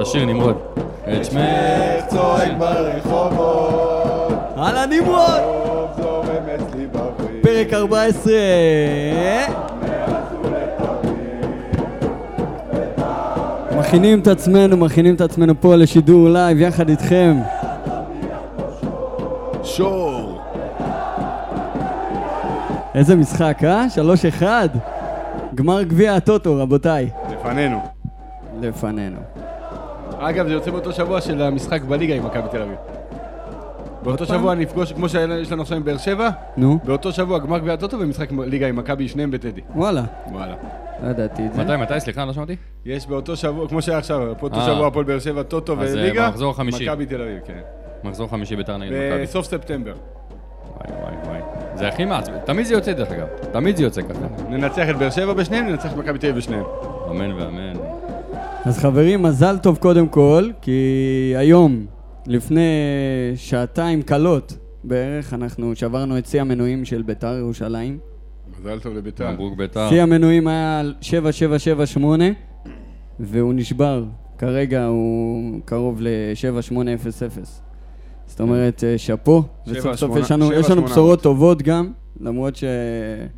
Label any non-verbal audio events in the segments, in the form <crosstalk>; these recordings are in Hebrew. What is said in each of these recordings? השיר נמרוד. את שמך צועק ברחובות, אהלן נמרוד! טוב זורם אצלי בברית. פרק 14! מכינים את עצמנו, מכינים את עצמנו פה לשידור לייב יחד איתכם. שור! איזה משחק, אה? 3-1? גמר גביע הטוטו, רבותיי. לפנינו. לפנינו. אגב, זה יוצא באותו שבוע של המשחק בליגה עם מכבי תל אביב. באותו שבוע נפגוש, כמו שיש לנו עכשיו עם באר שבע, נו, באותו שבוע גמר גביע הטוטו ומשחק ליגה עם מכבי, שניהם בטדי. וואלה. וואלה. לא ידעתי את זה. מתי, מתי? סליחה, לא שמעתי. יש באותו שבוע, כמו שהיה עכשיו, באותו אה. שבוע הפועל באר שבע, טוטו אז, אה, וליגה, במחזור החמישי. מכבי תל אביב, כן. מחזור חמישי ביתר נגד מכבי. בסוף ספטמבר. וואי וואי וואי. זה הכי מעצבן. תמיד זה יוצא דרך אגב. תמיד זה יוצא ככה. ננצח את באר שבע בשניהם, ננצח את מכבי תל אביב בשניהם. אמן ואמן. אז חברים, מזל טוב קודם כל, כי היום, לפני שעתיים קלות בערך, אנחנו שברנו את שיא המנויים של ביתר ירושלים. מזל טוב כן. לביתר. מברוק ביתר. שיא המנויים היה על 7778, והוא נשבר. כרגע הוא קרוב ל-7800. זאת אומרת, אה, שאפו. וסוף סוף יש לנו- יש לנו 7800. בשורות טובות גם, למרות ש...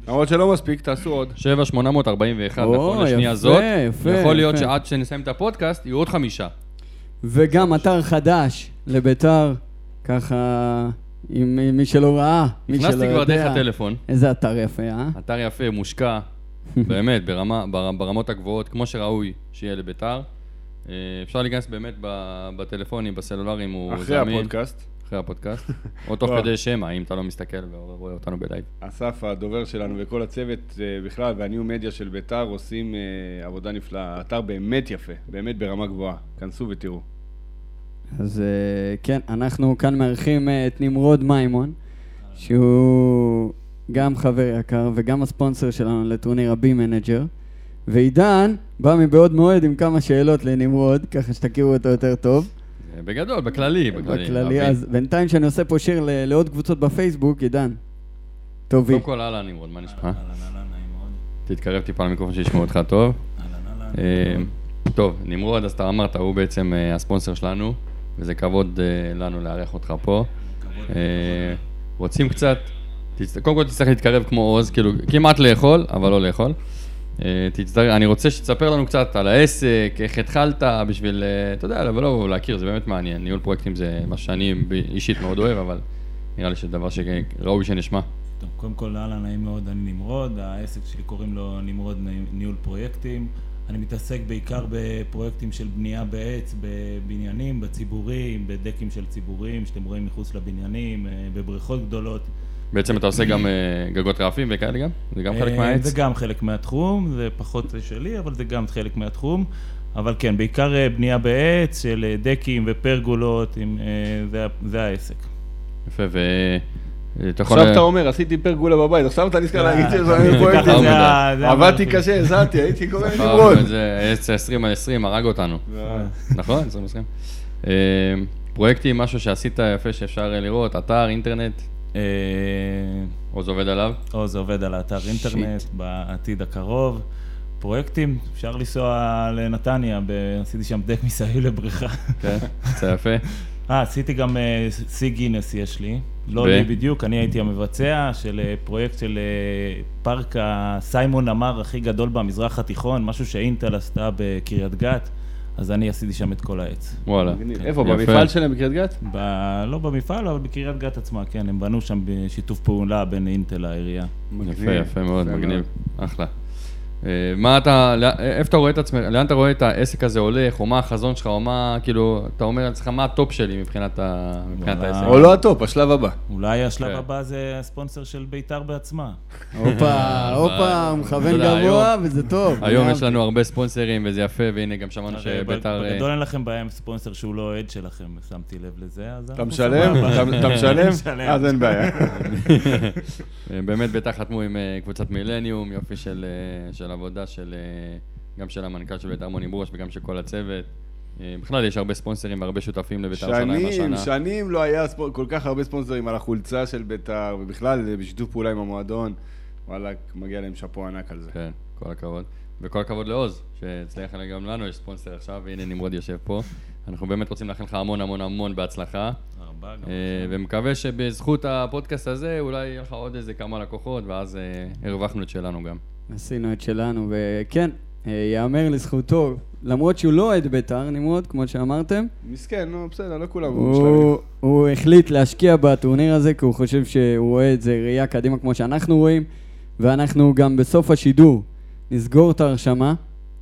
למרות שלא מספיק, תעשו עוד. 7,841 נכון או, לשנייה יפה, זאת. יפה, יכול להיות יפה. שעד שנסיים את הפודקאסט יהיו עוד חמישה. וגם אתר חדש לביתר, ככה, עם עם מי שלא ראה, מי שלא יודע. נכנסתי כבר דרך הטלפון. איזה אתר יפה, אה? אתר יפה, <laughs> מושקע. באמת, ברמה, בר- ברמות הגבוהות, כמו שראוי שיהיה לביתר. אה, אפשר להיכנס באמת ב- בטלפונים, בסלולרים, הוא זמין. אחרי הפודקאסט, אחרי <laughs> הפודקאסט. או תוך וואו. כדי שמע, אם אתה לא מסתכל ורואה אותנו בלייב. אסף הדובר שלנו וכל הצוות אה, בכלל, והניו מדיה של ביתר עושים אה, עבודה נפלאה. האתר באמת יפה, באמת ברמה גבוהה. כנסו ותראו. אז אה, כן, אנחנו כאן מארחים אה, את נמרוד מימון, שהוא גם חבר יקר וגם הספונסר שלנו לטורניר הבי מנג'ר, ועידן בא מבעוד מועד עם כמה שאלות לנמרוד, ככה שתכירו אותו יותר טוב. אה, בגדול, בכללי, בכללי. בכללי, אבי. אז בינתיים שאני עושה פה שיר ל- לעוד קבוצות בפייסבוק, עידן, טובי. קודם כל, אהלן נמרוד, מה נשמע? תתקרב טיפה למיקרופון שישמעו אותך טוב. אה, טוב, נמרוד, אז אתה אמרת, הוא בעצם אה, הספונסר שלנו, וזה כבוד אה, לנו לארח אותך פה. אה, רוצים קצת, תצט- קודם כל תצטרך להתקרב כמו עוז, כאילו כמעט לאכול, אבל לא לאכול. אה, תצטרך, אני רוצה שתספר לנו קצת על העסק, איך התחלת, בשביל, אה, אתה יודע, אבל לא להכיר, זה באמת מעניין, ניהול פרויקטים זה מה שאני אישית מאוד אוהב, אבל נראה לי שזה דבר שראוי שנשמע. טוב, קודם כל, אהלן, נעים מאוד, אני נמרוד. העסק שלי קוראים לו נמרוד ני- ניהול פרויקטים. אני מתעסק בעיקר בפרויקטים של בנייה בעץ, בבניינים, בציבורים, בדקים של ציבורים, שאתם רואים מחוץ לבניינים, אה, בבריכות גדולות. בעצם אתה עושה גם אה, גגות רעפים וכאלה גם? זה גם חלק אה, מהעץ? זה גם חלק מהתחום, זה פחות זה שלי, אבל זה גם חלק מהתחום. אבל כן, בעיקר אה, בנייה בעץ של אה, דקים ופרגולות, עם, אה, זה, ה- זה העסק. יפה, ו... אתה יכול... אה, עכשיו אתה אומר, עשיתי פרגולה בבית, עכשיו אתה נזכר להגיד <laughs> שזה פרויקטים. ככה זה ה- זה עבדתי המהלכים. קשה, הזעתי, הייתי קורא אה, נמרוד. זה עץ 20 על 20 הרג אותנו, אה, נכון? 20 על 20. אה, פרויקטים, משהו שעשית יפה שאפשר אה, לראות, אתר, אינטרנט, אה, עוז עובד עליו. או זה עובד על האתר אינטרנט בעתיד הקרוב. פרויקטים, אפשר לנסוע לנתניה, ב- עשיתי שם דק מסביב לבריכה. כן, זה <laughs> יפה. אה, עשיתי גם אה, שיא גינס יש לי. ו- לא לי בדיוק, אני הייתי המבצע של אה, פרויקט של אה, פארק הסיימון אמר הכי גדול במזרח התיכון, משהו שאינטל עשתה בקריית גת, אז אני עשיתי שם את כל העץ. וואלה. מגניב. איפה, יפה. במפעל שלהם בקריית גת? ב... לא במפעל, אבל בקריית גת עצמה, כן, הם בנו שם בשיתוף פעולה בין אינטל לעירייה. יפה, יפה מאוד, יפה מגניב, מאוד. אחלה. אה, מה אתה, לא- איפה אתה רואה את עצמך, לאן אתה רואה את העסק הזה הולך, או מה החזון שלך, או מה, כאילו, אתה אומר לעצמך, מה הטופ שלי מבחינת ה- מבחינת וואלה. העסק? או לא הטופ, השלב הבא. אולי השלב כן. הבא זה הספונסר של בית"ר בעצמה. אה, הופה, הופה, הוא מכוון אתה יודע, גבוה וזה טוב. היום יש אהבתי. לנו הרבה ספונסרים וזה יפה, והנה גם שמענו הרי שביתר... אה, בגדול אין לכם בעיה עם ספונסר שהוא לא אוהד שלכם, שמתי לב לזה, אז אתה <laughs> אנחנו משלם? <laughs> סבבה. אתה- אתה משלם? משלם. אז אין בעיה. <laughs> אה, באמת ביתר חתמו עם אה, קבוצת מילניום, יופי של אה, של עבודה של... אה, גם של המנכ"ל של ביתר מוני ברוש וגם של כל הצוות. אה, בכלל יש הרבה ספונסרים והרבה שותפים לביתר ירושלים שנים, השנה. שנים לא היה ספור- כל כך הרבה ספונסרים על החולצה של ביתר, ובכלל בשיתוף פעולה עם המועדון. וואלה, מגיע להם שאפו ענק על זה. כן, כל הכבוד. וכל הכבוד לעוז, שהצליח לנו גם לנו, יש ספונסר עכשיו, והנה נמרוד יושב פה. אנחנו באמת רוצים לאחל לך המון המון המון בהצלחה, ארבע גם. אה, ומקווה שבזכות הפודקאסט הזה אולי יהיה לך עוד איזה כמה לקוחות, ואז אה, הרווחנו את שלנו גם. עשינו את שלנו, וכן, אה, ייאמר לזכותו, למרות שהוא לא אוהד בית"ר, נמרוד, כמו שאמרתם, מסכן, נו, בסדר, לא כולם הוא, הוא החליט להשקיע בטורניר הזה, כי הוא חושב שהוא רואה את זה ראייה קדימה כמו שאנחנו רואים, ואנחנו גם בסוף השידור נסגור את ההרשמה,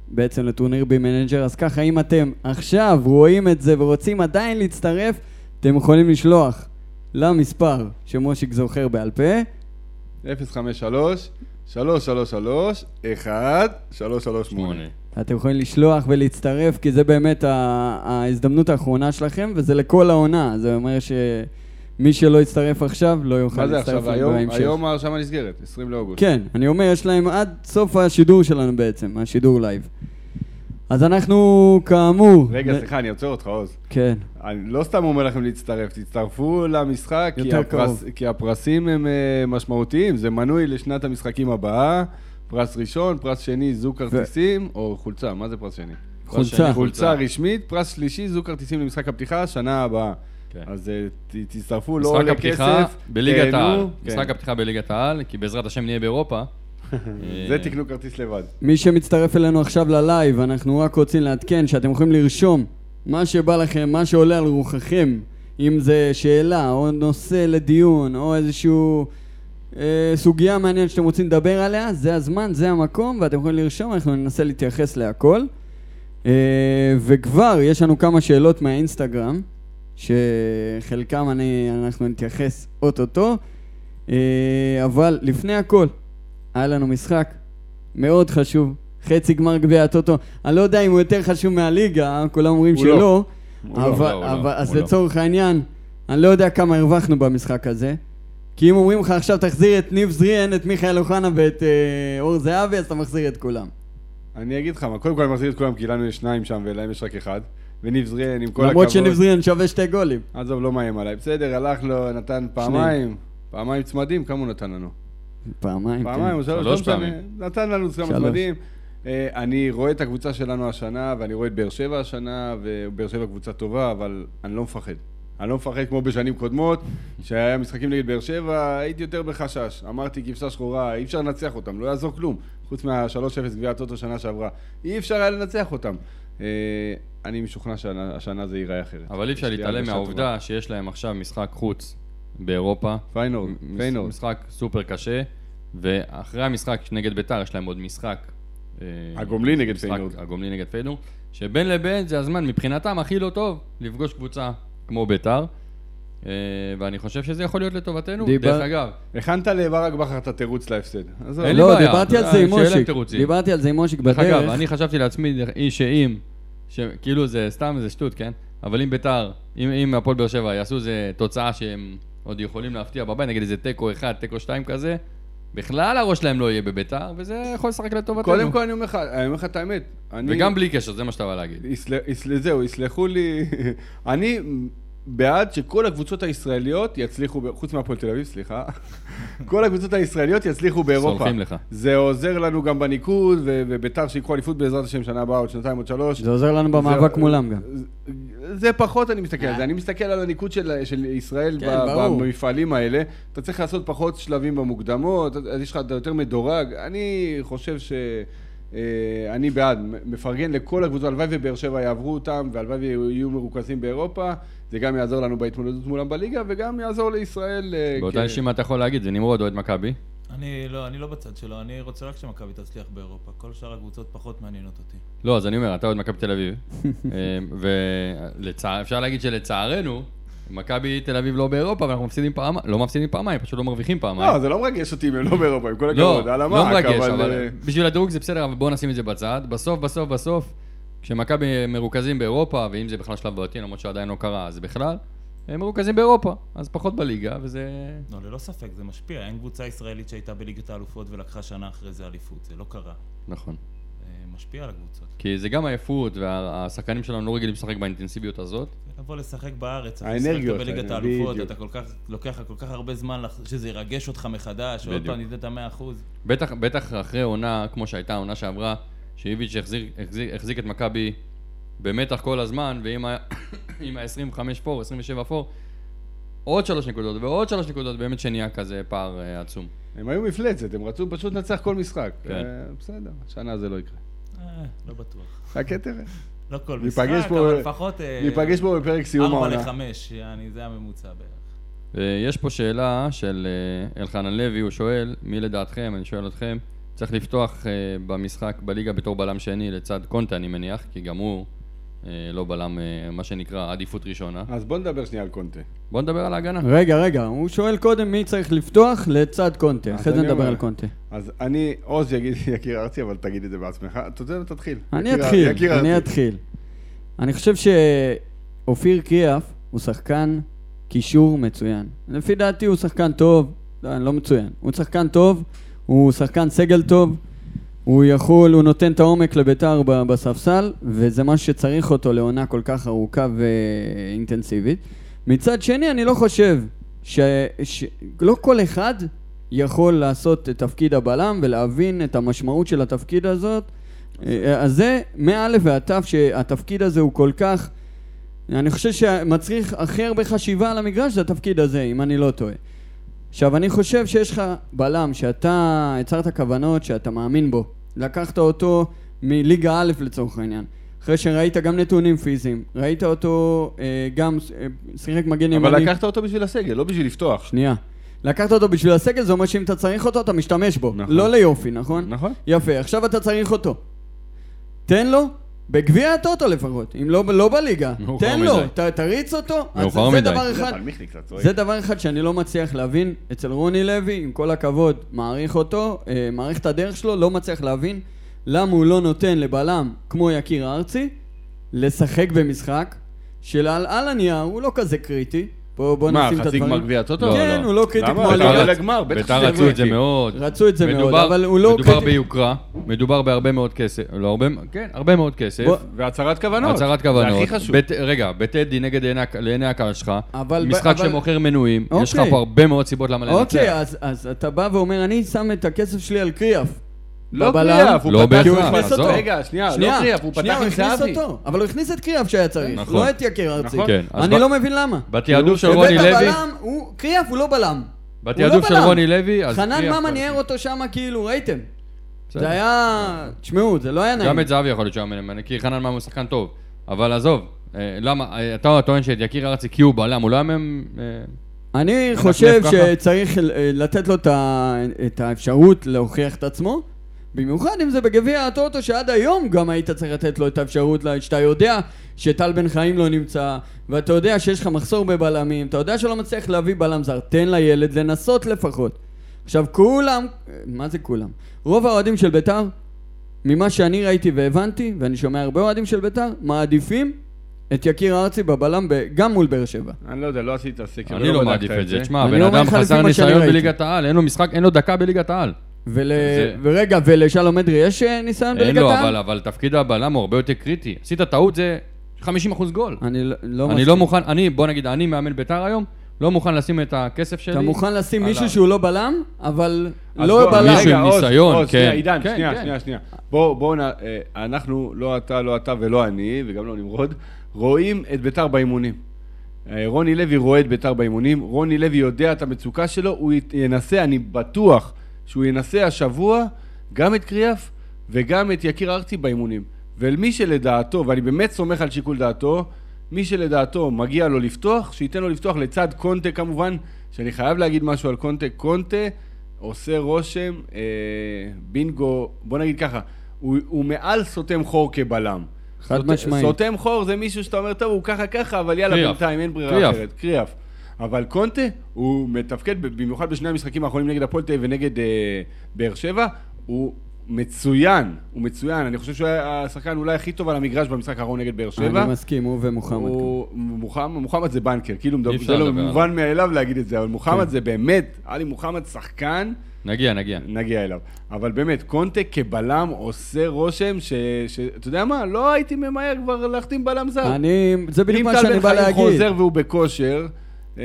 בעצם לטורניר בי מנג'ר, אז ככה אם אתם עכשיו רואים את זה ורוצים עדיין להצטרף, אתם יכולים לשלוח למספר שמושיק זוכר בעל פה, 053 333 1338 שמונה. אתם יכולים לשלוח ולהצטרף, כי זה באמת ה- ההזדמנות האחרונה שלכם, וזה לכל העונה. זה אומר שמי שלא יצטרף עכשיו, לא יוכל מה זה להצטרף עכשיו? היום- היום ההרשמה נסגרת, 20 לאוגוסט. כן, אני אומר, יש להם עד סוף השידור שלנו בעצם, השידור לייב. אז אנחנו, כאמור... רגע, ל- סליחה, אני עוצר אותך, עוז. כן. אני לא סתם אומר לכם להצטרף, תצטרפו למשחק, כי, יותר הפרס, קרוב. כי הפרסים הם אה, משמעותיים, זה מנוי לשנת המשחקים הבאה, פרס ראשון, פרס שני, זוג כרטיסים, או חולצה, מה זה פרס שני? חולצה. חולצה, חולצה. חולצה רשמית, פרס שלישי, זוג כרטיסים למשחק הפתיחה, שנה הבאה. כן. אז אה, ת- תצטרפו, לא משחק עולה הפתיחה כסף, בליגת תהנו, העל. כן. משחק הפתיחה בליגת העל, כי בעזרת השם נהיה באירופה. זה תקנו כרטיס לבד. מי שמצטרף אלינו עכשיו ללייב, אנחנו רק רוצים לעדכן שאתם יכולים לרשום מה שבא לכם, מה שעולה על רוחכם, אם זה שאלה או נושא לדיון או איזשהו אה, סוגיה מעניינת שאתם רוצים לדבר עליה, זה הזמן, זה המקום, ואתם יכולים לרשום, אנחנו ננסה להתייחס להכל. אה, וכבר יש לנו כמה שאלות מהאינסטגרם, שחלקם אני, אנחנו נתייחס אוטוטו, אה, אבל לפני הכל, היה לנו משחק מאוד חשוב, חצי גמר גביע הטוטו. אני לא יודע אם הוא יותר חשוב מהליגה, כולם אומרים הוא לא. שלא, הוא לא, אבל, הוא לא, אבל, אז הוא לא. לצורך העניין, אני לא יודע כמה הרווחנו במשחק הזה. כי אם אומרים לך עכשיו תחזיר את ניב זריאן, את מיכאל אוחנה ואת אה, אור זהבי, אז אתה מחזיר את כולם. אני אגיד לך מה, קודם כל אני מחזיר את כולם, כי לנו יש שניים שם ולהם יש רק אחד. וניב זריאן, עם כל הכבוד... למרות שניב זריאן שווה שתי גולים. עזוב, לא מאיים עליי. בסדר, הלך לו, נתן פעמיים. פעמיים צמדים, כמה הוא נתן לנו? פעמיים, פעמיים או כן. שלוש, כן, שלוש לא משנה. פעמים. נתן לנו כמה שלוש. צמדים. אה, אני רואה את הקבוצה שלנו השנה, ואני רואה את באר שבע השנה, ובאר שבע קבוצה טובה, אבל אני לא מפחד. אני לא מפחד כמו בשנים קודמות, שהיה משחקים נגד באר שבע, הייתי יותר בחשש. אמרתי, כבשה שחורה, אי אפשר לנצח אותם, לא יעזור כלום. חוץ מה-3-0 גביע הטוטו שנה שעברה. אי אפשר היה לנצח אותם. אה, אני משוכנע שהשנה זה ייראה אחרת. אבל אי אפשר יש לי להתעלם הרגשה מהעובדה שיש להם עכשיו משחק חוץ באירופה. טובה. פיינורד, מש- פיינורד. משחק סופר קשה, ואחרי המשחק נגד ביתר יש להם עוד משחק. אה, הגומלין נגד משחק פיינורד. הגומלין נגד פיינורד, שבין לבין זה הזמן מבחינתם הכי לא טוב לפגוש קבוצה כמו ביתר, אה, ואני חושב שזה יכול להיות לטובתנו. דיבר- דרך אגב, הכנת לברק בכר את התירוץ להפסד. עזוב. אין לי לא, בעיה, דיברתי על אה, זה עם שיהיה להם מושיק. תירוצים. דיברתי על זה עם מושיק דרך אגב, בדרך. אני חשבתי לעצמי דרך- אי שאם, ש- כאילו זה סתם, זה שטות, כן? אבל אם ביתר, אם אם הפועל באר שבע יעשו איזה תוצאה שהם עוד יכולים להפתיע בבית, נגיד איזה תיקו אחד, תיקו שתיים כזה, בכלל הראש שלהם לא יהיה בביתר, וזה יכול לשחק לטובתנו. קודם כל אני אומר לך, אני אומר לך את האמת. אני- כן. וגם בלי קשר, זה מה שאתה בא להגיד. יסל- יסל- זהו, יסלחו לי. <laughs> אני בעד שכל הקבוצות הישראליות יצליחו, ב- חוץ מהפועל תל אביב, סליחה. <laughs> כל הקבוצות הישראליות יצליחו באירופה. סולחים לך. זה עוזר לנו גם בניקוד, ו- וביתר שיקחו אליפות בעזרת השם שנה הבאה, עוד שנתיים, עוד שלוש. זה עוזר לנו במאבק מולם גם. זה- זה פחות אני מסתכל אה. על זה, אני מסתכל על הניקוד של, של ישראל כן, ב- ברור. במפעלים האלה. אתה צריך לעשות פחות שלבים במוקדמות, אז יש לך, אתה יותר מדורג. אני חושב ש... אה, אני בעד, מפרגן לכל הקבוצות, הלוואי ובאר שבע יעברו אותם, והלוואי ויהיו מרוכזים באירופה, זה גם יעזור לנו בהתמודדות מולם בליגה, וגם יעזור לישראל. אה, באותה כ- נשימה אתה יכול להגיד, זה נמרוד אוהד מכבי. אני לא, אני לא בצד שלו, אני רוצה רק שמכבי תצליח באירופה. כל שאר הקבוצות פחות מעניינות אותי. לא, אז אני אומר, אתה אוהד מכבי תל <laughs> אביב. אמ, ואפשר להגיד שלצערנו, מכבי תל אביב לא באירופה, אבל אנחנו מפסידים פעמיים, לא מפסידים פעמיים, פשוט לא מרוויחים פעמיים. לא, זה לא מרגש אותי אם הם לא באירופה, עם כל לא, הכבוד, על לא המאק, מרגש, אה, אבל בשביל הדירוג זה בסדר, אבל בואו נשים את זה בצד. בסוף, בסוף, בסוף, כשמכבי מרוכזים באירופה, ואם זה בכלל שלב בעייתי, למרות שעדיין לא קרה, אז בכלל, הם מרוכזים באירופה, אז פחות בליגה, וזה... לא, ללא ספק, זה משפיע. אין קבוצה ישראלית שהייתה בליגת האלופות ולקחה שנה אחרי זה אליפות. זה לא קרה. נכון. זה משפיע על הקבוצות. כי זה גם עייפות, והשחקנים שלנו לא רגילים לשחק באינטנסיביות הזאת. לבוא לשחק בארץ, אתה האנרגיות משחק בליגת האלה, האלופות, בדיוק. אתה כל כך, לוקח לך כל כך הרבה זמן לח- שזה ירגש אותך מחדש, עוד בדיוק. פעם ניתן את המאה אחוז. בטח, בטח אחרי עונה, כמו שהייתה העונה שעברה, שאיביץ' החזיק, החזיק, החזיק את מכבי במתח כל הזמן, ועם ה- <coughs> עם ה-25 פור, 27 פור, עוד שלוש נקודות ועוד שלוש נקודות, באמת שנהיה כזה פער אה, עצום. הם היו מפלצת, הם רצו פשוט לנצח כל משחק. כן. אה, בסדר, השנה זה לא יקרה. אה, לא בטוח. חכה תראה. לא כל משחק, ניפגש פה- אבל לפחות... אה, ניפגש פה בפרק סיום ארבע העונה. לחמש, יעני, זה הממוצע בערך. אה, יש פה שאלה של אה, אלחנן לוי, הוא שואל, מי לדעתכם, אני שואל אתכם, צריך לפתוח אה, במשחק בליגה בתור בלם שני לצד קונטה, אני מניח, כי גם הוא אה, לא בלם, אה, מה שנקרא, עדיפות ראשונה. אז בוא נדבר שנייה על קונטה. בואו נדבר על ההגנה. רגע, רגע, הוא שואל קודם מי צריך לפתוח לצד קונטה, אז אחרי זה אני נדבר אה, אומר- על קונטה. אז אני, עוז יגיד, <laughs> יקיר ארצי, אבל תגיד את זה בעצמך. אתה יודע, מה, תתחיל. אני יקיר- אתחיל, יקיר אני ארצי. אתחיל. אני חושב שאופיר קריאף הוא שחקן קישור מצוין. לפי דעתי הוא שחקן טוב, לא, לא מצוין. הוא שחקן טוב, הוא שחקן סגל טוב, הוא יכול, הוא נותן את העומק לביתר ב- בספסל, וזה מה שצריך אותו לעונה כל כך ארוכה ואינטנסיבית. מצד שני, אני לא חושב ש... ש... לא כל אחד יכול לעשות את תפקיד הבלם ולהבין את המשמעות של התפקיד הזאת. אה, אז זה מא' ועד ת' שהתפקיד הזה הוא כל כך... אני חושב שמצריך הכי הרבה חשיבה על המגרש זה התפקיד הזה, אם אני לא טועה. עכשיו, אני חושב שיש לך בלם שאתה הצהרת כוונות שאתה מאמין בו. לקחת אותו מליגה א' לצורך העניין. אחרי שראית גם נתונים פיזיים, ראית אותו אה, גם אה, שיחק מגן ימני. אבל לקחת אותו בשביל הסגל, לא בשביל לפתוח. שנייה. לקחת אותו בשביל הסגל, זה אומר שאם אתה צריך אותו, אתה משתמש בו. נכון. לא ליופי, נכון? נכון. יפה, עכשיו אתה צריך אותו. תן לו, בגביע הטוטו לפחות, אם לא, לא בליגה. מאוחר תן לו, מדי. ת, תריץ אותו. אז מאוחר זה מדי. דבר לא, אחד. אבל מיכניק קצת צועק. זה דבר אחד שאני לא מצליח להבין אצל רוני לוי, עם כל הכבוד, מעריך אותו, אה, מעריך את הדרך שלו, לא מצליח להבין למה הוא לא נותן לבלם כמו יקיר ארצי לשחק במשחק של על, על הנייר, הוא לא כזה קריטי. בוא, בוא מה, נשים את חצי הדברים. גמר גביע הטוטו? כן, לא, לא. הוא לא קריטי למה? כמו אבל הליגה. על הגמר, בטח ביתר שזה רצו את זה קריטי. מאוד. רצו את זה מאוד, אבל הוא לא מדובר קריטי. ביוקרה, מדובר בהרבה מאוד כסף, לא הרבה, כן, הרבה מאוד כסף. לא, בוא- והצהרת כוונות. הצהרת כוונות. זה הכי חשוב. בת, רגע, בטדי נגד עיני- לעיני הקהל שלך, אבל ב- משחק אבל- שמוכר מנויים, יש לך אוקיי. פה הרבה מאוד סיבות למה לנצח. אוקיי, אז, אז אתה בא ואומר, אני שם את הכסף שלי על קריאף. לא בבלם. קריאף, הוא לא פתח... בהכרח, כי הוא הכניס עזוב. אותו. רגע, שנייה, לא קריאף, הוא שנייה, פתח עם הכניס זהבי. אותו, אבל הוא הכניס את קריאף שהיה צריך, נכון. לא את יקיר ארצי. נכון. כן, אז אני ב- לא מבין למה. בתעדוף של הבאת רוני לוי, בלם, הוא, קריאף הוא לא בלם. הוא בתעדוף לא של בלם. רוני לוי, אז חנן קריאף- ממן ניער אותו שם כאילו, ראיתם? בסדר. זה היה... תשמעו, זה לא היה נעים. גם את זהבי יכול להיות שהוא היה מנהל, כי חנן ממן הוא שחקן טוב. אבל עזוב, אה, למה, אה, אתה טוען שאת יקיר ארצי כי הוא בלם, הוא לא היה מהם... אה, אני חושב ככה. שצריך ל- לתת לו את ה- את האפשרות להוכיח את עצמו. במיוחד אם זה בגביע הטוטו שעד היום גם היית צריך לתת לו את האפשרות לה- שאתה יודע שטל בן חיים לא נמצא ואתה יודע שיש לך מחסור בבלמים אתה יודע שלא מצליח להביא בלם זר תן לילד לנסות לפחות עכשיו כולם מה זה כולם? רוב האוהדים של בית"ר ממה שאני ראיתי והבנתי ואני שומע הרבה אוהדים של בית"ר מעדיפים את יקיר ארצי בבלם ב- גם מול באר שבע אני לא יודע, לא עשית סקר. אני לא מעדיף את זה. תשמע, אני בן אומר אדם לך לפי חסר מה שאני ניסיון ראיתי. בליגת העל, אין לו משחק, אין לו דקה בליגת העל. ול... זה- ורגע, ולשלום אדרי יש אה, ניסיון אין בליגת לו, העל? אבל- אבל תפקיד הבלם הוא הרבה יותר קריטי. עשית טעות זה 50% גול. אני לא, לא אני מסכים. לא מוכן, אני, בוא נגיד, אני מאמן בית"ר היום, לא מוכן לשים את הכסף שלי. אתה מוכן לשים עליו. מישהו שהוא לא בלם, אבל אז לא בוא, בלם. מישהו רגע, עם עוז, ניסיון, עוז, שנייה, כן. עידן, כן, שנייה, כן. שנייה, שנייה. בואו, בואו, נ- אה, אנחנו, לא אתה, לא אתה ולא אני, וגם לא נמרוד, רואים את ביתר באימונים. אה, רוני לוי רואה את ביתר באימונים, רוני לוי יודע את המצוקה שלו, הוא ית- ינסה, אני בטוח שהוא ינסה השבוע גם את קריאף וגם את יקיר ארצי באימונים. ומי שלדעתו, ואני באמת סומך על שיקול דעתו, מי שלדעתו מגיע לו לפתוח, שייתן לו לפתוח לצד קונטה כמובן, שאני חייב להגיד משהו על קונטה. קונטה עושה רושם, אה, בינגו, בוא נגיד ככה, הוא, הוא מעל סותם חור כבלם. חד סוט- משמעית. סותם חור זה מישהו שאתה אומר, טוב, הוא ככה ככה, אבל יאללה, קריאף. בינתיים אין ברירה קריאף. אחרת. קריאף. אבל קונטה, הוא מתפקד, ב- במיוחד בשני המשחקים האחרונים נגד הפועל תל אביב ונגד אה, באר שבע, הוא מצוין, הוא מצוין. אני חושב שהוא היה השחקן אולי הכי טוב על המגרש במשחק האחרון נגד באר שבע. אני מסכים, כן. הוא ומוחמד. הוא- מוחמד, מוחמד זה בנקר, כאילו, אי אפשר זה לא לדבר עליו. מובן מאליו להגיד את זה, אבל כן. מוחמד זה באמת, עלי מוחמד שחקן, נגיע, נגיע. נגיע אליו. אבל באמת, קונטה כבלם עושה רושם ש... ש- אתה יודע מה, לא הייתי ממהר כבר להחתים בלם כן. זר. אני... זה בדיוק מה שאני בא אם טל בן חיים להגיד. חוזר והוא בכושר, אה,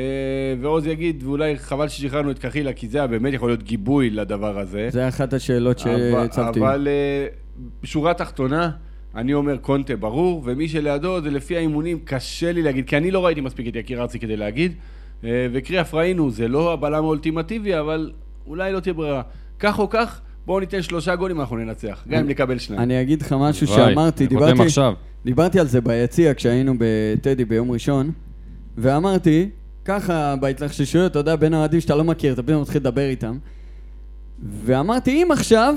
ועוז יגיד, ואולי חבל ששחררנו את קחילה, כי זה היה באמת יכול להיות גיבוי לדבר הזה. זה אחת השאלות אבל- שהצבתי. אבל אה, בשורה תחתונה, אני אומר קונטה ברור, ומי שלידו זה לפי האימונים, קשה לי להגיד, כי אני לא ראיתי מספיק את יקיר ארצי כדי להגיד. אה, וקריאף ראינו, זה לא הבלם האולטימטיבי, אבל אולי לא תהיה ברירה. כך או כך, בואו ניתן שלושה גולים, אנחנו ננצח. גם אם נקבל שניים. אני אגיד לך משהו וואי, שאמרתי, אני דיברתי, חותם עכשיו. דיברתי על זה ביציע כשהיינו בטדי ביום ראשון, ואמרתי, ככה בהתלחששויות, אתה יודע, בין אוהדים שאתה לא מכיר, אתה פתאום מתחיל לדבר איתם, ואמרתי, אם עכשיו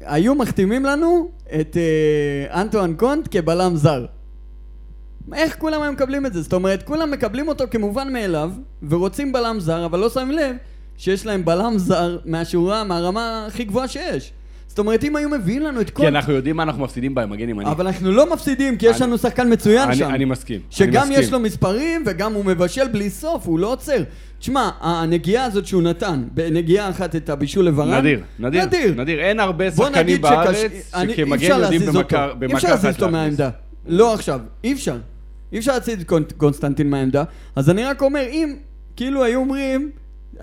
היו מחתימים לנו את אה, אנטואן קונט כבלם זר. איך כולם היו מקבלים את זה? זאת אומרת, כולם מקבלים אותו כמובן מאליו, ורוצים בלם זר, אבל לא שמים לב שיש להם בלם זר מהשורה, מהרמה הכי גבוהה שיש. זאת אומרת, אם היו מביאים לנו את כי קונט אנחנו יודעים מה אנחנו מפסידים בהם, מגן ימני. אבל אנחנו לא מפסידים, כי יש אני- לנו שחקן מצוין אני- שם. אני מסכים, אני שגם מסכים. יש לו מספרים, וגם הוא מבשל בלי סוף, הוא לא עוצר. תשמע, הנגיעה הזאת שהוא נתן, בנגיעה אחת את הבישול לברן, נדיר, נדיר, נדיר. נדיר. אין הרבה בוא שחקנים נגיד בארץ שקש... אני- אי שכמגן אפשר יודעים להזיז אותו. במכה אי במכה אפשר להזיז אותו אחת להכניס. מהעמדה. לא עכשיו, אי אפשר. אי אפשר להציג את קונט- קונסטנטין מהעמדה. אז אני רק אומר, אם כאילו היו אומרים,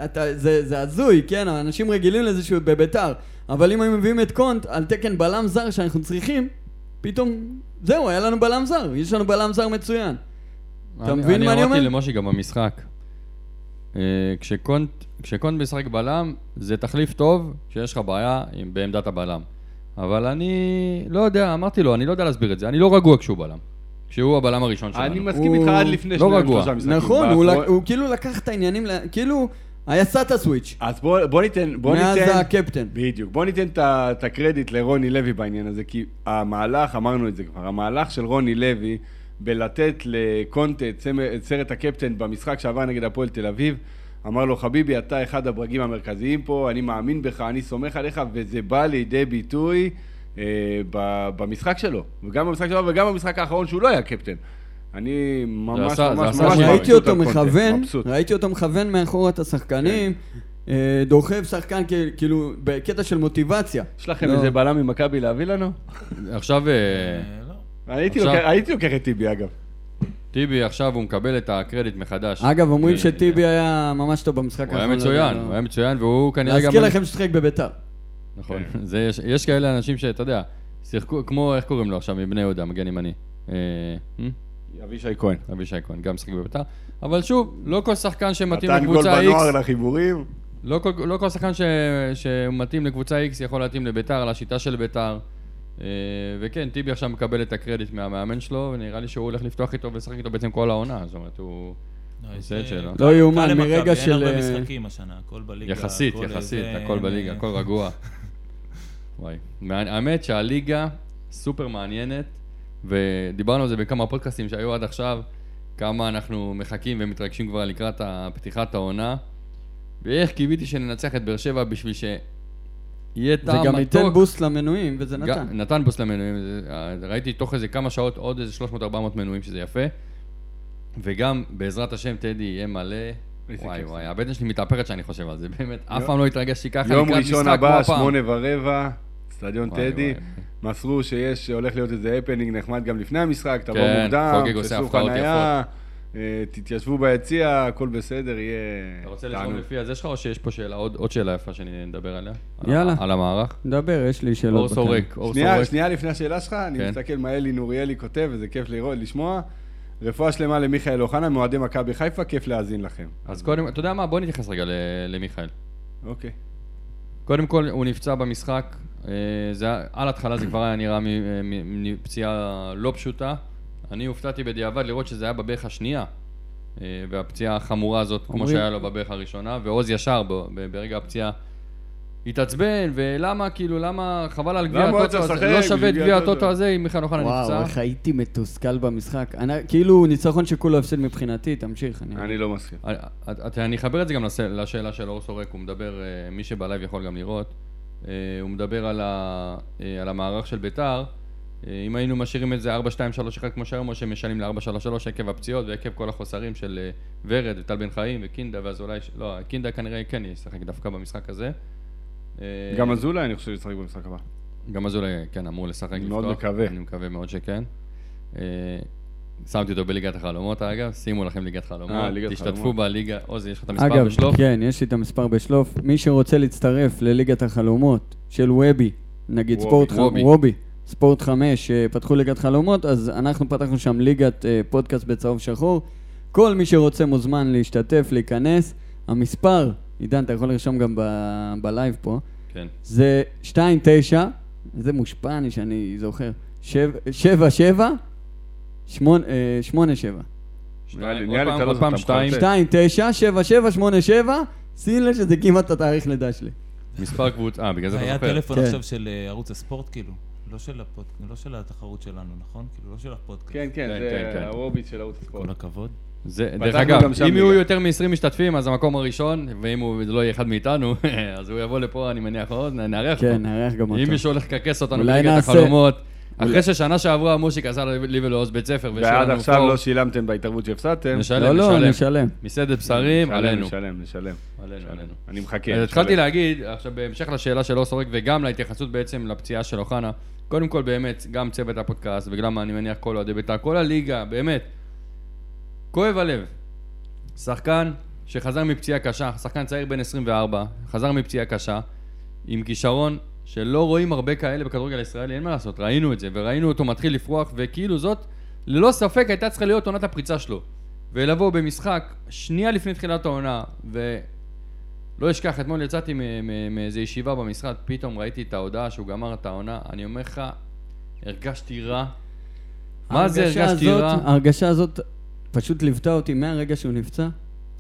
אתה, זה, זה הזוי, כן, אנשים רגילים לזה שהוא בביתר, אבל אם היו מביאים את קונט על תקן בלם זר שאנחנו צריכים, פתאום, זהו, היה לנו בלם זר, יש לנו בלם זר מצוין. אתה אני- מבין מה אני אני אומר? אמרתי למשה גם במשחק. אה, כשקונט כשקונט משחק בלם, זה תחליף טוב שיש לך בעיה עם- בעמדת הבלם. אבל אני לא יודע, אמרתי לו, אני לא יודע להסביר את זה, אני לא רגוע כשהוא בלם. כשהוא הבלם הראשון שלנו. אני מסכים הוא איתך עד לפני לא שניים רגוע. שלושה משחקים. נכון, הוא, באחרון- לק- הוא כאילו לקח את העניינים, ל- כאילו, היה סע את הסוויץ'. אז בוא, בוא ניתן, בוא מאז ניתן, הקפטן. בדיוק, בוא ניתן את ה- את הקרדיט לרוני לוי בעניין הזה, כי המהלך, אמרנו את זה כבר, המהלך של רוני לוי בלתת לקונטה את צמ- את סרט הקפטן במשחק שעבר נגד הפועל תל אביב, אמר לו חביבי אתה אחד הברגים המרכזיים פה, אני מאמין בך, אני סומך עליך, וזה בא לידי ביטוי אה, ב- במשחק שלו, וגם במשחק שלו וגם במשחק האחרון שהוא לא היה קפטן. אני ממש עשה- זה ממש עשה ממש שם. מבסוט ראיתי על אותו קונטה, מכוון, מבסוט. ראיתי אותו מכוון מאחור את השחקנים, אה, דוחף שחקן כ- כאילו בקטע של מוטיבציה. יש לכם לא. איזה בלם ממכבי להביא לנו? עכשיו... אה, אה, לא. הייתי עכשיו- לוקח- הייתי לוקח את טיבי אגב. טיבי עכשיו הוא מקבל את הקרדיט מחדש. אגב, אומרים אה, שטיבי היה ממש טוב במשחק הוא היה האחרון. מצוין, לא- הוא היה מצוין, והוא כנראה גם... להזכיר לכם ששיחק בביתר. נכון. זה יש- יש כאלה אנשים שאתה יודע, שיחקו, כמו, איך קוראים לו עכשיו, מבני יהודה, מגן ימני. אה, מ? אבישי כהן. אבישי כהן, גם משחק בביתר. אבל שוב, לא כל שחקן שמתאים נתן גול לקבוצה איקס, בנוער לחיבורים. לא כל- לא כל שחקן ש- שמתאים לקבוצה איקס יכול להתאים לביתר, על השיטה של ביתר. אה, וכן, טיבי עכשיו מקבל את הקרדיט מהמאמן שלו, ונראה לי שהוא הולך לפתוח איתו ולשחק איתו בעצם כל העונה. זאת אומרת, הוא... לא, עושה את זה- שלו. לא יאומן, קל למכבי, מרגע של, אין הרבה אה, משחקים השנה, הכל בליגה. יחסית, הכל יחסית, איזה- אה, הכל בליגה, הכל רגוע. וואי. מעניין- האמת שהליגה סופר מעניינת, ודיברנו על זה בכמה פודקאסטים שהיו עד עכשיו, כמה אנחנו מחכים ומתרגשים כבר לקראת ה- פתיחת העונה, ואיך קיוויתי שננצח את באר שבע בשביל שיהיה זה טעם גם ייתן מתוק. בוסט למנויים, וזה ג- נתן. נתן בוסט למנויים, זה- ראיתי תוך איזה כמה שעות עוד איזה 300-400 מנויים, שזה יפה. וגם, בעזרת השם, טדי יהיה מלא. איזה וואי כיף וואי, הבטן שלי מתאפרת שאני חושב על זה, באמת. אף פעם לא התרגשתי ככה יום לקראת ראשון משחק כמו הבא, הפעם. שמונה ורבע, אצטדיון וואי, טדי. <laughs> וואי. מסרו שיש, הולך להיות איזה הפנינג נחמד גם לפני המשחק, תבואו כן, מוקדם, חוגג עושה תעשו הפתעות חנייה, אה, תתיישבו ביציע, הכל בסדר, יהיה... אתה רוצה לשאול תענוג. לפי הזה שלך, או שיש פה שאלה, עוד עוד שאלה יפה שנדבר עליה? על- יאללה. על המערך? דבר, יש לי שאלות. אור בקנה. סורק, אור שנייה, סורק. שנייה לפני השאלה שלך, אני כן. מסתכל מה אלי נוריאלי כותב, וזה כיף לראות, לשמוע. רפואה שלמה למיכאל אוחנה, מאוהדי מכבי חיפה, כיף להאזין לכם. אז קודם, אתה יודע מה, בוא נתייחס רגע ל- למיכאל. אוקיי. קודם כל, הוא נפצע במשחק. אה, זה, היה- על התחלה זה כבר היה נראה מ- אה, מ- מ- פציעה לא פשוטה. אני הופתעתי בדיעבד לראות שזה היה בברך השנייה. אה, והפציעה החמורה הזאת, כמו אומרים- שהיה לו בברך הראשונה, ועוז ישר ב- ב- ברגע הפציעה התעצבן, ולמה, כאילו, למה, חבל על גביע למה הוא הטוטו צריך הזה, לא לשחק שווה את בגביע גביע הטוטו? הטוטו הזה אם מיכאל אוחנה וואו, איך נפצע. הייתי מתוסכל במשחק. אני- כאילו, ניצחון שכולו הפסד מבחינתי, תמשיך. אני- אה. אני לא מסכים. אני- את- אה, אני אחבר את זה גם לש- לשאלה של אור סורק, הוא מדבר, אה, מי שבלייב יכול גם לראות, אה, הוא מדבר על ה- אה, על המערך של ביתר, אה, אם היינו משאירים את זה 4-2-3-1 כמו שהיום, או שמשנים ל-4-3-3 עקב הפציעות ועקב כל החוסרים של אה, ורד וטל בן חיים וקינדה, ואז אולי, ש- לא, קינדה כנראה כן ישחק דווקא במשחק הזה. אה, גם אזולאי, אני חושב, ישחק במשחק הבא. גם אזולאי, כן, אמור לשחק לפתוח. אני מאוד מקווה. אני מקווה מאוד שכן. אה, שמתי אותו בליגת החלומות, אגב. שימו לכם ליגת חלומות. אה, ליגת תשתתפו חלומות. בליגה. עוזי, יש לך את המספר אגב, בשלוף? כן, יש לי את המספר בשלוף. מי שרוצה להצטרף לליגת החלומות של ובי נגיד וובי. ספורט, ח- וובי. וובי, ספורט 5, שפתחו ליגת חלומות, אז אנחנו פתחנו שם ליגת אה, פודקאסט בצהוב שחור. כל מי שרוצה מוזמן להשתתף, להיכנס. המספר, עידן, אתה יכול לרשום גם ב- בלייב פה, כן. זה 29, זה מושפע אני שאני זוכר, 7, 7, 8, 7. שתיים, נראה לי, עוד אתה פעם, לא עוד פעם זוכר, שתיים. אתה מחרטט. 2, 9, 7, 7, 8, 7, שים לב שזה כמעט התאריך לידה שלי. מספר קבוצה, אה, בגלל זה אתה היה זוכר. טלפון כן. עכשיו של אה, ערוץ הספורט, כאילו. לא של הפודקאסט, לא של התחרות שלנו, נכון? כאילו, לא של הפודקאסט. כן, כן, כן, כן, זה כן. הרוביט של ערוץ הספורט. כל הכבוד. זה, פתחנו דרך אגב, גם שם אם יהיו ליגה. יותר מ-20 משתתפים, אז המקום הראשון, ואם הוא לא יהיה אחד מאיתנו, <laughs> אז הוא יבוא לפה, אני מניח, עוד, נ- נארח אותו. כן, נארח גם אותו. אם מישהו הולך לקרקס אותנו אולי בליגת נעשה- החלומות, אחרי ששנה שעברה מושיק עשה לי ולעוז בית ספר, והשאיר ועד לנו עכשיו פור. לא שילמתם בהתערבות שהפסדתם. נשלם, לא, לא, נשלם. נשלם. מסעדת בשרים, נשלם, עלינו. נשלם, נשלם. עלינו, עלינו. אני מחכה. אז התחלתי נשלם. להגיד, עכשיו בהמשך לשאלה של אוס הורג וגם להתייחסות בעצם לפציעה של אוחנה, קודם כל באמת, גם צוות הפודקאסט וגם אני מניח כל אוהדי בית"ר, כל הליגה, באמת, כואב הלב. שחקן שחזר מפציעה קשה, שחקן צעיר בן 24, חזר מפציעה קשה, עם כישרון שלא רואים הרבה כאלה בכדורגל הישראלי, אין מה לעשות, ראינו את זה, וראינו אותו מתחיל לפרוח, וכאילו זאת, ללא ספק הייתה צריכה להיות עונת הפריצה שלו. ולבוא במשחק, שנייה לפני תחילת העונה, ו... לא אשכח, אתמול יצאתי מ- מ- מאיזו ישיבה במשרד, פתאום ראיתי את ההודעה שהוא גמר את העונה, אני אומר לך, הרגשתי רע. מה זה ההרגשה הרגשתי הזאת- רע? ההרגשה הזאת פשוט ליוותה אותי מהרגע שהוא נפצע.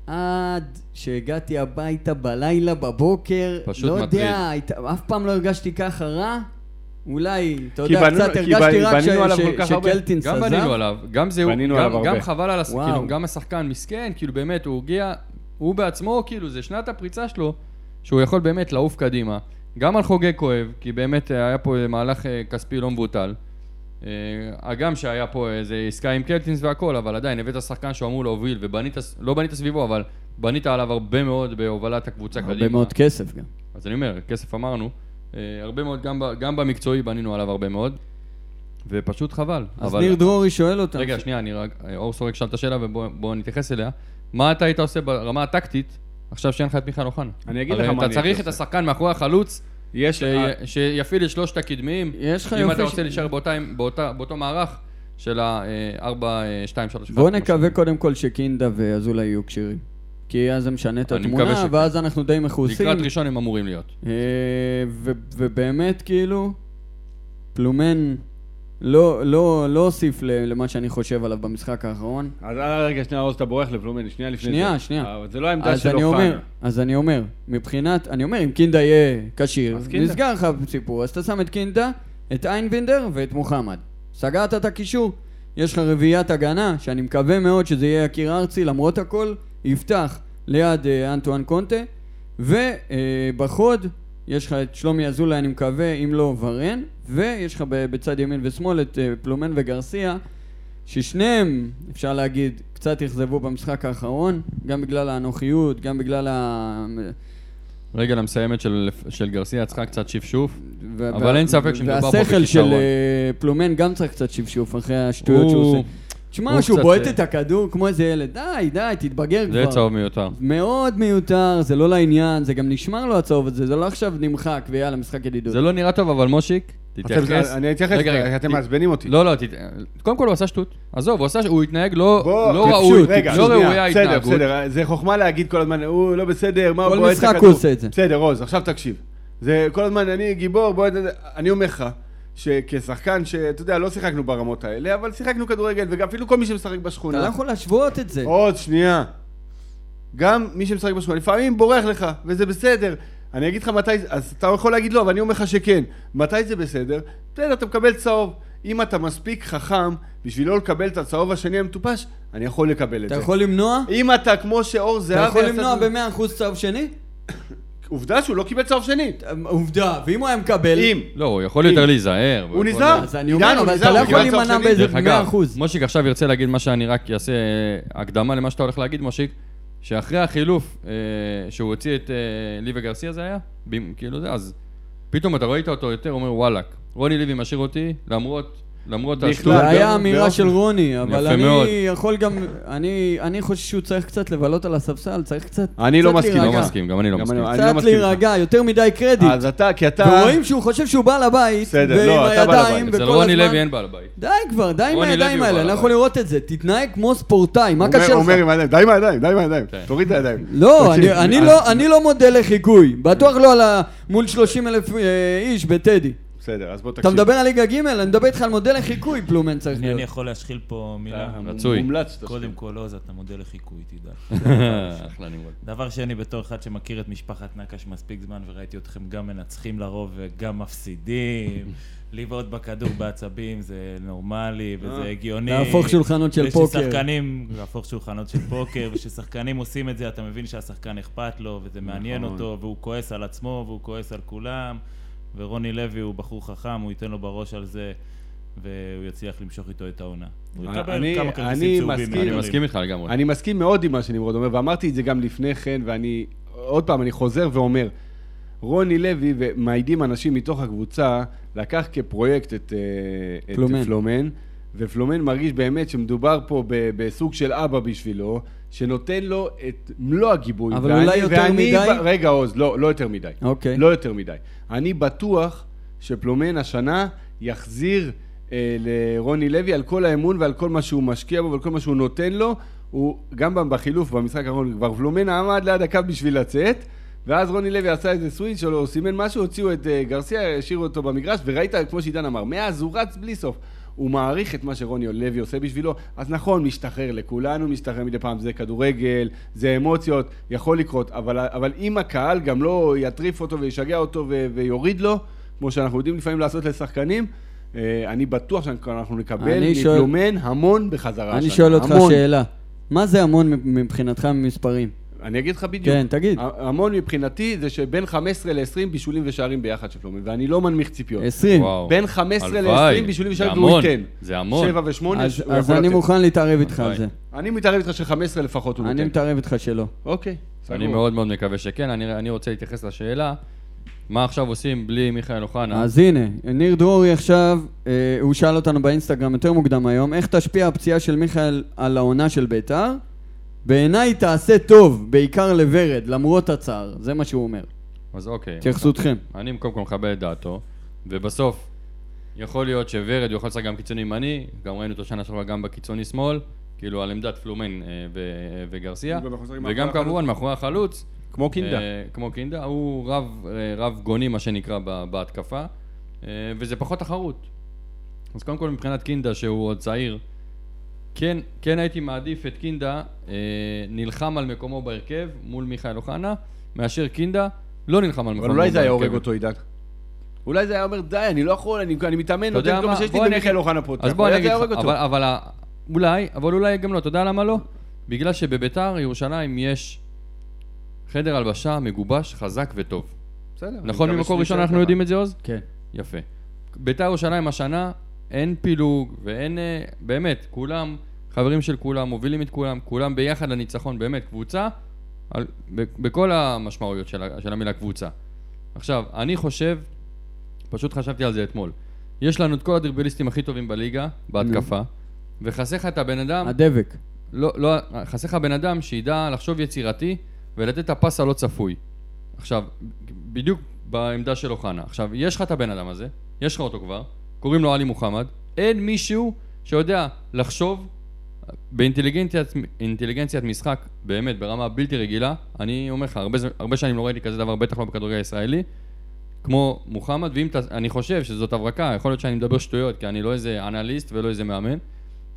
עד שהגעתי הביתה בלילה, בבוקר, פשוט לא מטריד. יודע, היית- אף פעם לא הרגשתי ככה רע. אולי, אתה כי יודע, בנו- קצת כי הרגשתי בנו- רק ש- בנינו עליו ש- כל כך הרבה. שקלטינס גם עזב. בנינו עליו, גם זה הוא, בנינו גם, עליו גם הרבה. חבל על הס... וואו. כאילו, גם השחקן מסכן, כאילו באמת, הוא הגיע, הוא בעצמו, כאילו, זה שנת הפריצה שלו, שהוא יכול באמת לעוף קדימה. גם על חוגג כואב, כי באמת אה, היה פה אה, מהלך אה, כספי לא מבוטל. אה, הגם שהיה פה איזה עסקה עם קלטינס והכל, אבל עדיין הבאת שחקן שהוא אמור להוביל, ובנית, ס- לא בנית סביבו, אבל בנית עליו הרבה מאוד בהובלת הקבוצה קדימה. הרבה מאוד כן. כסף גם. אז אני אומר, כסף אמרנו, אה, הרבה מאוד, גם, ב- גם במקצועי בנינו עליו הרבה מאוד, ופשוט חבל. אז אבל- ניר דרורי שואל אותנו. רגע, שנייה, אני רק... אה, אור סורק שאל את השאלה ובואו נתייחס אליה. מה אתה היית עושה ברמה הטקטית, עכשיו שאין לך את מיכל אוחנה? אני אגיד הרי לך מה אני אתה צריך הייתי את עושה. השחקן מאחורי החלוץ, יש... אה, שי- שיפעיל את שלושת הקדמיים. יש לך אם יופי אתה ש- רוצה להישאר באותה- באותה- באותו מערך של אה, ה-4, 2, 3, 1. בואו נקווה קודם כל שקינדה ואזולאי יהיו כשירים. כי אז זה משנה את אני מקווה התמונה, שכן. ואז אנחנו די מכוסים. לקראת ראשון הם אמורים להיות. אה, ו- ובאמת, כאילו, פלומן לא, לא, לא הוסיף ל- למה שאני חושב עליו במשחק האחרון. אז אה, רגע, שנייה, עוז, אתה בורח לפלומן, שנייה לפני זה. שנייה, שנייה. אבל זה לא העמדה אז של אני אוחנה. אומר, אז אני אומר, מבחינת, אני אומר, אם קינדה יהיה כשיר, אז קינדה. נסגר לך הסיפור, אז אתה שם את קינדה, את איינבינדר ואת מוחמד. סגרת את הקישור, יש לך רביעיית הגנה, שאני מקווה מאוד שזה יהיה יקיר ארצי, למרות הכל, יפתח ליד אה, אנטואן קונטה, ובחוד יש לך את שלומי אזולאי, אני מקווה, אם לא, ורן, ויש לך ב- בצד ימין ושמאל את אה, פלומן וגרסיה. ששניהם, אפשר להגיד, קצת אכזבו במשחק האחרון, גם בגלל האנוכיות, גם בגלל ה... רגל המסיימת של- של גרסיה צריכה קצת שפשוף. ו- אבל אין ספק שמדובר פה והשכל של בכישרון. אה, פלומן גם צריך קצת שפשוף אחרי השטויות שהוא הוא- עושה. תשמע, הוא שהוא קצת, בועט אה, את הכדור כמו איזה ילד, די, די, תתבגר זה כבר. צהוב מיותר. מאוד מיותר, זה לא לעניין, זה גם נשמר לו הצהוב הזה, זה לא עכשיו נמחק ויאללה, משחק ידידות. זה לא נראה טוב, אבל מושיק, תתייחס. אתם- אני אתייחס, רגע, רגע, אתם ת- מעצבנים אותי. לא, לא, תת... קודם כל הוא עשה שטות. עזוב, הוא, עשה... ש- הוא התנהג לא, בוא, לא טיפשות, ראוי, רגע, לא שנייה, ראויה בסדר, ההתנהגות. בסדר, זה חוכמה להגיד כל הזמן, הוא לא בסדר, מה הוא כל בועט את משחק הוא הכדור?" עושה את זה. בסדר, עוז, עכשיו תקשיב. זה כל הזמן, אני גיבור, בועט את זה. אני אומר לך, שכשחקן, שאתה יודע, לא שיחקנו ברמות האלה, אבל שיחקנו כדורגל, וגם אפילו כל מי שמשחק בשכונה. אתה לא יכול להשוות את זה. עוד שנייה. גם מי שמשחק בשמונה, לפעמים בורח לך, וזה בסדר. אני אגיד לך מתי, אז אתה יכול להגיד לא, אבל אני אומר לך שכן. מתי זה בסדר? בסדר, אתה מקבל צהוב. אם אתה מספיק חכם בשביל לא לקבל את הצהוב השני המטופש, אני יכול לקבל את אתה זה. יכול למנוע? אם אתה כמו שאור אתה זהבי... יכול עשה- למנוע ב-100% צהוב שני? אמ, עובדה שהוא לא קיבל צהוב שני. עובדה, ואם הוא היה מקבל... אם. לא, הוא יכול יותר אם. להיזהר. הוא יכול- נזהר. אז אני עידן, אומר, הוא אבל נזהר, אתה לא הוא יכול קיבל צהוב להימנע שני. באיזה דרך אגב, 100%. מושיק עכשיו ירצה להגיד מה שאני רק אעשה אה, הקדמה למה שאתה הולך להגיד, מושיק, שאחרי החילוף אה, שהוא הוציא את אה, ליבה גרסיה זה היה, בים- כאילו זה, אז פתאום אתה ראית אותו יותר, אומר וואלאק, רוני לוי משאיר אותי, למרות למרות בכלל, השטות. זה גם- היה אמירה באופן- של רוני, אבל יפה מאוד. אני יכול גם... אני אני חושב שהוא צריך קצת לבלות על הספסל, צריך קצת אני לא קצת מסכים, לא להירגע. מסכים, גם אני לא גם מסכים. אני לא קצת מסכים איתך. להירגע, יותר מדי קרדיט. אז אתה, כי אתה... ורואים שהוא חושב שהוא בעל הבית, בסדר, ועם לא, אתה בעל הידיים, הבית. וכל אצל הזמן... רוני לוי אין בעל בית. די כבר, די עם רוני לוי הידיים הוא האלה, בעל אני לא הבית. יכול לראות את זה. תתנהג כמו ספורטאי, מה אומר- קשה לך? אומר עם הידיים, די עם הידיים, די עם הידיים. כן. תוריד את הידיים. לא, תקשיב, אני- אני לא- אני לא מודל לחיקוי. בטוח לא על ה... מול 30 אלף אה, איש בטדי. בסדר, אז בוא תקשיב. אתה מדבר על ליגה ג', אני מדבר איתך על מודל לחיקוי, פלומן צריך אני אני להיות. יכול להשחיל פה אה, מילה? רצוי. אה, מומלץ שאתה- קודם כל, עוז, אתה מודל לחיקוי, תדע. <laughs> אחלה נמרוד. דבר שני, בתור אחד שמכיר את משפחת נקש מספיק זמן וראיתי אתכם גם מנצחים לרוב וגם <laughs> מפסידים, לבעוט בכדור בעצבים זה נורמלי וזה אה. הגיוני. להפוך שולחנות של פוקר. וששחקנים, להפוך שולחנות של פוקר, וששחקנים עושים את זה, אתה מבין שהשחקן אכפת לו וזה מעניין נכון. אותו, והוא כועס על עצמו והוא כועס על כולם, ורוני לוי הוא בחור חכם, הוא ייתן לו בראש על זה. והוא יצליח למשוך איתו את העונה. הוא אני- יקבל כמה אני כרטיסים מסכים. צהובים. אני מהגדולים. מסכים איתך לגמרי. אני מסכים מאוד עם מה שנמרוד אומר, ואמרתי את זה גם לפני כן, ואני, עוד פעם, אני חוזר ואומר, רוני לוי, ומעידים אנשים מתוך הקבוצה, לקח כפרויקט את, אה, את פלומן. פלומן, ופלומן מרגיש באמת שמדובר פה ב, בסוג של אבא בשבילו, שנותן לו את מלוא הגיבוי. אבל אולי יותר מדי? ב- רגע, עוז, לא, לא יותר מדי. אוקיי. לא יותר מדי. אני בטוח שפלומן השנה יחזיר אה, לרוני לוי על כל האמון ועל כל מה שהוא משקיע בו ועל כל מה שהוא נותן לו. הוא גם בחילוף במשחק האחרון כבר פלומן עמד ליד הקו בשביל לצאת. ואז רוני לוי עשה איזה סוויץ' או לא, סימן משהו, הוציאו את אה, גרסיה, השאירו אותו במגרש, וראית, כמו שעידן אמר, מאז הוא רץ בלי סוף. הוא מעריך את מה שרוני לוי עושה בשבילו, אז נכון, משתחרר לכולנו, משתחרר מדי פעם, זה כדורגל, זה אמוציות, יכול לקרות, אבל, אבל אם הקהל גם לא יטריף אותו וישגע אותו ו- ויוריד לו, כמו שאנחנו יודעים לפעמים לעשות לשחקנים, אה, אני בטוח שאנחנו נקבל אני שואל- מפלומן המון בחזרה אני השנה. שואל אותך המון. שאלה. מה זה המון מבחינתך ממספרים? אני אגיד לך בדיוק. כן, תגיד. המון מבחינתי זה שבין 15 ל-20 בישולים ושערים ביחד של פלומן, ואני לא מנמיך ציפיות. 20. וואו. בין 15 הלוואי. ל-20 בישולים זה ושערים, והוא המון. ייתן. זה המון. 7 ו-8, הוא אז- יכול אז אני לתת. מוכן להתערב איתך על אוקיי. זה. אני מתערב איתך ש-15 לפחות הוא אני נותן. מתערב איתך שלא. אוקיי, סגור. אני מאוד מאוד מקווה שכן. אני אני רוצה להתייחס לשאלה, מה עכשיו עושים בלי מיכאל אוחנה? אז הנה, ניר דרורי עכשיו, אה, הוא שאל אותנו באינסטגרם יותר מוקדם היום, איך תשפיע הפציעה של מיכאל על העונה של ביתר? בעיניי היא תעשה טוב, בעיקר לוורד, למרות הצער. זה מה שהוא אומר. אז אוקיי. כן. התייחסותכם. אני קודם כל מכבד את דעתו, ובסוף, יכול להיות שוורד הוא יכול לשחק גם קיצוני ימני, גם ראינו אותו שנה שעברה גם בקיצוני שמאל, כאילו על עמדת פלומן אה, ו- וגרסיה, הוא גם יכול לשחק מאחורי וגם החלוץ. כמובן מאחורי החלוץ. כמו קינדה. אה, כמו קינדה, הוא רב, אה, רב גוני מה שנקרא ב- בהתקפה, אה, וזה פחות תחרות. אז קודם כל מבחינת קינדה שהוא עוד צעיר, כן, כן הייתי מעדיף את קינדה אה, נלחם על מקומו בהרכב מול מיכאל אוחנה, מאשר קינדה לא נלחם על מקומו אבל בהרכב. אולי זה היה הורג אותו, עידן. אולי זה היה אומר, די, אני לא יכול, אני אני מתאמן, אתה יודע נותן כל מה מה? שיש לי בוא אני למיכאל אגיד- אוחנה פותח. אז בוא אני אולי אגיד זה היה לך, הורג אותו. אבל, אבל ה- אולי, אבל אולי גם לא, אתה יודע למה לא? בגלל שבביתר ירושלים יש חדר הלבשה מגובש, חזק וטוב. בסדר, אני נכון מקווה ממקור שזה ראשון יישאר אנחנו ככה. יודעים את זה עוז? כן. יפה. ביתר ירושלים השנה, אין פילוג ואין... אה, באמת, כולם חברים של כולם, מובילים את כולם, כולם ביחד לניצחון, באמת, קבוצה, על, ב, בכל המשמעויות של, ה- של המילה קבוצה. עכשיו, אני חושב, פשוט חשבתי על זה אתמול, יש לנו את כל הדריבליסטים הכי טובים בליגה, בהתקפה, וחסר לך את הבן אדם... הדבק. לא, לא, חסר לך בן אדם שידע לחשוב יצירתי ולתת את הפס הלא צפוי. עכשיו, בדיוק בעמדה של אוחנה. עכשיו, יש לך את הבן אדם הזה, יש לך אותו כבר, קוראים לו עלי מוחמד, אין מישהו שיודע לחשוב באינטליגנציית אינטליגנציית משחק, באמת, ברמה בלתי רגילה. אני אומר לך, הרבה, ז- הרבה שנים לא ראיתי כזה דבר, בטח לא בכדורגל הישראלי. כמו מוחמד, ואם ת... אני חושב שזאת הברקה, יכול להיות שאני מדבר שטויות, כי אני לא איזה אנליסט ולא איזה מאמן,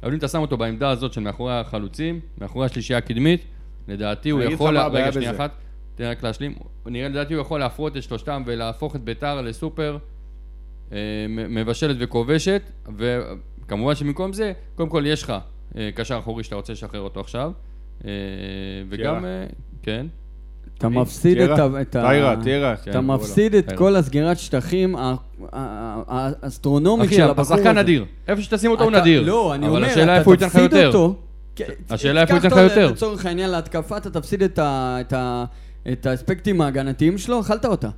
אבל אם אתה שם אותו בעמדה הזאת של מאחורי החלוצים, מאחורי השלישייה הקדמית, לדעתי הוא אני אגיד לך יכול... מה לה- הבעיה רגע, שנייה בזה. אחת, תן לי רק להשלים. הוא- נראה לדעתי הוא יכול להפרות את שלושתם ולהפוך את ביתר לסופר אה, מ- מבשלת וכובשת, וכמובן שבמקום זה, קודם כל יש לך אה, קשר אחורי שאתה רוצה לשחרר אותו עכשיו, אה, וגם... קיירה. אה, כן. אתה מפסיד את ה... תיארה, את ה- תיארה, תיארה. אתה מפסיד את תיארה. כל הסגירת שטחים ה- ה- ה- האסטרונומית אחי, של הבחור הזה. השחקן נדיר. איפה שתשים אותו הוא אתה- נדיר. לא, אני אבל אומר, השאלה איפה אתה הוא ייתן לך תפסיד יותר. אותו. כן, השאלה איפה הוא תיקח ייתן לך אותו יותר. לצורך העניין להתקפה, אתה תפסיד את ה- את ה- את האספקטים ההגנתיים שלו, אכלת אותה.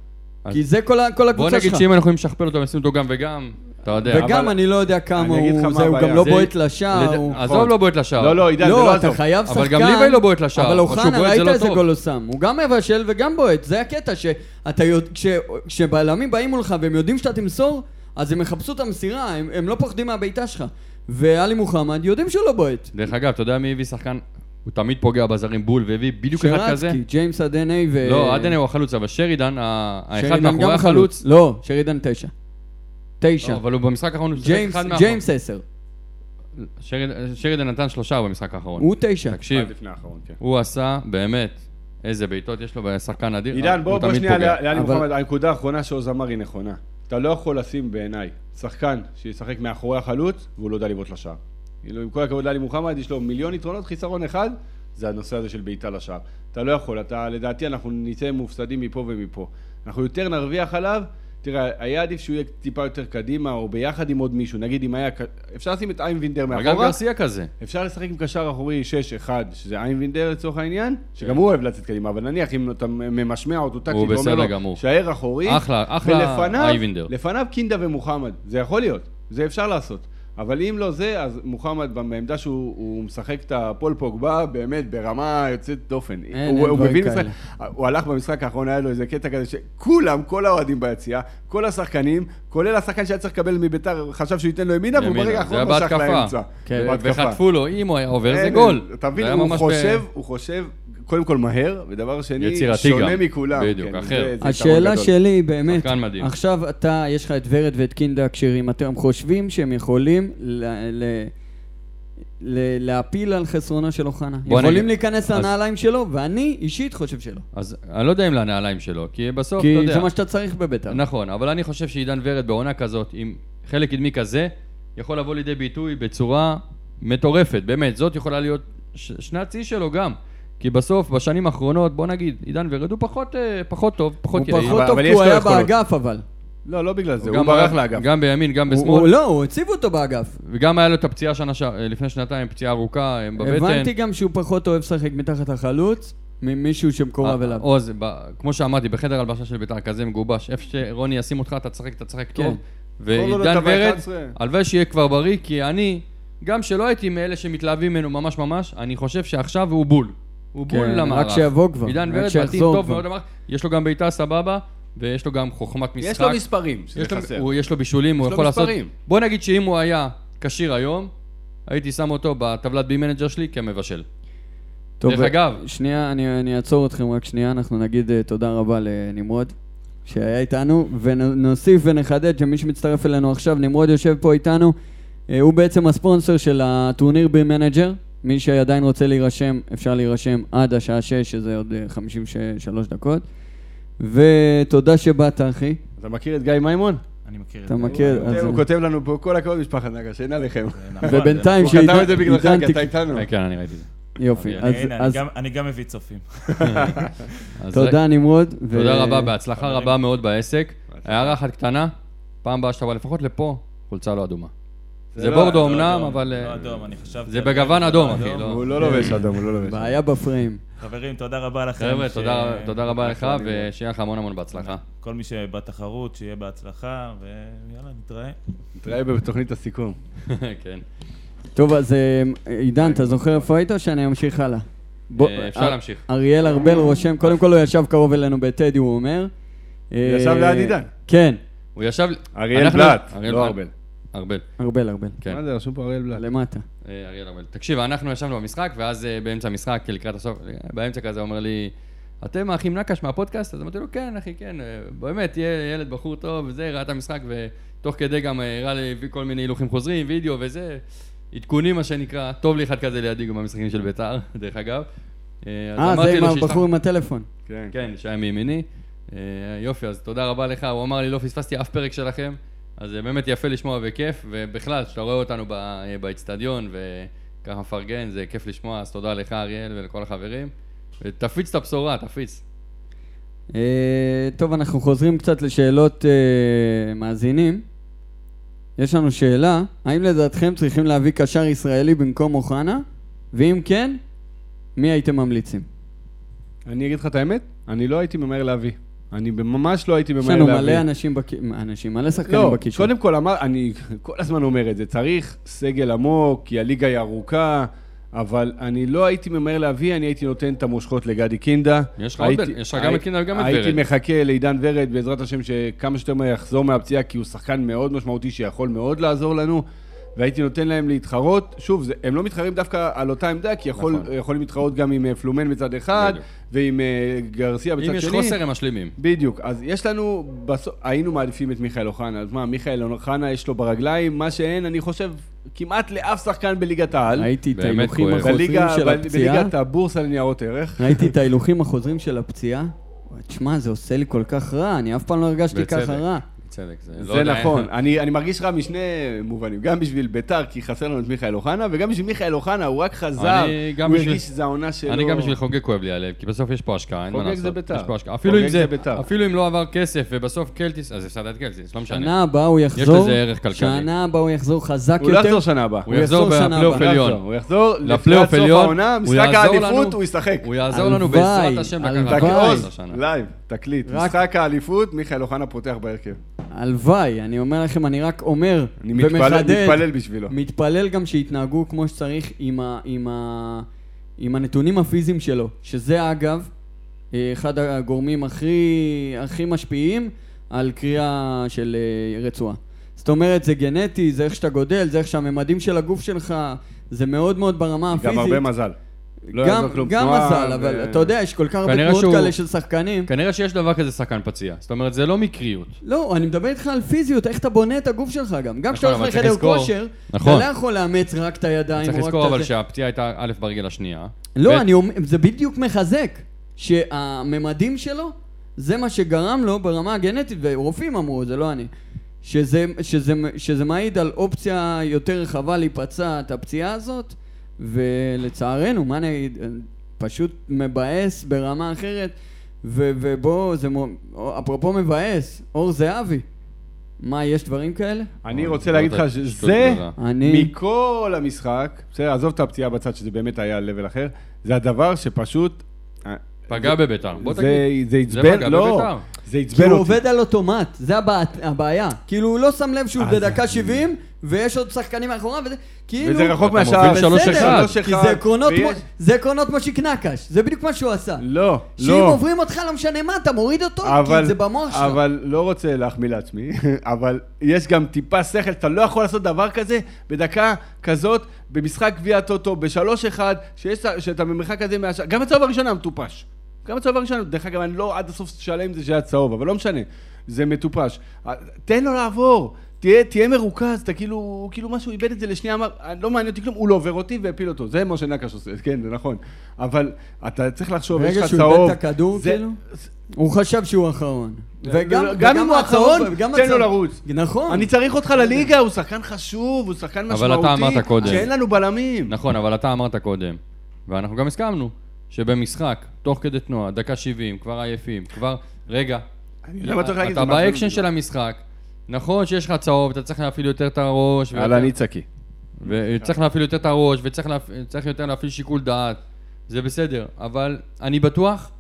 אז- כי זה כל ה- כל בוא הקבוצה נגיד שלך. שאם אנחנו יכולים לשכפל אותו ונשים אותו גם וגם, אתה יודע, וגם אבל- אני לא יודע אני כמה אגיד לך הוא, מה זה, הוא הבעיה. גם לא זה- בועט לשער, לד- הוא... עזוב לא בועט לשער. לא, לא, עידן, זה לא לא, אתה עזוב. חייב שחקן... אבל גם ליבאי לא בועט לשער, אבל אבל כשהוא אוחנה, בועט זה ראית לא איזה טוב. גול הוא שם. הוא גם מבשל וגם בועט. זה הקטע, שאתה יודע... כש- כשבלמים באים מולך והם יודעים שאתה תמסור, אז הם יחפשו את המסירה, הם, הם לא פוחדים מהבעיטה שלך. ואלי מוחמד יודעים שהוא לא בועט. דרך אגב, אתה יודע מי הביא שחקן? הוא תמיד פוגע בזרים בול, והביא בדיוק אחד כזה. שרצקי, ג'יימס אדני ו... לא, עדנה הוא החלוץ, אבל שרידן, ה- האחד שרידן מאחורי גם החלוץ. לא, שרידן תשע. לא, תשע. אבל הוא במשחק האחרון, הוא שיחק ג'יימס- אחד מאחור- ג'יימס עשר. שריד- שרידן נתן שלושה במשחק האחרון. הוא תשע. תקשיב, עד לפני האחרון, כן. הוא עשה, באמת, איזה בעיטות יש לו, ושחקן אדיר. עידן, בוא הוא בוא תמיד שנייה פוגע. לאלי אבל- מוחמד, הנקודה האחרונה שעוז אמר היא נכונה. אתה לא יכול לשים בעיניי שחקן שישחק מאחורי החלוץ והוא לא יודע לבעוט לשער. כאילו, עם כל הכבוד לאלי מוחמד, יש לו מיליון יתרונות, חיסרון אחד, זה הנושא הזה של בעיטה לשער. אתה לא יכול, אתה, לדעתי אנחנו נצא מופסדים מפה ומפה. אנחנו יותר נרוויח עליו, תראה, היה עדיף שהוא יהיה טיפה יותר קדימה, או ביחד עם עוד מישהו, נגיד אם היה... ק- אפשר לשים את איינבינדר אבל גם מאחורה, גרסיה כזה. אפשר לשחק עם קשר אחורי 6-1, שזה איינבינדר לצורך העניין, שגם הוא אוהב לצאת קדימה, אבל נניח אם אתה ממשמע אותו כן. טקטית הוא ואומר בסדר לו, גמור. שער אחורי, אחלה- אחלה ולפניו- אייבינדר. לפניו קינדה ומוחמד, זה יכול להיות, זה אפשר לעשות. אבל אם לא זה, אז מוחמד בעמדה שהוא הוא משחק את הפול פוגבה, באמת, ברמה יוצאת דופן. אין, הוא, אין הוא דברים מבין משחק, כאלה. הוא הלך במשחק האחרון, היה לו איזה קטע כזה שכולם, כל האוהדים ביציאה, כל השחקנים, כולל השחקן שהיה צריך לקבל מביתר, חשב שהוא ייתן לו ימינה, והוא ימינה. ברגע זה היה האחרון משך בהתקפה. לאמצע. כן, בהתקפה. וחטפו לו, אם הוא היה עובר זה אין, גול. אתה מבין, זה היה הוא ממש אה, ב- חושב, הוא חושב, קודם כל מהר, ודבר שני, יצירתי שונה גם. מכולם. בדיוק, כן, אחר. זה- זה יתרון השאלה גדול. שלי היא באמת, שחקן מדהים. עכשיו אתה, יש לך את ורד ואת קינדה כשרים, אתם חושבים שהם יכולים ל- ל- ל- להפיל על חסרונו של אוחנה? בוא יכולים נגיד- להיכנס אז- לנעליים שלו, ואני אישית חושב שלא. אז אני לא יודע אם לנעליים שלו, כי בסוף, לא, אתה כי יודע. זה מה שאתה צריך בבית"ר. נכון, אבל אני חושב שעידן ורד בעונה כזאת, עם חלק קדמי כזה, יכול לבוא לידי ביטוי בצורה מטורפת, באמת. זאת יכולה להיות ש- שנת שיא שלו גם. כי בסוף, בשנים האחרונות, בוא נגיד, עידן ורד הוא פחות, אה, פחות טוב, פחות הוא יעיל. פחות אבל- טוב אבל כי יש הוא לו היה יכולות. באגף אבל. לא, לא בגלל זה, גם הוא ברח ב- לאגף. גם בימין, גם הוא- הוא בשמאל. לא, הוא הציב אותו באגף. וגם היה לו את הפציעה שנה ש- אה, לפני שנתיים, פציעה ארוכה אה, בבטן. הבנתי גם שהוא פחות אוהב לשחק מתחת לחלוץ ממישהו אה, שמקורב אליו. עוז, ב- כמו שאמרתי, בחדר הלבשה של בית"ר כזה מגובש, איפה שרוני ישים אותך, אתה תשחק, אתה תשחק כן. טוב. לו ועידן לטבע ורד, 11. הלוואי שיהיה כבר בריא, כי אני, גם שלא הייתי מאלה שמתלהבים ממנו ממש ממש, אני חושב שעכשיו הוא בול. הוא כן, בול רק למערך. שיבוא כבר, עידן רק ורד מתאים שיחזור טוב כבר. מאוד למערך. יש לו גם בעיטה סבבה, ויש לו גם חוכמת משחק. יש לו מספרים, שזה יש לו- חסר. הוא- יש לו בישולים, הוא לו יכול לעשות... מספרים. בוא נגיד שאם הוא היה כשיר היום, הייתי שם אותו בטבלת בי מנג'ר שלי כמבשל. טוב, דרך אגב- שנייה, אני, אני אעצור אתכם רק שנייה, אנחנו נגיד אה, תודה רבה לנמרוד שהיה איתנו, ונוסיף ונחדד שמי שמצטרף אלינו עכשיו, נמרוד יושב פה איתנו, אה, הוא בעצם הספונסר של הטורניר במנג'ר, מי שעדיין רוצה להירשם, אפשר להירשם עד השעה 6, שזה עוד אה, 53 דקות, ותודה שבאת אחי, אתה מכיר את גיא מימון? אני מכיר את זה. אתה מכיר, כן, אז- הוא כותב לנו פה, כל הכבוד משפחת נגה, שאין <laughs> עליכם. זה נכון, ובינתיים הוא כתב שעידן- את זה בגללך, עידן כי תק- אתה איתנו. כן, אני ראיתי את זה. יופי, הנה, זה אז- נכון. הנה, אני אז גם- אני גם מביא צופים. לא אז תודה נמרוד, ו- תודה רבה, בהצלחה חברים. רבה מאוד בעסק. הערה אחת קטנה, פעם הבאה שאתה בא לפחות לפה, חולצה לא אדומה. זה לא- בורדו לא אמנם, אדום, אבל... אה, לא אדום, אני חשבתי... זה על בגוון זה, אדום, לא אחי, לא. הוא לא כן. לובש אדום, הוא לא לובש אדום. בעיה בפריים. חברים, תודה רבה לכם. חבר'ה, ש- תודה- תודה רבה לך, ושיהיה לך המון המון בהצלחה. כל מי שבתחרות, שיהיה בהצלחה, ויאללה, נתראה. נתראה בתוכנית הסיכום. כן. טוב, אז אה, עידן, אתה זוכר איפה היית או שאני אמשיך הלאה? בוא- אה, אפשר אה, להמשיך. אריאל ארבל רושם, קודם כל הוא ישב קרוב אלינו בטדי, הוא אומר. אה, ישב ליד עידן. כן, הוא ישב... אריאל אנחנו- בלאט, אריאל לא בלאט. ארבל. ארבל, ארבל, ארבל. כן. מה זה, רשום פה אריאל בלאט. למטה. אה, אריאל ארבל. תקשיב, אנחנו ישבנו במשחק, ואז אה, באמצע המשחק, לקראת הסוף, אה, באמצע כזה אומר לי, אתם האחים נקש מהפודקאסט? אז אמרתי לו, כן, אחי, כן, אה, באמת, יהיה ילד בחור טוב, וזה, ראה את המשחק, ותוך כדי גם אה, הראה לי כל מיני הילוכים חוזרים, וידאו וזה, עדכונים, מה שנקרא, טוב לי אחד כזה לידי גם במשחקים של בית"ר, <laughs> דרך אגב. אה, אז אה, אמרתי זה עם לו שישלח- הבחור עם הטלפון. כן. כן, שהיה מימיני. אה, יופי, אז תודה רבה לך. הוא אמר לי, לא פספסתי אף פרק שלכם, אז זה באמת יפה לשמוע וכיף, ובכלל, שאתה רואה אותנו ב- אה, באצטדיון וככה מפרגן, זה כיף לשמוע, אז תודה לך, אריאל, ולכל החברים. ותפיץ את הבשורה, תפיץ. אה, טוב, אנחנו חוזרים קצת לשאלות אה, מאזינים. יש לנו שאלה, האם לדעתכם צריכים להביא קשר ישראלי במקום אוחנה? ואם כן, מי הייתם ממליצים? אני אגיד לך את האמת, אני לא הייתי ממהר להביא. אני ממש לא הייתי ממהר יש להביא. לנו מלא אנשים, בק... אנשים, מלא שחקנים לא, בקישור. קודם כל, אמר, אני כל הזמן אומר את זה, צריך סגל עמוק, כי הליגה היא ארוכה, אבל אני לא הייתי ממהר להביא, אני הייתי נותן את המושכות לגדי קינדה. יש לך עוד הייתי- בן- יש לך גם הייתי- את קינדה וגם את הייתי ורד. מחכה לעידן ורד, בעזרת השם, שכמה שיותר מהר יחזור מהפציעה, כי הוא שחקן מאוד משמעותי שיכול מאוד לעזור לנו. והייתי נותן להם להתחרות, שוב, זה, הם לא מתחרים דווקא על אותה עמדה, כי יכול, נכון. יכולים להתחרות גם עם אה, פלומן מצד אחד, בדיוק. ועם אה, גרסיה מצד אם שני. יש חוסר, הם משלימים. בדיוק, אז יש לנו, בסוף, היינו מעדיפים את מיכאל אוחנה, אז מה, מיכאל אוחנה יש לו ברגליים, מה שאין, אני חושב, כמעט לאף שחקן בליגת העל. ראיתי את באמת ההילוכים כואב. החוזרים בליגה, של ב- הפציעה. בליגת הבורסה לניירות ערך. ראיתי <laughs> את ההילוכים החוזרים של הפציעה. תשמע, זה עושה לי כל כך רע, אני אף פעם לא הרגשתי בצדק. ככה רע. בצדק, זה לא זה יודע- נכון, אני, אני מרגיש רע משני מובנים, גם בשביל ביתר, כי חסר לנו את מיכאל אוחנה, וגם בשביל מיכאל אוחנה, הוא רק חזר, אני גם הוא בשביל- הרגיש שזו העונה שלו. אני גם בשביל חוגג כואב לי הלב, כי בסוף יש פה השקעה, אין מה חוגג לעשות. זה ביתר. יש פה השקעה. אפילו אם חוגג זה, זה ביתר. אפילו אם לא עבר כסף, ובסוף קלטיס, אז הפסדת את קלטיס, לא משנה. שנה הבאה הוא יחזור, לזה ערך כלכלי. שנה הבאה הוא יחזור חזק הוא לא יותר. יחזור שנה הבאה. הוא יחזור יחזור שנה בפלייאוף הבאה. עליון. הוא יחזור לפלייאוף לקראת סוף עליון, העונה, הוא משחק יעזור האליפות, לנו. הוא ישחק. הוא יעזור לנו הלוואי, בעזרת השם לקחת הלוואי. את תקעוז, השנה. לייב, תקליט. רק- משחק האליפות, מיכאל אוחנה פותח בהרכב. הלוואי, אני אומר לכם, אני רק אומר אני מתפלל, ומחדד. מתפלל בשבילו. מתפלל גם שיתנהגו כמו שצריך עם, ה, עם, ה, עם הנתונים הפיזיים שלו, שזה אגב אה, אחד הגורמים הכי, הכי משפיעים על קריאה של אה, רצועה. זאת אומרת, זה גנטי, זה איך שאתה גודל, זה איך שהממדים של הגוף שלך, זה מאוד מאוד ברמה הפיזית. גם הרבה מזל. לא גם, יעזור כלום. גם תנועה מזל, ו- אבל אתה יודע, יש כל כך הרבה כנראה תנועות שהוא- כן. כאלה של שחקנים. כנראה שיש דבר כזה שחקן פציע. זאת אומרת, זה לא מקריות. לא, אני מדבר איתך על פיזיות, איך אתה בונה את הגוף שלך גם. גם כשאתה הולך נכון, אבל צריך לחדר לזכור- כושר, אתה נכון. לא יכול לאמץ רק את הידיים. צריך או רק לזכור את אבל הזה. שהפציעה הייתה א' ברגל השנייה. ב', לא, אני אומר, זה בדיוק מחזק, שהממדים שלו, זה מה שגרם לו ברמה הגנטית, ורופאים אמרו, זה לא אני, שזה, שזה, שזה מעיד על אופציה יותר רחבה להיפצע את הפציעה הזאת, ולצערנו, מה נגיד, פשוט מבאס ברמה אחרת, ו, ובוא, זה מו, אפרופו מבאס, אור זהבי, מה, יש דברים כאלה? אני או, רוצה זאת להגיד לך שטות שזה, גדולה. אני... מכל המשחק, בסדר, עזוב את הפציעה בצד, שזה באמת היה לבל אחר, זה הדבר שפשוט... אה, פגע זה- בביתר. בוא זה- תגיד. זה פגע עצבן, לא, בביתר. זה כי עצבן הוא אותי. עובד על אוטומט, זה הבע- הבעיה. כאילו, הוא לא שם לב שהוא אז- בדקה 70, ויש עוד שחקנים מאחוריו, וזה... כאילו... וזה רחוק אתה מהשער. מוביל שלוש בסדר, אחד. שלוש כי אחד, זה עקרונות ויש- מו- זה עקרונות מושיק נקש, זה בדיוק מה שהוא עשה. לא, שאם לא. עוברים אותך, לא משנה מה, אתה מוריד אותו, אבל, כי זה במוח שלך. אבל לא רוצה להחמיא לעצמי, <laughs> אבל יש גם טיפה שכל, אתה לא יכול לעשות דבר כזה בדקה כזאת, במשחק גביע הטוטו, בשלוש אחד, שיש, שאתה במרחק כזה מהשאר, גם הצהוב הראשון היה מטופש. גם הצהוב הראשון, דרך אגב, אני לא עד הסוף שלם עם זה שהיה צהוב, אבל לא משנה, זה מטופש. אה, תן לו לעבור. תהיה, תהיה מרוכז, אתה כאילו, הוא כאילו משהו איבד את זה לשנייה, אמר, "אני לא מעניין אותי כלום, הוא לא עובר אותי והפיל אותו, זה משה נקש עושה, <laughs> כן, זה נכון. אבל אתה צריך לחשוב, יש ברגע לך שהוא איבד צהוב, את הכדור, זה- לא, כאילו? הוא חשב שהוא אחרון. וגם גם וגם אם הוא הצהוב- אחרון, וגם תן לו הצהוב- לרוץ. נכון. אני צריך אותך לליגה, הוא שחקן חשוב, הוא שחקן אבל אתה משמעותי. אמרת קודם. שאין לנו בלמים. נכון, אבל אתה אמרת קודם, ואנחנו גם הסכמנו, שבמשחק, תוך כדי תנועה, דקה 70, כבר עייפים, כבר... רגע, אני יודע מה צריך להגיד. אתה מה- באקשן של המשחק, נכון שיש לך צהוב, אתה צריך להפעיל יותר את הראש, ויותר- אהלן איצקי. וצריך להפעיל יותר את הראש, וצריך להפ... צריך יותר להפעיל שיקול דעת, זה בסדר, אבל אני בטוח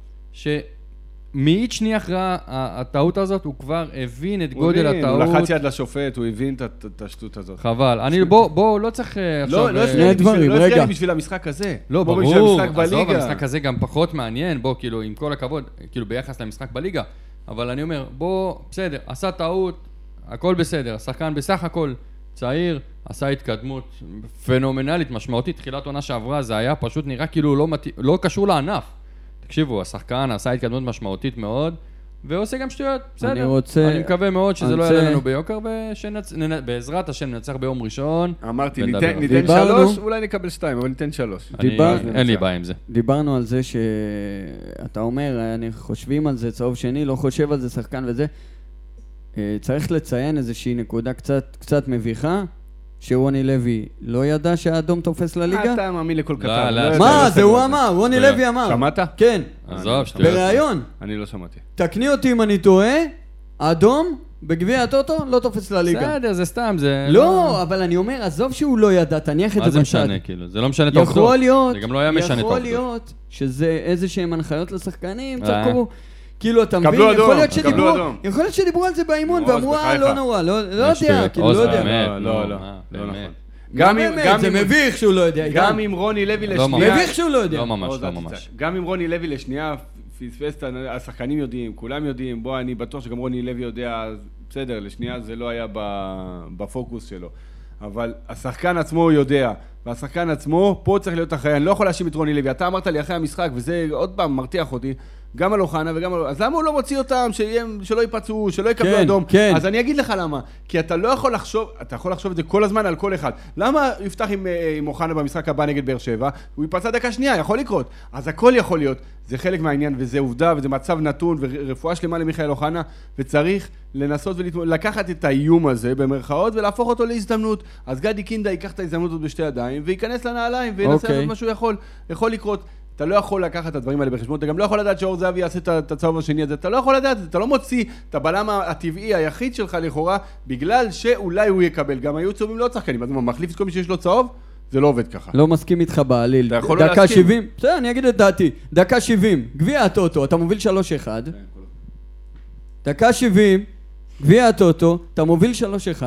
שמאית שנייה אחרי ה- הטעות הזאת, הוא כבר הבין את גודל הוא הבין, הטעות. הוא לחץ יד לשופט, הוא הבין את- את את השטות הזאת. חבל, אני בוא, בוא, לא צריך אה, עכשיו... לא, לא אה, הפריע לי שני בשביל- דברים, לא הפריע רגע. לי בשביל המשחק הזה. לא, כמו בשביל ברור, המשחק עזוב, בליגה. המשחק הזה גם פחות מעניין, בוא, כאילו, עם כל הכבוד, כאילו, ביחס למשחק בליגה, אבל אני אומר, בוא, בסדר, עשה טעות, הכל בסדר, השחקן בסך הכל צעיר, עשה התקדמות פנומנלית, משמעותית, תחילת עונה שעברה, זה היה פשוט נראה כאילו לא, מת... לא קשור לענף. תקשיבו, השחקן עשה התקדמות משמעותית מאוד, ועושה גם שטויות, בסדר. אני רוצה- אני מקווה מאוד שזה אני לא רוצה- יעלה לנו ביוקר, ובעזרת השם ננצח ביום ראשון. אמרתי, ונדבר ניתן על זה. ניתן דיברנו. שלוש, אולי נקבל שתיים, אבל ניתן שלוש. אני- דיבר- אין לי בעיה עם זה. דיברנו על זה שאתה אומר, אני חושבים על זה, צהוב שני, לא חושב על זה, שחקן וזה. אה, צריך לציין איזושהי נקודה קצת, קצת מביכה, שרוני לוי לא ידע שהאדום תופס לליגה. אתה מאמין לכל כתב. לא, לא יודע, מה, לא זה הוא יודע. אמר, רוני לא. לוי אמר. שמעת? כן, עזוב, שטויות. בריאיון. אני לא שמעתי. תקני אותי אם אני טועה, אדום בגביע הטוטו לא תופס לליגה. בסדר, זה סתם, זה... לא, אבל אני אומר, עזוב שהוא לא ידע, תניח את זה מה בצד. זה משנה, כאילו? זה לא משנה את העובדות. יכול להיות, זה גם לא היה משנה את יכול העובדות. להיות שזה איזה שהן הנחיות לשחקנים, אה. צריך קוראים, כאילו, אתה קבלו מבין? יכול אדום, להיות קבלו שדיברו- אדום. יכול להיות שדיברו על זה באימון, עוז, ואמרו, אה, בחייך." לא נורא, לא לא זה יודע, שטויות. כאילו, עוז, לא יודע. באמת, לא, לא, נו, לא, מה, לא באמת. נכון. גם גם אם- גם זה אם- מביך שהוא לא יודע. גם אם רוני לוי לא ממש. לשנייה... מביך שהוא לא יודע. לא ממש, עוז, לא אל תצעק. ממש. גם אם רוני לוי לשנייה פספס את ה- השחקנים יודעים, כולם יודעים, בוא, אני בטוח שגם רוני לוי יודע, אז בסדר, לשנייה זה לא היה ב- בפוקוס שלו. אבל השחקן עצמו הוא יודע, והשחקן עצמו, פה צריך להיות אחראי, אני לא יכול להאשים את רוני לוי. אתה אמרת לי אחרי המשחק, וזה עוד פעם מרתיח אותי, גם על אוחנה וגם על... אז למה הוא לא מוציא אותם, שיהיה- שלא ייפצעו, שלא יקבלו כן, אדום? כן. אז אני אגיד לך למה, כי אתה לא יכול לחשוב, אתה יכול לחשוב את זה כל הזמן על כל אחד. למה הוא יפתח עם, אה, עם אוחנה במשחק הבא נגד באר שבע? הוא ייפצע דקה שנייה, יכול לקרות. אז הכל יכול להיות. זה חלק מהעניין, וזה עובדה, וזה מצב נתון, ורפואה שלמה למיכאל אוחנה, וצריך לנסות ולקחת את האיום הזה, במרכאות, ולהפוך אותו להזדמנות. אז גדי קינדה ייקח את ההזדמנות הזאת בשתי ידיים, וייכנס לנעליים, וינסה אוקיי. לעשות מה שהוא יכול. יכול לקרות. אתה לא יכול לקחת את הדברים האלה בחשבון, אתה גם לא יכול לדעת שאור זהבי יעשה את ה- את הצהוב השני הזה, אתה לא יכול לדעת, את זה, אתה לא מוציא את הבלם הטבעי היחיד שלך לכאורה, בגלל שאולי הוא יקבל. גם היו צהובים לא שחקנים, אז מה, מחליף את כל מי שיש לו צהוב? זה לא עובד ככה. לא מסכים איתך בעליל. אתה יכול לא דקה להסכים. 70, בסדר, אני אגיד את דעתי. דקה 70, גביע הטוטו, אתה מוביל 3-1. דקה 70, גביע הטוטו, אתה מוביל 3-1,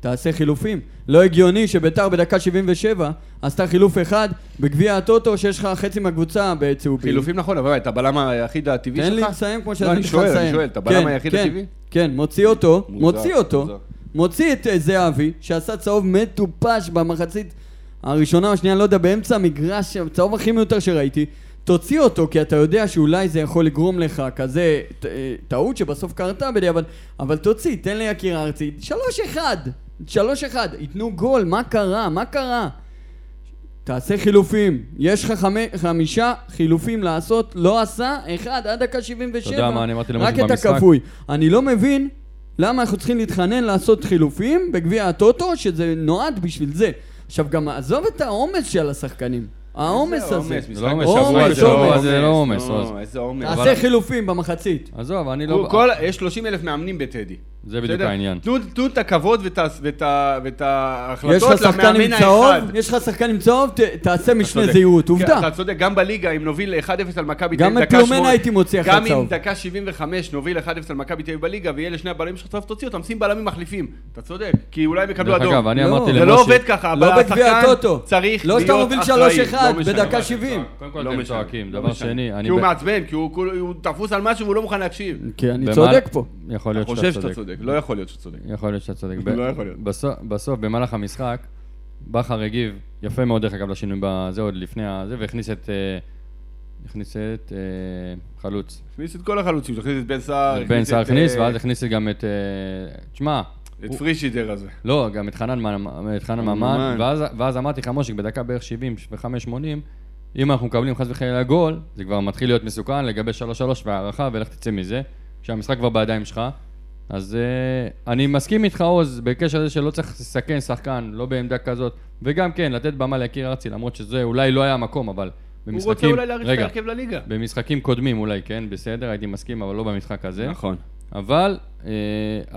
תעשה חילופים. לא הגיוני שביתר בדקה 77 עשתה חילוף אחד בגביע הטוטו, שיש לך חצי מהקבוצה בצהובים. חילופים נכון, אבל את הבלם היחיד הטבעי שלך? תן לי לסיים כמו לא, אני שנתתי לך שואל, לסיים. אני שואל, את הבלם כן, היחיד כן, הטבעי? כן, מוציא אותו, מוזר, מוציא אותו, מוזר. מוציא את אה, זהבי, שעשה צהוב מטופש במחצית הראשונה או השנייה, לא יודע, באמצע המגרש, הצהוב הכי מיותר שראיתי. תוציא אותו, כי אתה יודע שאולי זה יכול לגרום לך כזה ט- אה, טעות שבסוף קרתה בדיעבד, אבל תוציא, תן ליקיר ארצי, שלוש אחד, שלוש אחד, ייתנו גול, מה קרה? מה קרה? תעשה חילופים, יש לך חמי, חמישה חילופים לעשות, לא עשה, אחד עד דקה 77. אתה יודע מה אני אמרתי למשה רק את במשחק? הכפוי. אני לא מבין למה אנחנו צריכים להתחנן לעשות חילופים בגביע הטוטו, שזה נועד בשביל זה. עכשיו גם עזוב את העומס של השחקנים, העומס הזה. משחק לא שבוע עומס, עומס, זה לא עומס. זה לא עומס, נו, עוז. איזה עומס. תעשה אבל- חילופים במחצית. עזוב, אני הוא- לא... כל- יש 30 אלף מאמנים בטדי. זה בדיוק בסדר? העניין. תנו תנו את הכבוד ואת ה- ואת ה- ואת יש ההחלטות לך שחקן עם למאמן צהוב, האחד. יש לך שחקן עם צהוב, ת- תעשה משנה צודק. זהירות, כן, עובדה. אתה צודק, גם בליגה, אם נוביל 1-0 על מכבי תל גם אביב, את דקה פלומן שמונה- הייתי מוציא אחרי גם אם הצהוב. דקה 75 נוביל 1-0 על מכבי תל אביב בליגה, ויהיה לשני הבלמים שלך צהוב, תוציא אותם, שים בלמים מחליפים. אתה צודק, כי אולי הם יקבלו דרך אדום. אגב, אני לא. אמרתי זה לא למשה... עובד ככה, אבל לא בגביע השחקן הטוטו. צריך לא להיות שאתה אחראי. מוביל 3-1 לא משנה בדקה מה. 70. קודם כל לא אתם משנה, צועקים, לא דבר משנה. שני, אני כי הוא ב- מעצבן, כי הוא כול- הוא תפוס על משהו והוא לא מוכן להקשיב. כן, אני במהל- צודק פה. יכול אתה להיות חושב שאתה צודק, לא יכול להיות שאתה צודק. יכול להיות שאתה צודק. ב- לא יכול להיות. בסוף- בסוף, במהלך המשחק, בכר הגיב יפה מאוד, דרך אגב, לשינוי בזה, עוד לפני הזה, והכניס את... אה, הכניס את אה, חלוץ. הכניס את כל החלוצים, הכניס את בן סער, בן סער את, הכניס, אה, ואז הכניס גם את... אה, תשמע, את הוא- פרישידר הזה. לא, גם את חנן ממן- את חנן ממן, ממן. ואז- ואז אמרתי לך, מושיק, בדקה בערך 70 ו-5-80, אם אנחנו מקבלים חס וחלילה גול, זה כבר מתחיל להיות מסוכן לגבי 3-3 והערכה, ולך תצא מזה, כשהמשחק כבר בידיים שלך. אז uh, אני מסכים איתך, עוז, בקשר לזה שלא צריך לסכן שחקן, לא בעמדה כזאת, וגם כן, לתת במה לקיר ארצי, למרות שזה אולי לא היה המקום, אבל הוא במשחקים... רוצה אולי להריץ את רגע, ההרכב לליגה. במשחקים קודמים אולי, כן, בסדר, הייתי מסכים, אבל לא במשחק הזה. נכון. אבל... אה,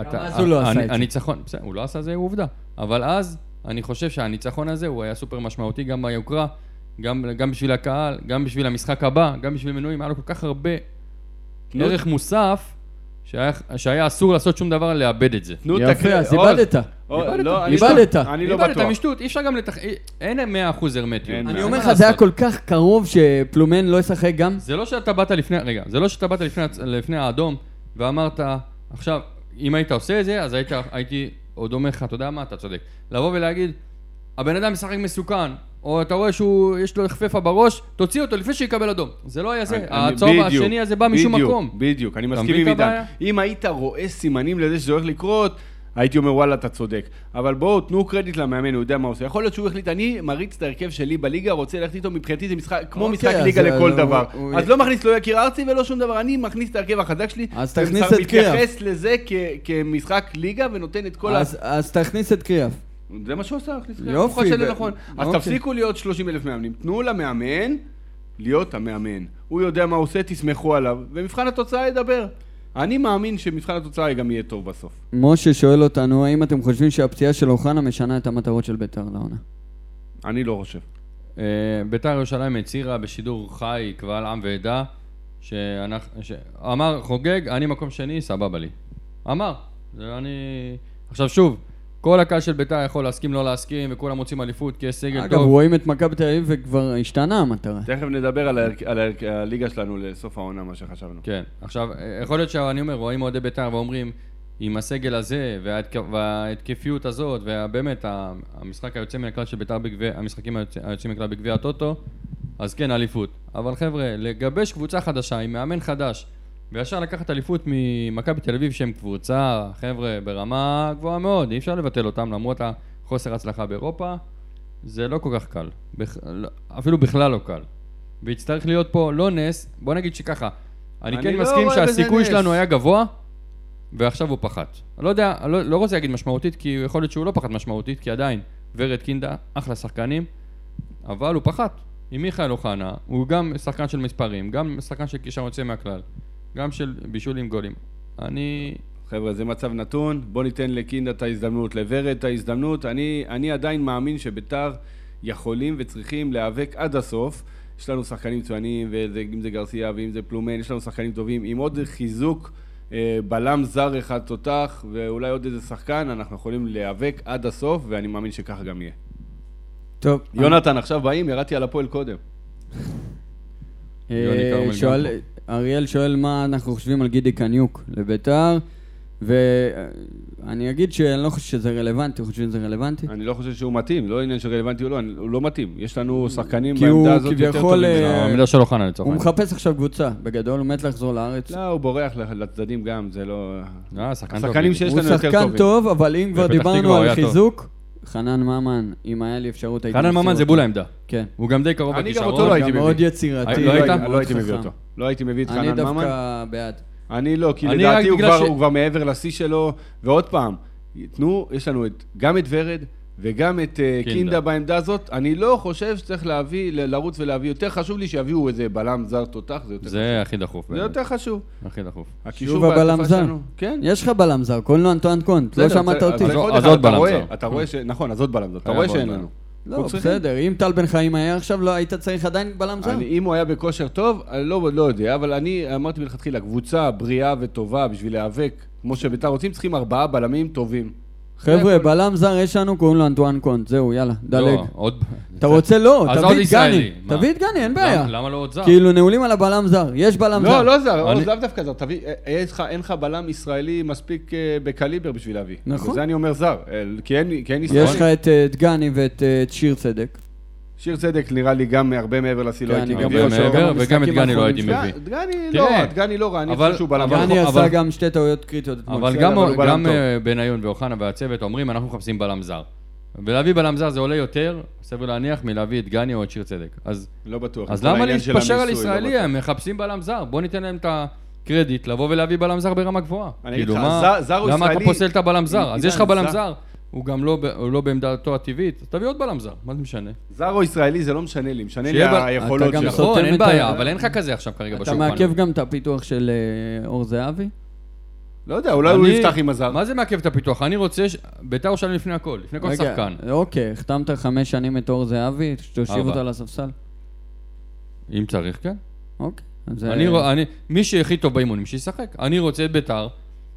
אתה- אז הוא לא עשה אני- את זה. הניצחון, בסדר, הוא לא עשה זה, הוא עובדה. אבל אז, אני חושב שהניצחון הזה, הוא היה סופר משמעותי גם ביוקרה, גם, גם בשביל הקהל, גם בשביל המשחק הבא, גם בשביל מנויים, היה לו כל כך הרבה תנו- ערך מוסף, שהיה, שהיה אסור לעשות שום דבר לאבד את זה. תנו את יפה, הקרא- אז עוז, איבדת. עוז, איבדת. לא, אני לא- איבדת. אני לא איבדת בטוח. משטות, אי אפשר גם לתח... אי- אין 100% הרמטיות. אין אני מה, אומר אין לך, מה זה היה לעשות. כל כך קרוב שפלומן לא ישחק גם? זה לא שאתה באת לפני, רגע, זה לא שאתה באת לפני, הצ- לפני האדום ואמרת, עכשיו, אם היית עושה את זה, אז היית, הייתי עוד אומר לך, אתה יודע מה, אתה צודק. לבוא ולהגיד, הבן אדם משחק מסוכן, או אתה רואה שהוא, יש לו חפפה בראש, תוציא אותו לפני שיקבל אדום. זה לא היה זה, אני- אני- הצהוב בדיוק, השני הזה בא משום בדיוק, מקום. בדיוק, אני מסכים מבין עם את עידן. הבעיה? אם היית רואה סימנים לזה שזה הולך לקרות, הייתי אומר וואלה אתה צודק. אבל בואו תנו קרדיט למאמן, הוא יודע מה הוא עושה. יכול להיות שהוא החליט, אני מריץ את ההרכב שלי בליגה, רוצה ללכת איתו, מבחינתי זה משחק, כמו אוקיי, משחק אז ליגה זה- לכל הוא- דבר. הוא- אז לא מכניס לא יקיר ארצי ולא שום דבר, אני מכניס את ההרכב החזק שלי. אז תכניס את מתייחס לזה כ- כמשחק ליגה ונותן את כל ה... אז- אז תכניס את קריאף. זה מה שהוא עושה, הכניס יופי, הוא חושב ו- לנכון. אז אוקיי. תפסיקו להיות 30 אלף מאמנים, תנו למאמן להיות המאמן. הוא יודע מה הוא עושה, תסמכו עליו, ומבחן התוצאה ידבר. אני מאמין שמבחן התוצאה גם יהיה טוב בסוף. משה שואל אותנו, האם אתם חושבים שהפציעה של אוחנה משנה את המטרות של בית"ר לעונה? אני לא חושב. אה, בית"ר ירושלים הצהירה בשידור חי קבל עם ועדה, שאנחנו, שאמר חוגג, אני מקום שני, סבבה לי. אמר, זה אני... עכשיו שוב, כל הקהל של ביתר יכול להסכים, לא להסכים, וכולם רוצים אליפות, כי יש סגל אגב, כן, טוב. רואים את מכבי תל אביב וכבר השתנה המטרה. תכף נדבר על ההרכ- על ההרכ- הליגה שלנו לסוף העונה, מה שחשבנו. כן, עכשיו, אה, יכול להיות שאני אומר, רואים אוהדי בית"ר ואומרים, עם הסגל הזה, וההתק- וההתקפיות הזאת, ובאמת, ה- המשחק היוצא מן הכלל של בית"ר בגביע, המשחקים היוצא- היוצאים מן הכלל בגביע הטוטו, אז כן, אליפות. אבל חבר'ה, לגבש קבוצה חדשה עם מאמן חדש, וישר לקחת אליפות ממכבי תל אביב, שהם קבוצה, חבר'ה, ברמה גבוהה מאוד, אי אפשר לבטל אותם, למרות החוסר הצלחה באירופה, זה לא כל כך קל. בכ... לא- אפילו בכלל לא קל. ויצטרך להיות פה לא נס, בוא נגיד שככה, אני, אני כן לא מסכים רואה בזה שהסיכוי נס. שלנו היה גבוה, ועכשיו הוא פחת. אני לא יודע, אני לא, לא רוצה להגיד משמעותית, כי יכול להיות שהוא לא פחת משמעותית, כי עדיין, ורד קינדה, אחלה שחקנים, אבל הוא פחת. עם מיכאל אוחנה, הוא גם שחקן של מספרים, גם שחקן של כישרון יוצא מהכלל, גם של בישול עם גולים. אני... חבר'ה, זה מצב נתון, בוא ניתן לקינדה את ההזדמנות, לוורד את ההזדמנות. אני, אני עדיין מאמין שביתר יכולים וצריכים להיאבק עד הסוף. יש לנו שחקנים מצוינים, וזה- אם זה גרסיה ואם זה פלומן, יש לנו שחקנים טובים, עם עוד חיזוק, אה, בלם זר אחד תותח, ואולי עוד איזה שחקן, אנחנו יכולים להיאבק עד הסוף, ואני מאמין שככה גם יהיה. טוב, יונתן, עכשיו באים, ירדתי על הפועל קודם. אה, יוני כרמל גם שואל- אריאל שואל מה אנחנו חושבים על גידי קניוק לביתר, ואני אגיד שאני לא חושב שזה רלוונטי, חושבים שזה רלוונטי? אני לא חושב שהוא מתאים, לא עניין של רלוונטי או לא, אני- הוא לא מתאים. יש לנו שחקנים כי הוא בעמדה הזאת יותר כביכול, טובים. אה, ממנו. העמדה של אוחנה לצורך הוא העניין. מחפש עכשיו קבוצה, בגדול, הוא מת לחזור לארץ. לא, הוא בורח לצדדים גם, זה לא... אה, שחקן טוב. השחקנים שיש הוא לנו יותר שחקן טובים. טוב, אבל אם כבר בפתח תקווה דיברנו הוא על היה טוב. חיזוק, חנן ממן, אם היה לי אפשרות, הייתי... חנן מוציא ממן זה אותו. בול העמדה. כן. הוא גם די קרוב אני גם לכישרון. אותו לא הייתי גם מביא. מאוד יצירתי. לא לא היית? הייתי- לא מאוד הייתי מביא חכם. אותו. לא הייתי מביא את אני חנן ממן. דווקא בעד. אני לא, כי אני רק לדעתי הוא בגלל כבר- ש- הוא כבר מעבר לשיא שלו. ועוד פעם, תנו, יש לנו את- גם את ורד וגם את אה, קינדה. קינדה בעמדה הזאת. אני לא חושב שצריך להביא, ל- לרוץ ולהביא. יותר חשוב לי שיביאו איזה בלם זר תותח, זה יותר חשוב. זה הכי דחוף. זה יותר חשוב. הכי דחוף. הקישור שוב הבלם בהתקפה זר. שלנו- כן. יש לך בלם זר, קוראים לו אנטואן קונט, לא בסדר, שמעת צריך- אותי. אז אז עוד אז אחד, עוד אתה בלם רואה, זר. אתה רואה ש... נכון, אז עוד בלם זר. אתה היה רואה עוד שאין בלם. לנו. לא, אנחנו צריכים. בסדר, אם טל בן חיים היה עכשיו, לא היית צריך עדיין בלם זר. אני, אם הוא היה בכושר טוב, אני לא, לא יודע, אבל אני אמרתי מלכתחילה, קבוצה בריאה וטובה בשביל להיאבק, כמו שביתר רוצים, צריכים ארבעה בלמים טובים. לא, חבר'ה, בלם זר יש לנו, קוראים לו אנטואן קונט, זהו, יאללה, דלג. לא, עוד... אתה רוצה? לא, אז עוד תביא את ישראלי. גני. מה? תביא את גני, אין למה- בעיה. למה לא עוד זר? כאילו, נעולים על הבלם זר, יש בלם זר. לא, לא זר, עוז, אני- לאו דווקא זר, תביא, אה, אה, יש לך- אין לך בלם ישראלי מספיק אה, בקליבר בשביל להביא. נכון. בגלל זה אני אומר זר, אה, כי אין, כי אין יש לך ישראלי. את אה, את גני ואת אה, את שיר צדק. שיר צדק נראה לי גם הרבה מעבר לשיא, לא כן, הייתי אני גם מביא. הרבה חושב, מעבר, גם וגם את המשחקים גני לא הייתי דגני- מביא. דגני לא תראה, רע, דגני לא רע, אני אבל- חושב שהוא בלם. אבל- נכון. גני אבל- עשה גם שתי טעויות קריטיות. אתמול. אבל בסדר, גם- אבל הוא בלם גם טוב. אה, בניון ואוחנה והצוות אומרים, אנחנו מחפשים בלם זר. ולהביא בלם זר זה עולה יותר, סביר להניח, מלהביא את גני או את שיר צדק. אז לא בטוח. אז כל למה העניין של להתפשר על המיסוי, לא ישראלי? בטוח. הם מחפשים בלם זר. בוא ניתן להם את הקרדיט לבוא ולהביא בלם זר ברמה גבוהה. אני אגיד כאילו, לך, מה- זר- זר הוא למה אתה ישראלי. פוסל את הבלם זר? אם- אז יש לך עידן, בלם זר- זר, הוא גם לא ב- הוא לא בעמדתו הטבעית, אז תביא עוד בלם זר, מה זה משנה? זר או ישראלי זה לא משנה לי, משנה לי שיהיה בל- היכולות אתה גם שלו. סותם נכון, אין את ה- בעיה, אבל אין לך כזה עכשיו כרגע אתה בשולחן. מעכב גם את הפיתוח של אה, אור זהבי? לא יודע, אולי הוא אני- יפתח עם הזר. מה זה מעכב את הפיתוח? אני רוצה... ש- ביתר שלנו לפני הכל, לפני כל רגע, שחקן. אוקיי, החתמת חמש שנים את אור זהבי, תושיב ארבע. אותו על הספסל. אם צריך, כן. אוקיי. אז, אני, אה, רוא- אני, מי שהכי טוב באימונים, שישחק. אני רוצה את ביתר,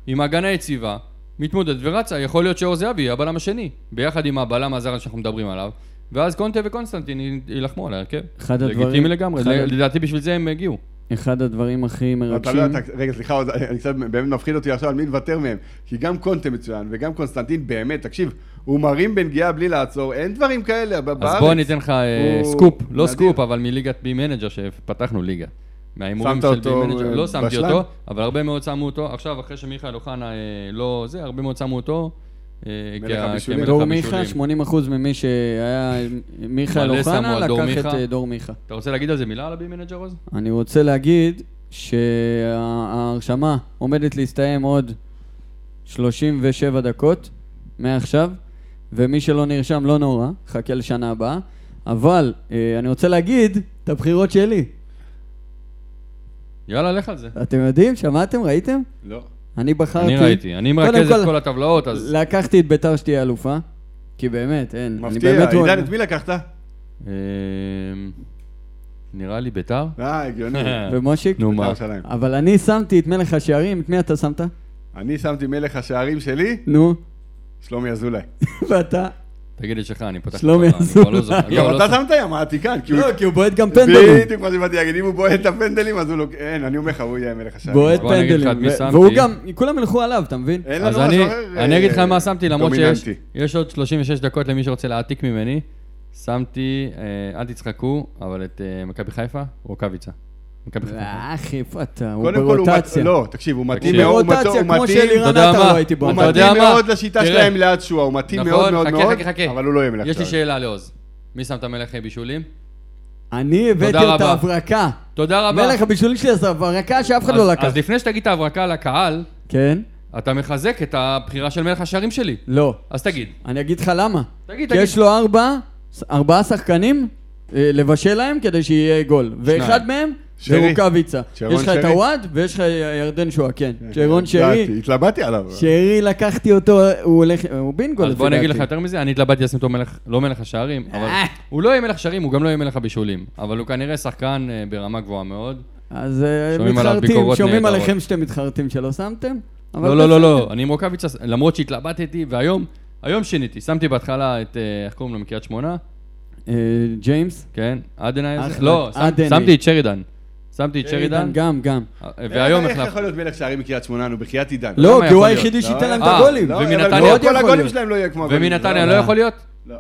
עם הגנה יציבה, מתמודד ורצה. יכול להיות שאור זהבי יהיה הבלם השני, ביחד עם הבלם הזר שאנחנו מדברים עליו, ואז קונטה וקונסטנטין י- יילחמו על ההרכב. אחד הדברים- לגיטימי לגמרי, אחד ל- ה- לדעתי בשביל זה הם הגיעו. אחד הדברים הכי אתה מרגשים... לא, אתה, רגע, סליחה, עוד- אני קצת באמת מפחיד אותי עכשיו על מי לוותר מהם. כי גם קונטה מצוין, וגם קונסטנטין, באמת, תקשיב, הוא מרים בנגיעה בלי לעצור, אין דברים כאלה ב- בארץ. אז בוא אני אתן לך אה, הוא סקופ, לא נדיר. סקופ, אבל מליגת בי מנג'ר, שפתחנו ליגה. מההימורים שמת של בי אותו, מנג'ר, אה, לא שמתי בשלן? אותו, אבל הרבה מאוד שמו אותו. עכשיו, אחרי שמיכאל אוחנה אה, לא זה, הרבה מאוד שמו אותו. אה, מלך כ- הבישולים. כמלך דור מיכה, הבישולים. 80% ממי שהיה מיכאל מלא שמו אוחנה, על דור לקח את מיכה. אה, דור מיכה. אתה רוצה להגיד על זה מילה על הבי מנג'ר עוז? אני רוצה להגיד שההרשמה עומדת להסתיים עוד 37 דקות מעכשיו, ומי שלא נרשם לא נורא, חכה לשנה הבאה. אבל אה, אני רוצה להגיד את הבחירות שלי. יאללה, לך על זה. אתם יודעים? שמעתם? ראיתם? לא. אני בחרתי... אני ראיתי, אני קודם לא- מרכז את כל הטבלאות, אז לקחתי את ביתר שתהיה אלופה, כי באמת, אין. אני מפתיע, באמת עידן, רואה- את מי לקחת? אמ, אה, נראה לי ביתר. אה, הגיוני. <laughs> ומושיק? נו מה. בית"ר ירושלים. אבל אני שמתי את מלך השערים, את מי אתה שמת? אני שמתי מלך השערים שלי, נו, <laughs> שלומי אזולאי. ואתה? תגיד את שלך, אני פותח... שלומי את ה- אני כבר לא זוכר. גם לא, לא אתה זוכר. שמת ים, העתיקן, כי הוא... לא, כי הוא בועט גם פנדלים. בדיוק מה שבאתי להגיד, אם הוא בועט את הפנדלים, אז הוא לוק... אין, אני אומר לך, הוא יהיה מלך השערים. בועט בוא אני אגיד לך פנדלים. את מי ו- שמתי. והוא גם, כולם ילכו עליו, אתה מבין? אין אז לנו אני, משהו אחר. אני אגיד לך אה, מה שמתי, למרות שיש דומיננטי. יש עוד 36 דקות למי שרוצה להעתיק ממני. שמתי, אה, אל תצחקו, אבל את אה, מכבי חיפה, רוקאביצה. מכבי חיפה. אה, אחי, איפה אתה? הוא קודם כל הוא... מת- ברוטציה. לא, תקשיב, הוא מתאים תקשיב. מאוד. הוא מת- ברוטציה, הוא כמו מתאים- שאלירן אתה יודע עטר מה? לא הייתי הוא אתה יודע מתאים מה? מאוד לשיטה תראה. נכון, שלהם ליד שואה, הוא מתאים מאוד מאוד חכה, מאוד, חכה, חכה. אבל הוא לא יהיה מלך יש לי השערים. שאלה לעוז. מי שם את המלך אה, בישולים? אני הבאתי תודה את רבה. ההברקה. תודה רבה. מלך הבישולים שלי זה הברקה שאף אחד אז- לא לקח. אז לפני שתגיד את ההברקה לקהל, כן? אתה מחזק את הבחירה של מלך השערים שלי. לא. אז תגיד. אני אגיד לך למה. תגיד, כי תגיד. יש לו ארבע, ארבעה שחקנים אה, לבשל להם כדי שיהיה גול. ואחד מהם זה שרי. רוקאביצה. שרון יש לך את שרי. הוואד ויש לך ירדן שואה, כן. שרון דעתי, שרי, התלבטתי עליו. שרי לקחתי אותו, הוא הולך, הוא בינגו אז לפי בוא אני אגיד לך דעתי. יותר מזה, אני התלבטתי לשים אותו מלך, לא מלך השערים, אבל אה. הוא לא יהיה מלך שערים, הוא גם לא יהיה מלך הבישולים. אבל הוא כנראה שחקן אה, ברמה גבוהה מאוד. אז אה, שומעים עליו מתחרטים, ביקורות שומעים נהדרות. עליכם שאתם מתחרטים שלא שמתם? אבל לא, לא, לא, בסדר. לא, אני עם רוקאביצה, למרות שהתלבטתי, והיום, היום שיניתי. שמתי בהתחלה את, אה, איך קוראים לו, מקריית שמונה? אה, ג'יימס? כן, עדנה אחמד איזה? לא, שם- עדני. שמתי את שרידן. שמתי את שרידן, גם, גם. אה, והיום איך יכול החלפתי. להיות מלך שערים מקריית שמונה? נו, בחייאת עידן. לא, למה כי הוא יכול היחידי להיות? שייתן להם את אה, הגולים. לא, אבל לא, ומנתניה? מאוד יכול כל הגולים להיות. שלהם לא יהיה כמו הגולים. ומנתניה שלו. לא יכול להיות? לא,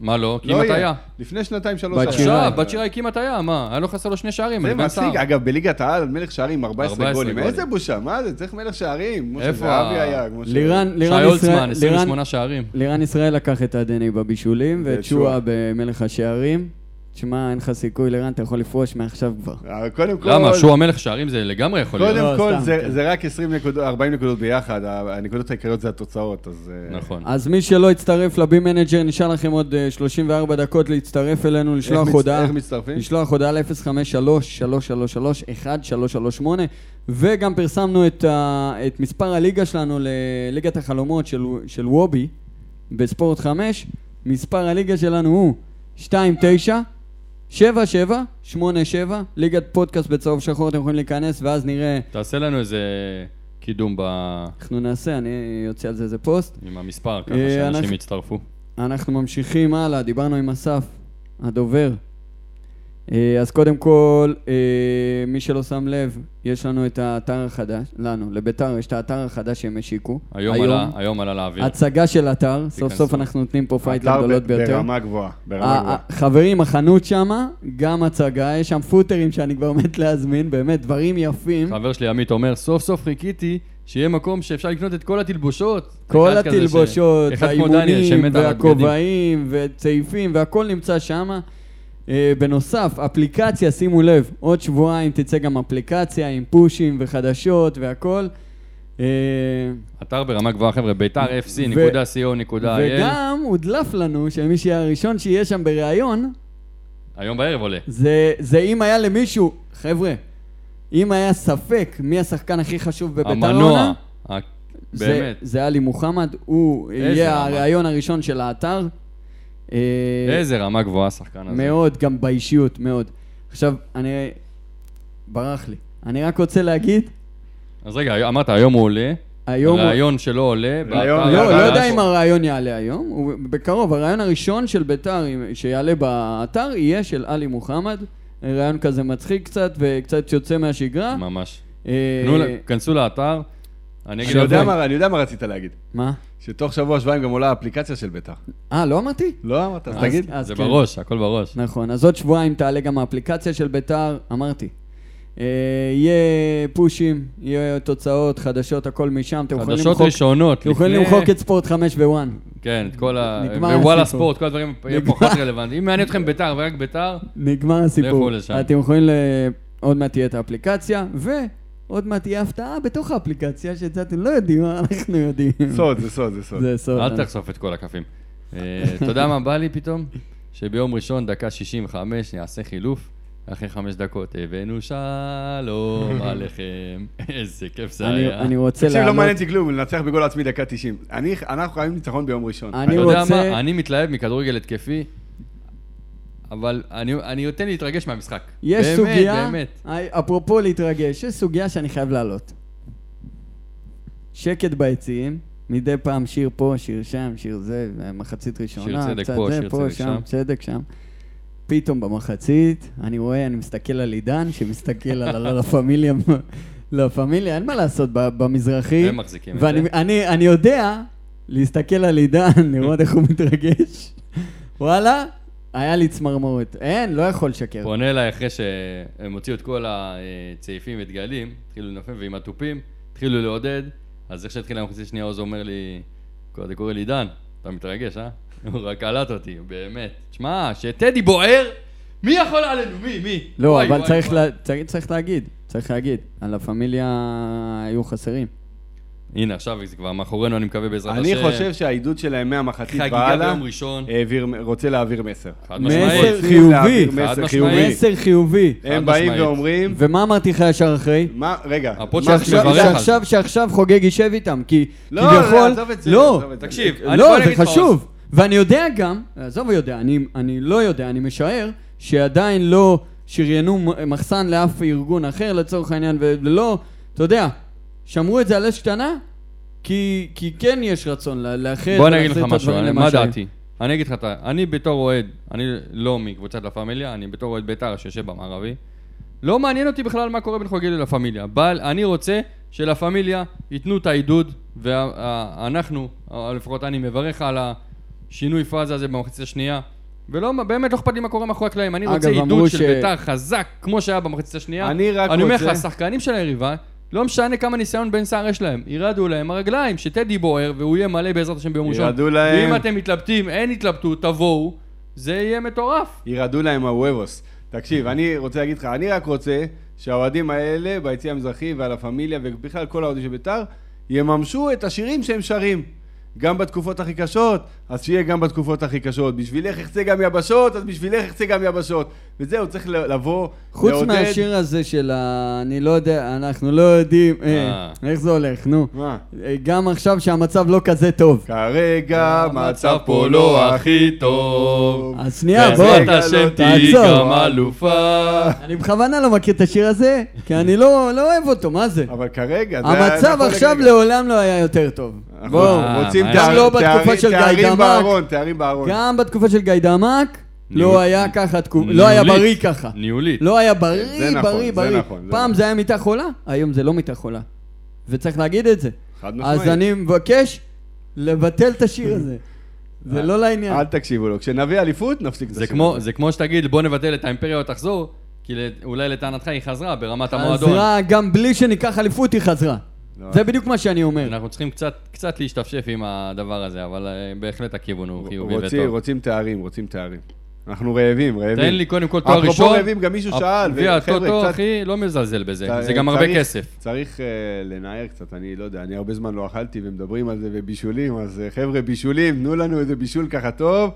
מה לא? לא כמעט יהיה. היה. לפני שנתיים, שלוש. בת היה. שירה. עכשיו, בת שירה הקימה את הים, מה? היה לו חסר לו שני שערים, זה אני באמצע. משיג, אגב, בליגת העל, מלך שערים, 14 14 גולים. גולים. איזה בושה, מה זה? צריך מלך שערים. כמו איפה שזהבי ה- היה, כמו ש... לירן, שי לירן הולצמן, ישראל, לירן, 28 שערים. לירן ישראל לקח את הדני בבישולים, ואת ואת שועה שועה. במלך השערים. תשמע, אין לך סיכוי, לירן, אתה יכול לפרוש מעכשיו כבר. אה, קודם כל... למה? שהוא המלך שערים זה לגמרי יכול להיות. קודם לא, כל, סתם, זה- כן. זה רק 20 נקודות, 40 נקודות ביחד, ה- הנקודות העיקריות זה התוצאות, אז... אה, נכון. אז מי שלא הצטרף לבי מנג'ר, נשאר לכם עוד אה, 34 דקות להצטרף אלינו, איך לשלוח מצ- הודעה. איך מצטרפים? לשלוח הודעה ל-053-333-1338 וגם פרסמנו את, ה, את מספר הליגה שלנו לליגת החלומות של, של וובי בספורט 5 מספר הליגה שלנו הוא 29 77 87 ליגת פודקאסט בצהוב שחור אתם יכולים להיכנס ואז נראה תעשה לנו איזה קידום ב... אנחנו נעשה אני אוציא על זה איזה פוסט עם המספר, ככה אה, אנחנו- שאנשים יצטרפו. אנחנו ממשיכים הלאה, דיברנו עם אסף, הדובר. אה, אז קודם כל, אה, מי שלא שם לב, יש לנו את האתר החדש, לנו, לביתר יש את האתר החדש שהם השיקו. היום עלה- היום עלה לאוויר. הצגה של אתר, סוף סוף אנחנו נותנים פה פייט אתר לגדולות ב- ביותר. אה, ברמה גבוהה, ברמה ה- גבוהה. ה- חברים, החנות שמה, גם הצגה, יש שם פוטרים שאני כבר מת להזמין, באמת, דברים יפים. חבר שלי עמית אומר, סוף סוף חיכיתי שיהיה מקום שאפשר לקנות את כל התלבושות. כל אחד כזה ש- התלבושות, אחד כמו דניאל האימונים שמת על הבגדים. והכובעים וצעיפים והכל נמצא שם. אה, בנוסף, אפליקציה, שימו לב, עוד שבועיים תצא גם אפליקציה עם פושים וחדשות והכל. אה, אתר ברמה גבוהה, חבר'ה, ביתר FC, ו- נקודה co, נקודה il. וגם הודלף לנו שמי שיהיה הראשון שיהיה שם בריאיון, היום בערב עולה. זה, זה אם היה למישהו, חבר'ה, אם היה ספק מי השחקן הכי חשוב בביתר המנוע. העונה, ה- זה- באמת. זה עלי מוחמד, הוא יהיה רמה. הריאיון הראשון של האתר. אה, איזה רמה גבוהה השחקן הזה. מאוד, גם באישיות, מאוד. עכשיו, אני... ברח לי. אני רק רוצה להגיד, אז רגע, אמרת, היום הוא עולה. היום הוא... הרעיון שלו עולה. ראיון- באתר- לא, לא באתר- יודע אם הרעיון יעלה היום, הוא בקרוב, הרעיון הראשון של ביתר אם- שיעלה באתר יהיה של עלי מוחמד. רעיון כזה מצחיק קצת וקצת יוצא מהשגרה. ממש. אה, תנו ל- כנסו לאתר. אני אגיד אני יודע לכם- מה- אני יודע מה רצית להגיד, מה? שתוך שבוע, שבועיים גם עולה האפליקציה של ביתר. אה, לא אמרתי? לא אמרת, אז אז- תגיד. אז זה כן. בראש, הכל בראש. נכון, אז עוד שבועיים תעלה גם האפליקציה של ביתר, אמרתי. אה, יהיה פושים, יהיה תוצאות, חדשות, הכל משם. אתם יכולים חדשות למחוק- ראשונות. אתם יכולים לפני- למחוק את ספורט 5 ו-1. כן, את כל ה... נגמר ווואלה הסיפור. ספורט, כל הדברים יהיו נגמר. פחות רלוונטיים. אם מעניין אתכם ביתר ורק ביתר, נגמר הסיפור. לכו לשם. אתם יכולים ל... עוד מעט תהיה את האפליקציה, ועוד מעט תהיה הפתעה בתוך האפליקציה, שאת זה אתם לא יודעים, אבל אנחנו יודעים. <laughs> סוד, זה סוד, זה סוד. זה סוד. אל תחשוף את כל הכפים. אה, אתה יודע מה בא לי פתאום? שביום ראשון, דקה 65, נעשה חילוף. אחרי חמש דקות, הבאנו <laughs> שלום עליכם. איזה כיף זה אני- היה. אני רוצה תקשיב, לא מעניין לעלות... אותי כלום, לנצח בגול עצמי דקה 90. אני- אנחנו חייבים ניצחון ביום ראשון. אני אתה יודע רוצה- מה? אני מתלהב מכדורגל התקפי. אבל אני, אני נותן להתרגש מהמשחק. יש באמת, סוגיה, באמת. היי, אפרופו להתרגש, יש סוגיה שאני חייב להעלות. שקט ביציעים, מדי פעם שיר פה, שיר שם, שיר זה, מחצית ראשונה, צדק קצת פה, זה, שיר פה, צדק שם, שם. צדק שם. פתאום במחצית, אני רואה, אני מסתכל על עידן, שמסתכל על הלה פמיליה, לה פמיליה, אין מה לעשות, ב- במזרחי. הם מחזיקים את ואני זה. אני, אני יודע להסתכל על עידן, לראות איך הוא מתרגש. וואלה, היה לי צמרמורת. אין, לא יכול לשקר. פונה אליי אחרי שהם הוציאו את כל הצעיפים ודגלים, התחילו לנופף, ועם התופים, התחילו לעודד, אז איך שהתחילה המחצית השנייה, עוז אומר לי, "קורא- זה קורא לי דן, אתה מתרגש, אה? <laughs> הוא רק קלט אותי, באמת. תשמע, שטדי בוער, מי יכול עלינו? מי? מי? לא, וואי, אבל וואי, צריך, וואי. לה, צריך, צריך להגיד, צריך להגיד, על הפמיליה היו חסרים. הנה, עכשיו זה כבר מאחורינו, אני מקווה בעזרת השם. אני חושב שהעידוד שלהם מהמחצית חגיגה והלאה, ביום ראשון. העביר- רוצה להעביר מסר. חד אה, מסר משמעית. צריכים להעביר חיובי. מסר חד משמעית. חיובי. מסר חיובי. הם חד באים משמעית. ואומרים, ומה אמרתי לך ישר אחרי? מה, רגע, הפועל מה- שלך מברך על זה. שעכשיו, שעכשיו חוגג יישב איתם, כי לא, כביכול... עזוב את זה, לא, עזוב את זה. תקשיב, אני- בוא לא, אני זה אגיד לך חשוב. ואני יודע גם, עזוב, יודע, אני, אני לא יודע, אני משער שעדיין לא שריינו מ- מחסן לאף ארגון אחר לצורך העניין, ו- ולא, אתה יודע, שמרו את זה על אש קטנה, כי, כי כן יש רצון לה- לאחד בוא אני אגיד לך ולהחזיר את משהו, הדברים אני- למה מה שהיה. דעתי? אני אגיד לך, את ה- אני בתור אוהד, אני לא מקבוצת לה פמיליה, אני בתור אוהד בית"ר שיושב במערבי, לא מעניין אותי בכלל מה קורה בין חוגג ללה פמיליה. אבל אני רוצה שלה פמיליה ייתנו את העידוד, ואנחנו, לפחות אני מברך על השינוי פאזה הזה במחצית השנייה. ולא, באמת לא אכפת לי מה קורה מאחורי הקלעים, אני אגב, רוצה אמרו עידוד של ש- בית"ר חזק, כמו שהיה במחצית השנייה. אני רק אני אומר רוצה- לך, השחקנים של היריבה, לא משנה כמה ניסיון בן סער יש להם, ירעדו להם הרגליים, שטדי בוער, והוא יהיה מלא בעזרת השם ביום ראשון. ירעדו להם. ואם אתם מתלבטים, אין התלבטות, תבואו, זה יהיה מטורף. ירעדו להם הוובוס. תקשיב, אני רוצה להגיד לך, אני רק רוצה שהאוהדים האלה, ביציע המזרחי והלה פמיליה ובכלל כל האוהדים של בית"ר, יממשו את השירים שהם שרים. גם בתקופות הכי קשות, אז שיהיה גם בתקופות הכי קשות. בשבילך אחצה גם יבשות, אז בשבילך אחצה גם יבשות. וזהו, צריך ל- לבוא, חוץ לעודד. מהשיר הזה של ה... אני לא יודע, אנחנו לא יודעים, אה, אה. איך זה הולך, נו. מה? אה, גם עכשיו שהמצב לא כזה טוב. כרגע מצב פה לא הכי טוב. אז שנייה, בוא, בעזרת השם תהיי גם אלופה. אני בכוונה לא מכיר את השיר הזה, כי אני לא לא אוהב אותו, מה זה? אבל כרגע... זה היה המצב נכון עכשיו לרגע. לעולם לא היה יותר טוב. אנחנו בואו, אה, רוצים מה, תאר- גם לא בתקופה תארים- של גיא תארים דמק. בארון, תארים בארון. גם בתקופה של גיידמק, ניהול- לא היה ככה, תקו- לא היה בריא ניהולית, ככה. ניהולית. לא היה זה בריא, נכון, בריא, זה בריא. נכון, זה פעם נכון. זה היה מיטה חולה, היום זה לא מיטה חולה. וצריך להגיד את זה. חד אז משמעית. אני מבקש לבטל את השיר <laughs> הזה. זה לא לעניין. אל תקשיבו לו. כשנביא אליפות, נפסיק את זה השיר כמו- הזה. זה כמו שתגיד, בוא נבטל את האימפריה או תחזור, כי לת- אולי לטענתך היא חזרה ברמת המועדון. חזרה, גם בלי שניקח אליפות היא חזרה. לא. זה בדיוק מה שאני אומר. אנחנו צריכים קצת- קצת להשתפשף עם הדבר הזה, אבל אה, בהחלט הכיוון הוא חיובי רוצים- וטוב. רוצים תארים, רוצים תארים. אנחנו רעבים, רעבים. תן לי קודם כל תואר ראשון. אפרופו רעבים, גם מישהו שאל, גביע וחבר'ה, הטוטו, קצת- אחי, לא מזלזל בזה, אתה- זה גם הרבה צריך- כסף. צריך אה, לנער קצת, אני לא יודע, אני הרבה זמן לא אכלתי ומדברים על זה ובישולים, אז אה, חבר'ה, בישולים, תנו לנו איזה בישול ככה טוב,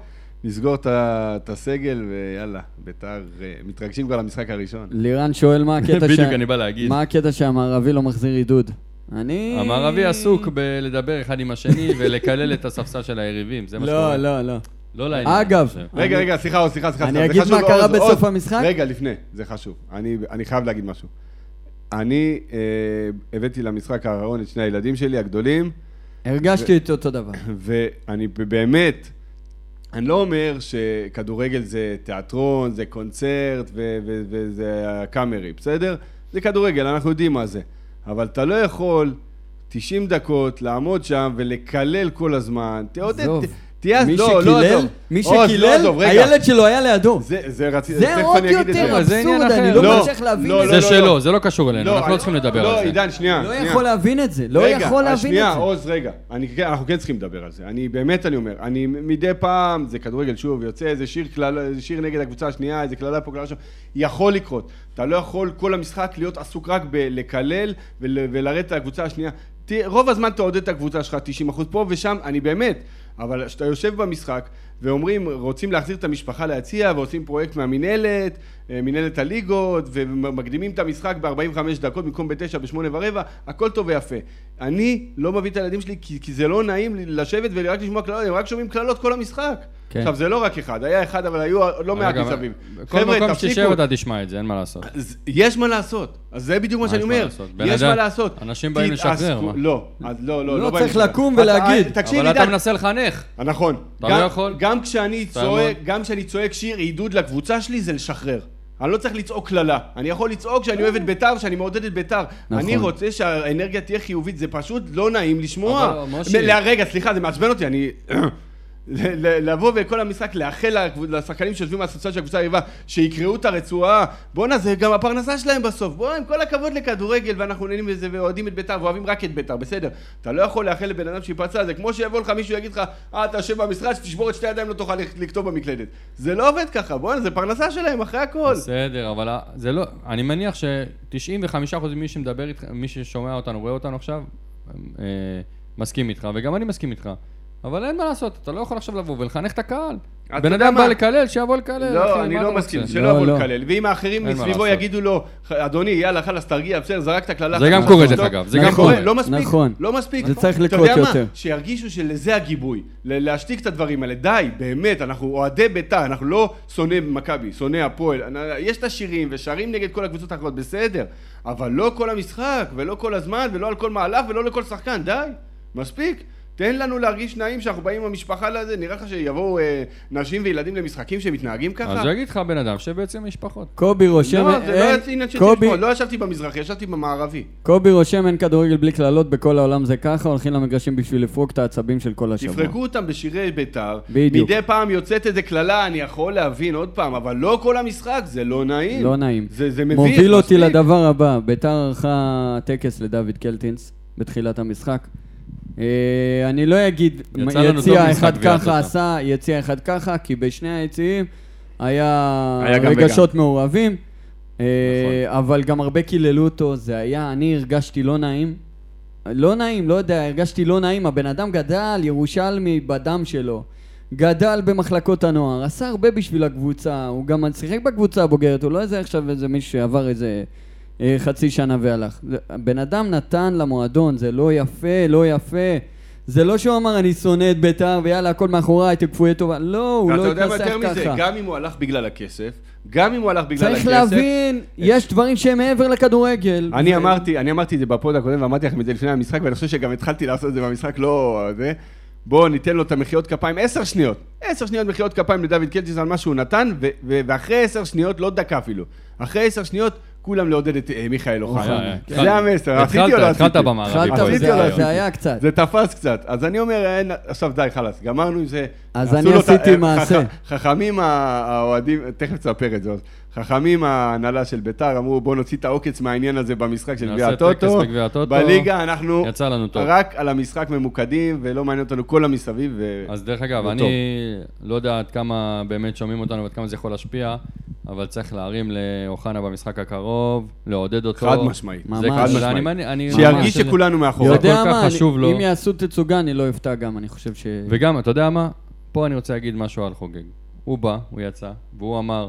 נסגור את ה- את הסגל ויאללה, ביתר, אה, מתרגשים כבר למשחק הראשון. לירן שואל <laughs> מה הקטע ש... בדיוק, אני בא להגיד. מה הקטע שהמערבי לא מחזיר עידוד? אני... המערבי עסוק בלדבר אחד <laughs> עם השני ולקלל את הספסל של היריבים, זה מה לא, שקורה. לא, לא. לא לעניין. אני אגב, חושב. רגע, אני- רגע, סליחה, עוז, סליחה, סליחה. אני סליחה, זה אגיד חשוב, מה קרה עוז, עוז. בסוף המשחק? רגע, לפני, זה חשוב. אני אני חייב להגיד משהו. אני אה, הבאתי למשחק האחרון את שני הילדים שלי הגדולים, הרגשתי את אותו דבר. ואני באמת, אני לא אומר שכדורגל זה תיאטרון, זה קונצרט ו- ו- וזה הקאמרי, בסדר? זה כדורגל, אנחנו יודעים מה זה. אבל אתה לא יכול 90 דקות לעמוד שם ולקלל כל הזמן. תעודד, עזוב. לא, ת- תהיה... מי לא, לא, שקילל, עזוב. מי עוז, לא, שקילל, עזוב, רגע. הילד שלו היה לידו. זה, זה רציתי, זה עוד יותר זה עניין אבסורד, אחר. אני לא לא, מצליח להבין לא, את לא, זה זה. שלו, זה לא קשור אלינו, אנחנו לא צריכים לדבר לא, על זה. עידן, שנייה. לא שנייה. יכול להבין את זה, לא רגע, אה, יכול להבין השנייה, את זה. עוז, רגע, אני, כן- אנחנו כן צריכים לדבר על זה. אני באמת, אני אומר, אני מדי פעם, זה כדורגל שוב, יוצא איזה שיר, כלל, איזה שיר נגד הקבוצה השנייה, איזה קללה פה, קללה שם, יכול לקרות. אתה לא יכול כל המשחק להיות עסוק רק בלקלל ול, ולרדת את הקבוצה השנייה. ת, רוב הזמן תעודד את הקבוצה שלך 90% פה ושם, אני באמת, אבל כשאתה יושב במשחק ואומרים, רוצים להחזיר את המשפחה ליציע ועושים פרויקט מהמינהלת, אה, מינהלת הליגות, ומקדימים את המשחק ב-45 דקות במקום ב-9, ב-8 ורבע, הכל טוב ויפה. אני לא מביא את הילדים שלי כי, כי זה לא נעים לי לשבת ורק לשמוע קללות, הם רק שומעים קללות כל המשחק. כן. עכשיו, זה לא רק אחד, היה אחד, אבל היו לא מעט אגב, אה, מסביב. כל מקום חבר'ה, שתשב תפסיקו. אתה תשמע את זה, אין מה לעשות. אז יש מה לעשות, אז זה בדיוק מה מה שאני יש מה אומר, לעשות? בן יש אדם- מה לעשות. אנשים באים תתעסקו- לשחרר, מה? לא, אז לא, לא, לא באים צריך לשחרר. לקום אתה- אה, ולהגיד. תקשיב, אבל אתה עידן, מנסה לחנך. נכון. אתה גם- לא יכול. גם כשאני אתה צועק, מאוד. גם כשאני צועק שיר עידוד לקבוצה שלי זה לשחרר. אני לא צריך לצעוק קללה. אני יכול לצעוק שאני אוהב את ביתר, שאני מעודד את ביתר. נכון. אני רוצה שהאנרגיה תהיה חיובית, זה פשוט לא נעים לשמוע. אבל, משה- ל- רגע, סליחה, זה מעצבן אותי, אני... <clears throat> ל- ל- לבוא וכל המשחק לאחל לקבוצ- לשחקנים שיושבים מהספסל של הקבוצה היריבה שיקרעו את הרצועה בואנה זה גם הפרנסה שלהם בסוף בוא עם כל הכבוד לכדורגל ואנחנו נהנים מזה ואוהדים את ביתר ואוהבים רק את ביתר בסדר אתה לא יכול לאחל לבן אדם שייפצע זה כמו שיבוא לך מישהו יגיד לך אה אתה יושב במשרד שתשבור את שתי הידיים לא תוכל לכ- לכתוב במקלדת זה לא עובד ככה בואנה זה פרנסה שלהם אחרי הכל בסדר, אבל ה- זה לא... אני מניח ש-95% ממי שמדבר איתך, מי ששומע אותנו, רואה אותנו עכשיו, אה, מסכים איתך, וגם אני מסכים איתך. אבל אין מה לעשות, אתה לא יכול עכשיו לבוא ולחנך את הקהל. אתה בן יודע אדם מה? בא לקלל, שיבוא לקלל. אחי, לא, מה אני אתה לא רוצה? מסכים, לא, שלא יבוא לא. לקלל. ואם האחרים אין מה מסביבו לעשות. יגידו לו, אדוני, יאללה, חלאס, תרגיע, בסדר, זרקת קללה. זה חלאס, גם קורה, טוב, דרך אגב, זה גם נכון, קורה. לא מספיק, נכון. לא מספיק. זה צריך אתה לקרות יודע מה? יותר. שירגישו שלזה הגיבוי, ל- להשתיק את הדברים האלה. די, באמת, אנחנו אוהדי בית"ר, אנחנו לא שונאי מכבי, שונאי הפועל. אנ- יש את השירים ושרים נגד כל הקבוצות האחרות, בסדר. אבל לא כל המשחק, ולא כל הזמן, ולא על כל מהלך, ולא לכל שחקן, די, מספיק. תן לנו להרגיש נעים שאנחנו באים עם המשפחה לזה, נראה לך שיבואו אה, נשים וילדים למשחקים שמתנהגים ככה? אז יגיד לך בן אדם שבעצם משפחות. קובי רושם... לא, זה אין- לא עניין של קובי- תשמעות, לא ישבתי במזרחי, ישבתי במערבי. קובי רושם אין כדורגל בלי קללות, בכל העולם זה ככה, הולכים למגרשים בשביל לפרוק את העצבים של כל השבוע. תפרקו אותם בשירי בית"ר, בדיוק. מדי פעם יוצאת איזה קללה, אני יכול להבין עוד פעם, אבל לא כל המשחק, זה לא נעים. לא נעים. זה, זה מביך, מוביל אותי מספיק. לדבר הבא, ביתר ערכה טקס לדוד קלטינס בתחילת המשחק. אה, אני לא אגיד יצא לנו טוב יציע משחק אחד גביע, ככה תודה. עשה, יציע אחד ככה, כי בשני היציעים היה היה גם רגשות מעורבים, אה, נכון. אבל גם הרבה קיללו אותו, זה היה, אני הרגשתי לא נעים. לא נעים, לא יודע, הרגשתי לא נעים, הבן אדם גדל, ירושלמי בדם שלו. גדל במחלקות הנוער, עשה הרבה בשביל הקבוצה, הוא גם שיחק בקבוצה הבוגרת, הוא לא איזה עכשיו איזה מישהו שעבר איזה אה, חצי שנה והלך. זה- הבן אדם נתן למועדון, זה לא יפה, לא יפה. זה לא שהוא אמר אני שונא את בית"ר ויאללה הכל מאחוריי, תקפויי טובה. לא, הוא ואתה לא יודע התנסח מה ככה. יותר מזה, גם אם הוא הלך בגלל הכסף, גם אם הוא הלך בגלל הכסף... צריך להבין, יש דברים שהם מעבר לכדורגל. אני ו- אמרתי, אני אמרתי את זה בפוד הקודם, ואמרתי לכם את זה לפני המשחק, ואני חושב שגם התחלתי לעשות את זה במשחק, לא... זה. בואו ניתן לו את המחיאות כפיים, עשר שניות. עשר שניות מחיאות כפיים לדוד קלטיס על מה שהוא נתן, ו- ו- ואחרי עשר שניות, לא דקה אפילו, אחרי עשר שניות, כולם לעודד את אה, מיכאל אוחנה. אוחנה, כן. זה המסר, התחלת, עשיתי או לא עשיתי? התחלת במערבי. התחלת, עשיתי זה או לא היה- עשיתי? זה היה קצת. זה תפס קצת. אז אני אומר, אין, עכשיו די, חלאס, גמרנו עם זה. אז עשו אני לו את ה- עשיתי אה, מעשה. חכ- חכמים ה- האוהדים, תכף תספר את זה, עוד. חכמים ההנהלה של ביתר אמרו, בואו נוציא את העוקץ מהעניין הזה במשחק של נעשה גביע טקס הטוטו. בגביע הטוטו. בליגה אנחנו יצא לנו טוב. רק על המשחק ממוקדים, ולא מעניין אותנו כל המסביב. ו... אז דרך אגב, זה אני טוב. לא יודע עד כמה באמת שומעים אותנו ועד כמה זה יכול להשפיע, אבל צריך להרים לאוחנה במשחק הקרוב, לעודד אותו. חד משמעית. זה ממש. קשה, חד אני משמעית. מני- אני- שירגיש ממש- שכולנו מאחוריו. זה יודע כל כך מה, אני- חשוב לו. אם יעשו תצוגה אני לא אפתע גם, אני חושב ש... וגם, אתה יודע מה? פה אני רוצה להגיד משהו על חוגג. הוא בא, הוא יצא, והוא אמר,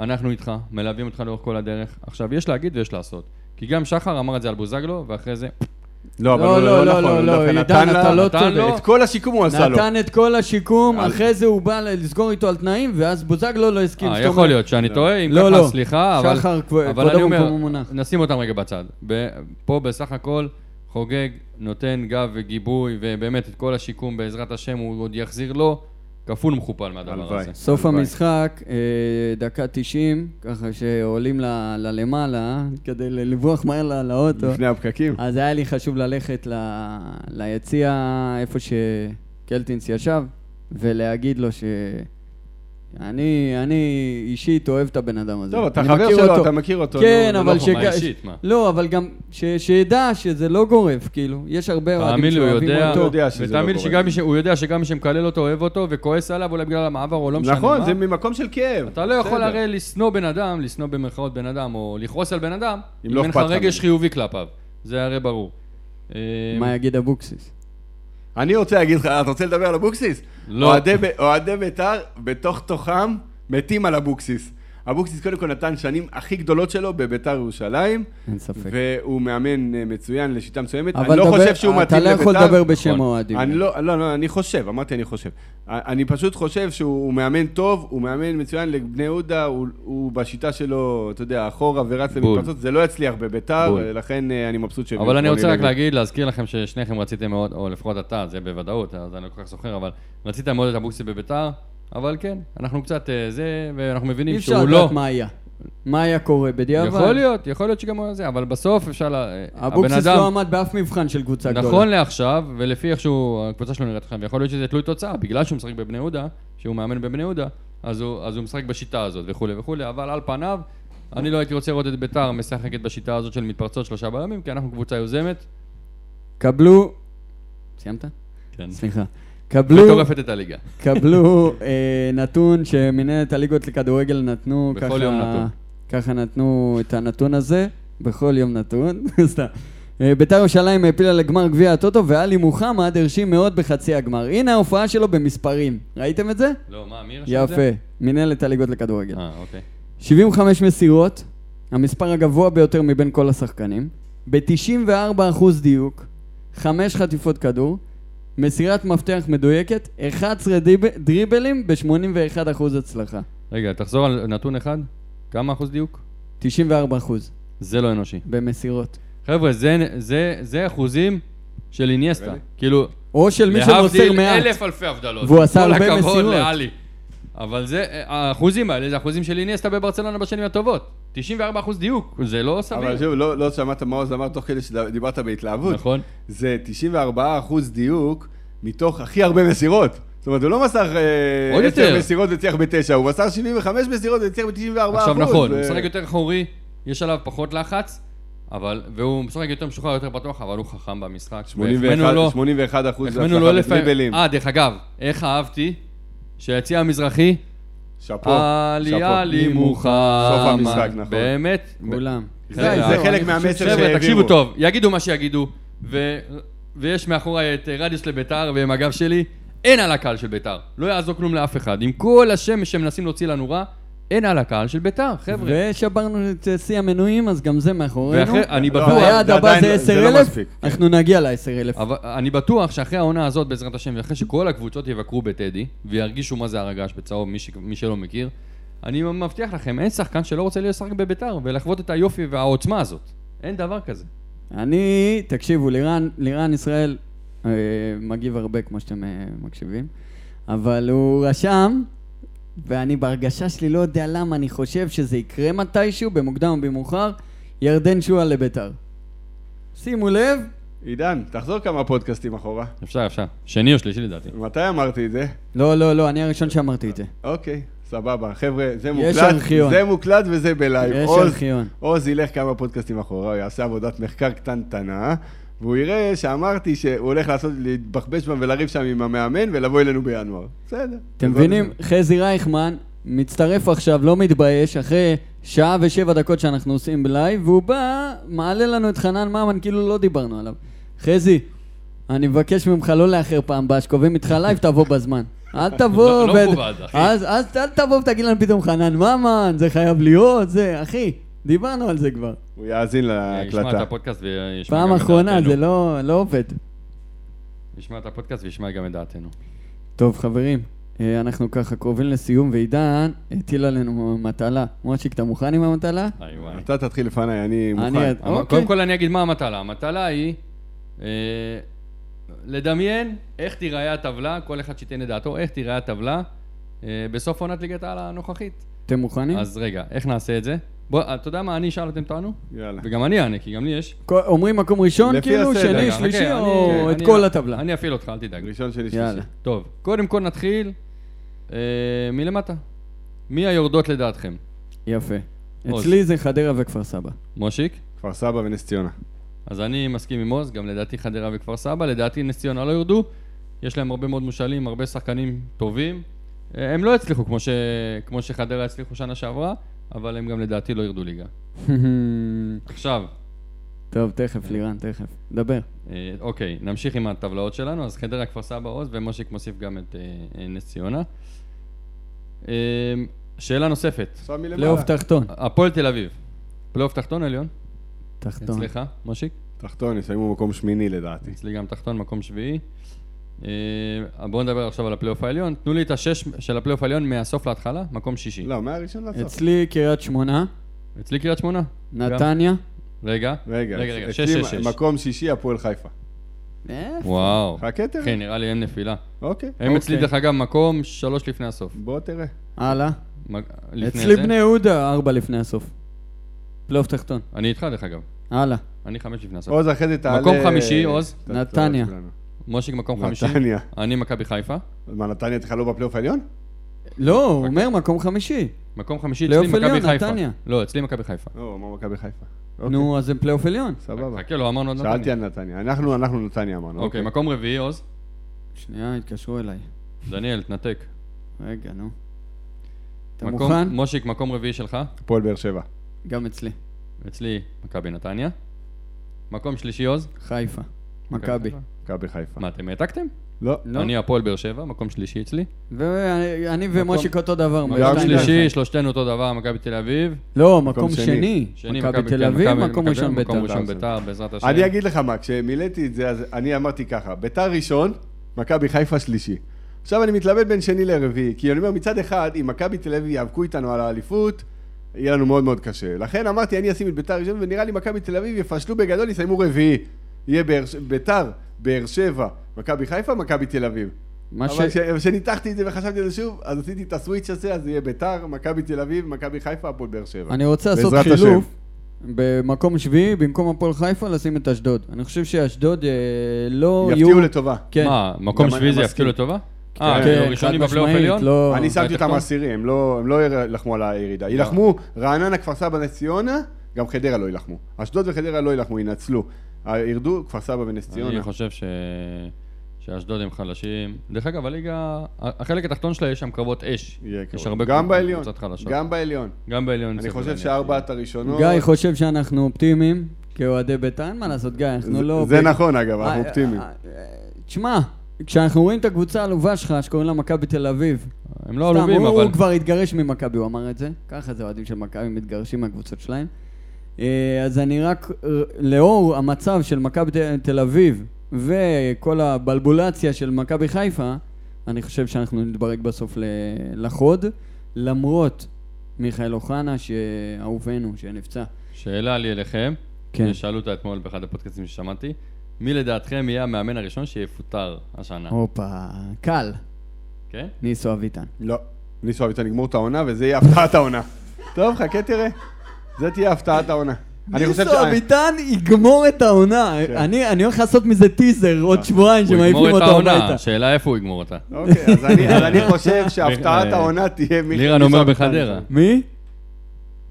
אנחנו איתך, מלווים אותך לאורך כל הדרך. עכשיו, יש להגיד ויש לעשות. כי גם שחר אמר את זה על בוזגלו, ואחרי זה... לא, אבל לא, הוא לא לא, לא, נכון, הוא לא, דווקא עידן, נתן אתה לה- לא נתן לו צודק. את כל השיקום הוא עשה לו. נתן את כל השיקום, על- אחרי זה הוא בא ל- לסגור איתו על תנאים, ואז בוזגלו לא הסכים. אה, זאת יכול אומרת, להיות שאני טועה, אם לא, ככה לא. סליחה, אבל... שחר, כב- אבל כבודו אני אומר, במקומו מונח. נשים אותם רגע בצד. ב- פה בסך הכל חוגג, נותן גב וגיבוי, ובאמת את כל השיקום בעזרת השם הוא עוד יחזיר לו, כפול מכופל מהדבר הלוואי. הזה. סוף הלוואי. המשחק, אה, דקה 90, ככה שעולים ל- ללמעלה, כדי ל- לברוח מהר ל- לאוטו. לפני הפקקים. אז היה לי חשוב ללכת ל- ליציע איפה שקלטינס ישב, ולהגיד לו ש... אני, אני אישית אוהב את הבן אדם הזה. טוב, אתה אני חבר מכיר שלו, אתה מכיר אותו, כן, נו, זה אבל לא ש... חומה אישית, מה? לא, אבל גם ש... שידע שזה לא גורף, כאילו. יש הרבה אוהדים תאמין לי, הוא שאוהבים יודע, אותו. יודע שזה לא ותאמין לי קורה. שגם מי ש- הוא יודע שגם מי שמקלל אותו אוהב אותו וכועס עליו, אולי בגלל המעבר או לא משנה נכון, מה. זה ממקום של כאב. אתה לא יכול בסדר. הרי לשנוא בן אדם, לשנוא במרכאות בן אדם, או לכעוס על בן אדם, אם אם לא אין לך אכפת לך רגש ממנו. חיובי כלפיו. זה הרי ברור. אה, מה יגיד אבוקסיס? אני רוצה להגיד לך, אתה רוצה לדבר על אבוקסיס? לא. אוהדי ב- אוהדי בית"ר, בתוך תוכם, מתים על אבוקסיס. אבוקסיס קודם כל נתן שנים הכי גדולות שלו בביתר ירושלים, אין ספק. והוא מאמן אה, מצוין לשיטה מסוימת. אבל אני לא דבר- חושב שהוא מתאים לביתר. אתה לא יכול לדבר בשם נכון. האוהדים. אני לא, לא, לא, אני חושב, אמרתי אני חושב. אני פשוט חושב שהוא הוא מאמן טוב, הוא מאמן מצוין לבני יהודה, הוא, הוא בשיטה שלו, אתה יודע, אחורה ורץ בול. למתפרצות, זה לא יצליח בביתר, בול. לכן אה, אני מבסוט שהם... אבל אני רוצה רק להגיד, להזכיר לכם ששניכם רציתם מאוד, או לפחות אתה, זה בוודאות, אז אני לא כל כך זוכר, אבל רצית מאוד את אבוקסיס בביתר, אבל כן, אנחנו קצת אה, זה, ואנחנו אי מבינים אפשר שהוא לא... לדעת מה היה. מה היה קורה בדיעבד. יכול להיות, יכול להיות שגם הוא היה זה, אבל בסוף אפשר... לה- אה, הבן אבוקסיס אדם, לא עמד באף מבחן של קבוצה גדולה. נכון לעכשיו, ולפי איכשהו הקבוצה שלו נראית עכשיו, יכול להיות שזה תלוי תוצאה, בגלל שהוא משחק בבני יהודה, שהוא מאמן בבני יהודה, אז הוא, אז הוא משחק בשיטה הזאת וכולי וכולי, אבל על פניו, אני לא הייתי רוצה לראות את ביתר משחקת בשיטה הזאת של מתפרצות שלושה בלמים, כי אנחנו קבוצה יוזמת. קבלו... סיימת? כן. סליחה. קבלו, מטורפת את הליגה. קבלו אה, נתון שמנהלת הליגות לכדורגל נתנו בכל ככה... יום נתון. ככה נתנו את הנתון הזה, בכל יום נתון, <laughs> סתם. אה, ביתר ירושלים העפילה לגמר גביע הטוטו, ואלי מוחמד הרשים מאוד בחצי הגמר. הנה ההופעה שלו במספרים. ראיתם את זה? לא, מה, מי רשם את זה? יפה. מנהלת הליגות לכדורגל. אה, אוקיי. 75 מסירות, המספר הגבוה ביותר מבין כל השחקנים, ב-94% דיוק, 5 חטיפות כדור, מסירת מפתח מדויקת, 11 דריב- דריבלים ב-81% הצלחה. רגע, תחזור על נתון אחד. כמה אחוז דיוק? 94% זה לא אנושי. במסירות. חבר'ה, זה, זה, זה אחוזים של איניאסטה. Really? כאילו, או של מי שמוסר להבדיל מעט. אלף אלפי הבדלות. והוא עשה הרבה כל הכבוד מסירות. לאלי. אבל זה, האחוזים האלה זה אחוזים של איניאסטה בברצלונה בשנים הטובות. 94 אחוז דיוק, זה לא אבל סביר. שוב, לא, לא שמעת מה עוז אמר תוך כדי שדיברת בהתלהבות. נכון? זה 94 אחוז דיוק מתוך הכי הרבה מסירות. זאת אומרת, הוא לא מסר אה, עוד עשר יותר. מסירות והצליח בתשע, הוא מסר 75 מסירות והצליח ב-94 אחוז. עכשיו נכון, הוא זה- משחק יותר אחורי, יש עליו פחות לחץ, אבל, והוא משחק יותר משוחרר, יותר פתוח, אבל הוא חכם במשחק. 81 והחמאנו לו- 81 אחוז החמאנו לו הצלחה לפעמים- בדריבלים. אה, דרך אגב, איך אהבתי שהיציע המזרחי, שאפו. עלי שאפו. עלי מוחמד. סוף המשחק, נכון. באמת. כולם. זה חבר'ה, זה חלק מהמסר שהעבירו. חבר'ה, תקשיבו טוב, יגידו מה שיגידו, ו... ויש מאחורי את אה, רדיוס לביתר ועם הגב שלי, אין על הקהל של ביתר. לא יעזור כלום לאף אחד. עם כל השמש שמנסים להוציא לנו רע, אין על הקהל של ביתר, חבר'ה. ושברנו את שיא המנויים, אז גם זה מאחורינו. ואחרי, אני לא, בטוח, היה- והיעד זה הבא עדיין זה לא- זה לא 10,000, מספיק, כן. אנחנו נגיע ל-10,000. אבל אני בטוח שאחרי העונה הזאת, בעזרת השם, ואחרי שכל הקבוצות יבקרו בטדי, וירגישו מה זה הרגש בצהוב, מי, ש... מי שלא מכיר, אני מבטיח לכם, אין שחקן שלא רוצה להיות שחק בביתר ולחוות את היופי והעוצמה הזאת. אין דבר כזה. אני, תקשיבו, לירן, לירן ישראל אה, מגיב הרבה כמו שאתם אה, מקשיבים, אבל הוא רשם, ואני בהרגשה שלי לא יודע למה, אני חושב שזה יקרה מתישהו, במוקדם או במאוחר, ירדן שועה לביתר. שימו לב, עידן, תחזור כמה פודקאסטים אחורה. אפשר, אפשר. שני או שלישי לדעתי. מתי אמרתי את זה? לא, לא, לא, אני הראשון שאמרתי את זה. אוקיי, סבבה. חבר'ה, זה יש מוקלט, ארכיון. זה מוקלט וזה בלייב. יש עוז- ארכיון. עוז ילך כמה פודקאסטים אחורה, הוא יעשה עבודת מחקר קטנטנה, והוא יראה שאמרתי שהוא הולך לעשות, להתבחבש שם ולריב שם עם המאמן ולבוא אלינו בינואר. בסדר. אתם מבינים? חזי רייכמן מצטרף עכשיו, לא מתבייש, אחרי שעה ושבע דקות שאנחנו עושים בלייב, והוא בא, מעלה לנו את חנן ממן, כאילו לא דיברנו עליו. חזי, אני מבקש ממך לא לאחר פעם הבאה, שקובעים איתך לייב, תבוא בזמן. אל תבוא... <laughs> לא- לא ו- מכובד, אחי. אז, אז אל תבוא ותגיד לנו פתאום חנן ממן, זה חייב להיות, זה, אחי, דיברנו על זה כבר. הוא יאזין אה, ישמע את להקלטה. הפודקאסט וישמע פעם גם את אחרונה, דעתנו. זה לא, לא עובד. ישמע את הפודקאסט וישמע גם את דעתנו. טוב, חברים, אה, אנחנו ככה קרובים לסיום, ועידן הטיל עלינו מטלה. מושיק, אתה מוכן עם המטלה? היי וואי. אתה תתחיל לפניי, אני מוכן. אני- אבל אוקיי. קודם כל אני אגיד מה המטלה. המטלה היא אה, לדמיין איך תיראה הטבלה, כל אחד שייתן את דעתו, איך תיראה הטבלה אה, בסוף עונת ליגת העל הנוכחית. אתם מוכנים? אז רגע, איך נעשה את זה? בוא, אה, אתה יודע מה, אני אשאל אתם תענו? יאללה. וגם אני אענה, כי גם לי יש. כל- אומרים מקום ראשון, לפי כאילו, הסדר. שני, רגע, שלישי, חכה, או אוקיי, אני- את אני- כל הטבלה? אני אפעיל אותך, אל תדאג. ראשון שני יאללה. שלישי. טוב, קודם כל נתחיל אה, מלמטה. מי היורדות לדעתכם? יפה. עוז. אצלי זה חדרה וכפר סבא. <laughs> מושיק? כפר סבא ונס ציונה. אז אני מסכים עם עוז, גם לדעתי חדרה וכפר סבא, לדעתי נס ציונה לא ירדו, יש להם הרבה מאוד מושאלים, הרבה שחקנים טובים. אה, הם לא הצליחו כמו, ש... כמו שחדרה הצליחו שנה שעברה, אבל הם גם לדעתי לא ירדו ליגה. עכשיו, טוב, תכף, לירן, תכף. דבר. אה, אוקיי, נמשיך עם הטבלאות שלנו, אז חדרה, כפר סבא, עוז, ומושיק מוסיף גם את אה, אה, נס ציונה. אה, שאלה נוספת, עכשיו מלמעלה. פלייאוף תחתון. הפועל תל אביב, פלייאוף תחתון עליון? תחתון. אה, אצלך, מושיק? תחתון, יסיימו מקום שמיני לדעתי. אצלי גם תחתון, מקום שביעי. אה, בואו נדבר עכשיו על הפלייאוף העליון. תנו לי את השש של הפלייאוף העליון מהסוף להתחלה, מקום שישי. לא, מהראשון לסוף. אצלי קריית שמונה, אצלי קריית שמונה. גם. נתניה. רגע. רגע, רגע, רגע, שש, אצלי שש, כן. שש. מקום שישי, הפועל חיפה. איפה? וואו. חכה תראה. אחי, נראה לי הם נפילה. אוקיי. כן. הם אצלי, אוקיי. דרך אגב, מקום שלוש לפני הסוף. בוא תראה. הלאה. מג- לפני אצלי זה- בני יהודה, ארבע לפני הסוף. פלייאוף תחתון. אני איתך, דרך אגב. הלאה. אני חמש לפני הסוף. עוז אחרי זה תעלה... מקום חמישי, עוז. את התוצאות נתניה. שלנו. מושיק לא, מקום חמישי. נתניה. אני מכבי חיפה. מה, נתניה אצלך לא בפלייאוף העליון? לא, הוא אוקיי. אומר מקום חמישי. מקום חמישי אצלי פלייאוף מכבי עליון, חיפה. נתניה. לא, אצלי מכבי חיפה. לא, הוא אמר מכבי חיפה. אוקיי, נו, אז הם פלייאוף עליון. סבבה. חכה, לא אמרנו עוד שאלתי נתניה. על נתניה. אנחנו, אנחנו נתניה אמרנו. אוקיי, מקום רביעי, עוז. שנייה, התקשרו אליי. דניאל, תנתק. רגע, נו. אתה מקום- מוכן? מושיק, מקום רביעי שלך. הפועל באר שבע. גם אצלי. אצלי, מכבי נתניה. מקום שלישי, עוז. חיפה. אוקיי. מכבי. חיפה. מכבי חיפה. מה, אתם העתקתם? לא. לא? אני הפועל באר שבע, מקום שלישי אצלי. ואני אני ומושיק אותו דבר. מקום מכבי. שלישי, שלושתנו אותו דבר, מכבי תל אביב. לא, מקום מקום שני. שני, מכבי תל כן, אביב, מכבי- מקום מכבי- ראשון מקום בית"ר. ראשון בית"ר, בעזרת השם. אני אגיד לך מה, כשמילאתי את זה, אז אני אמרתי ככה, ביתר ראשון, מכבי חיפה שלישי. עכשיו אני מתלבט בין שני לרביעי, כי אני אומר, מצד אחד, אם מכבי תל אביב יאבקו איתנו על האליפות, יהיה לנו מאוד מאוד קשה. לכן אמרתי, אני אשים את ביתר ראשון, ונראה לי מכבי תל אביב יפשלו בגדול, יסיימו רביעי. יהיה באר ש- ביתר, באר שבע, מכבי חיפה, מכבי תל אביב. מה ש... אבל כשניתחתי את זה וחשבתי על זה שוב, אז עשיתי את הסוויץ' הזה, אז יהיה ביתר, מכבי תל אביב, מכבי חיפה, הפועל באר שבע. אני רוצה לעשות בעזרת חילוף. השם. במקום שביעי, במקום הפועל חיפה, לשים את אשדוד. אני חושב שאשדוד אה, לא יהיו... יפתיעו לטובה. כן. מה, מקום גם שביעי אני זה מסכים. יפקיעו לטובה? כן, אה, כאילו חד ראשוני בפלייאוף משמעית, עליון? לא... אני שמתי אותם תחתום. עשירי, הם לא הם לא יילחמו על הירידה. יילחמו רעננה, כפר סבא, נס ציונה, גם חדרה לא יילחמו. אשדוד וחדרה לא יילחמו, ינצלו. ה- ירדו כפר סבא ונס ציונה. אני חושב ש... שאשדוד הם חלשים. דרך אגב, הליגה, החלק התחתון שלה יש שם קרבות אש. יהיה יש קרוב. הרבה גם בעליון, קבוצות חלשות. גם בעליון. גם בעליון. אני סביר חושב להניח. שארבעת הראשונות... גיא חושב שאנחנו אופטימיים כאוהדי בית"ר, אין מה לעשות, גיא, אנחנו זה- לא... זה ב- נכון, אגב, אנחנו אה, אופטימיים. אה, אה, תשמע, כשאנחנו רואים את הקבוצה העלובה שלך, שקוראים לה מכבי תל אביב, הם לא סתם, עלובים, הוא, אבל... הוא כבר התגרש ממכבי, הוא אמר את זה. ככה זה אוהדים של מכבי מתגרשים מהקבוצות שלהם. אה, אז אני רק, אה, לאור המצב של מכבי תל- תל אביב וכל הבלבולציה של מכבי חיפה, אני חושב שאנחנו נתברג בסוף ל- לחוד, למרות מיכאל אוחנה, שאהובנו, שנפצע. שאלה לי אליכם. כן. שאלו אותה אתמול באחד הפודקאסטים ששמעתי. מי לדעתכם יהיה המאמן הראשון שיפוטר השנה? הופה, קל, כן? ניסו אביטן. לא. ניסו אביטן יגמור את העונה, וזה יהיה הפתעת העונה. טוב, חכה תראה. זה תהיה הפתעת העונה. אני חושב ניסו ש... אביטן יגמור את העונה. כן. אני אני הולך לעשות מזה טיזר עוד שבועיים הוא שמעיפים יגמור את אותו העונה, הביתה. שאלה איפה הוא יגמור אותה. אוקיי, אז אני- אז אני חושב שהפתעת אה, העונה תהיה... מיכאל לירן ניסו אומר אביטן. בחדרה. מי?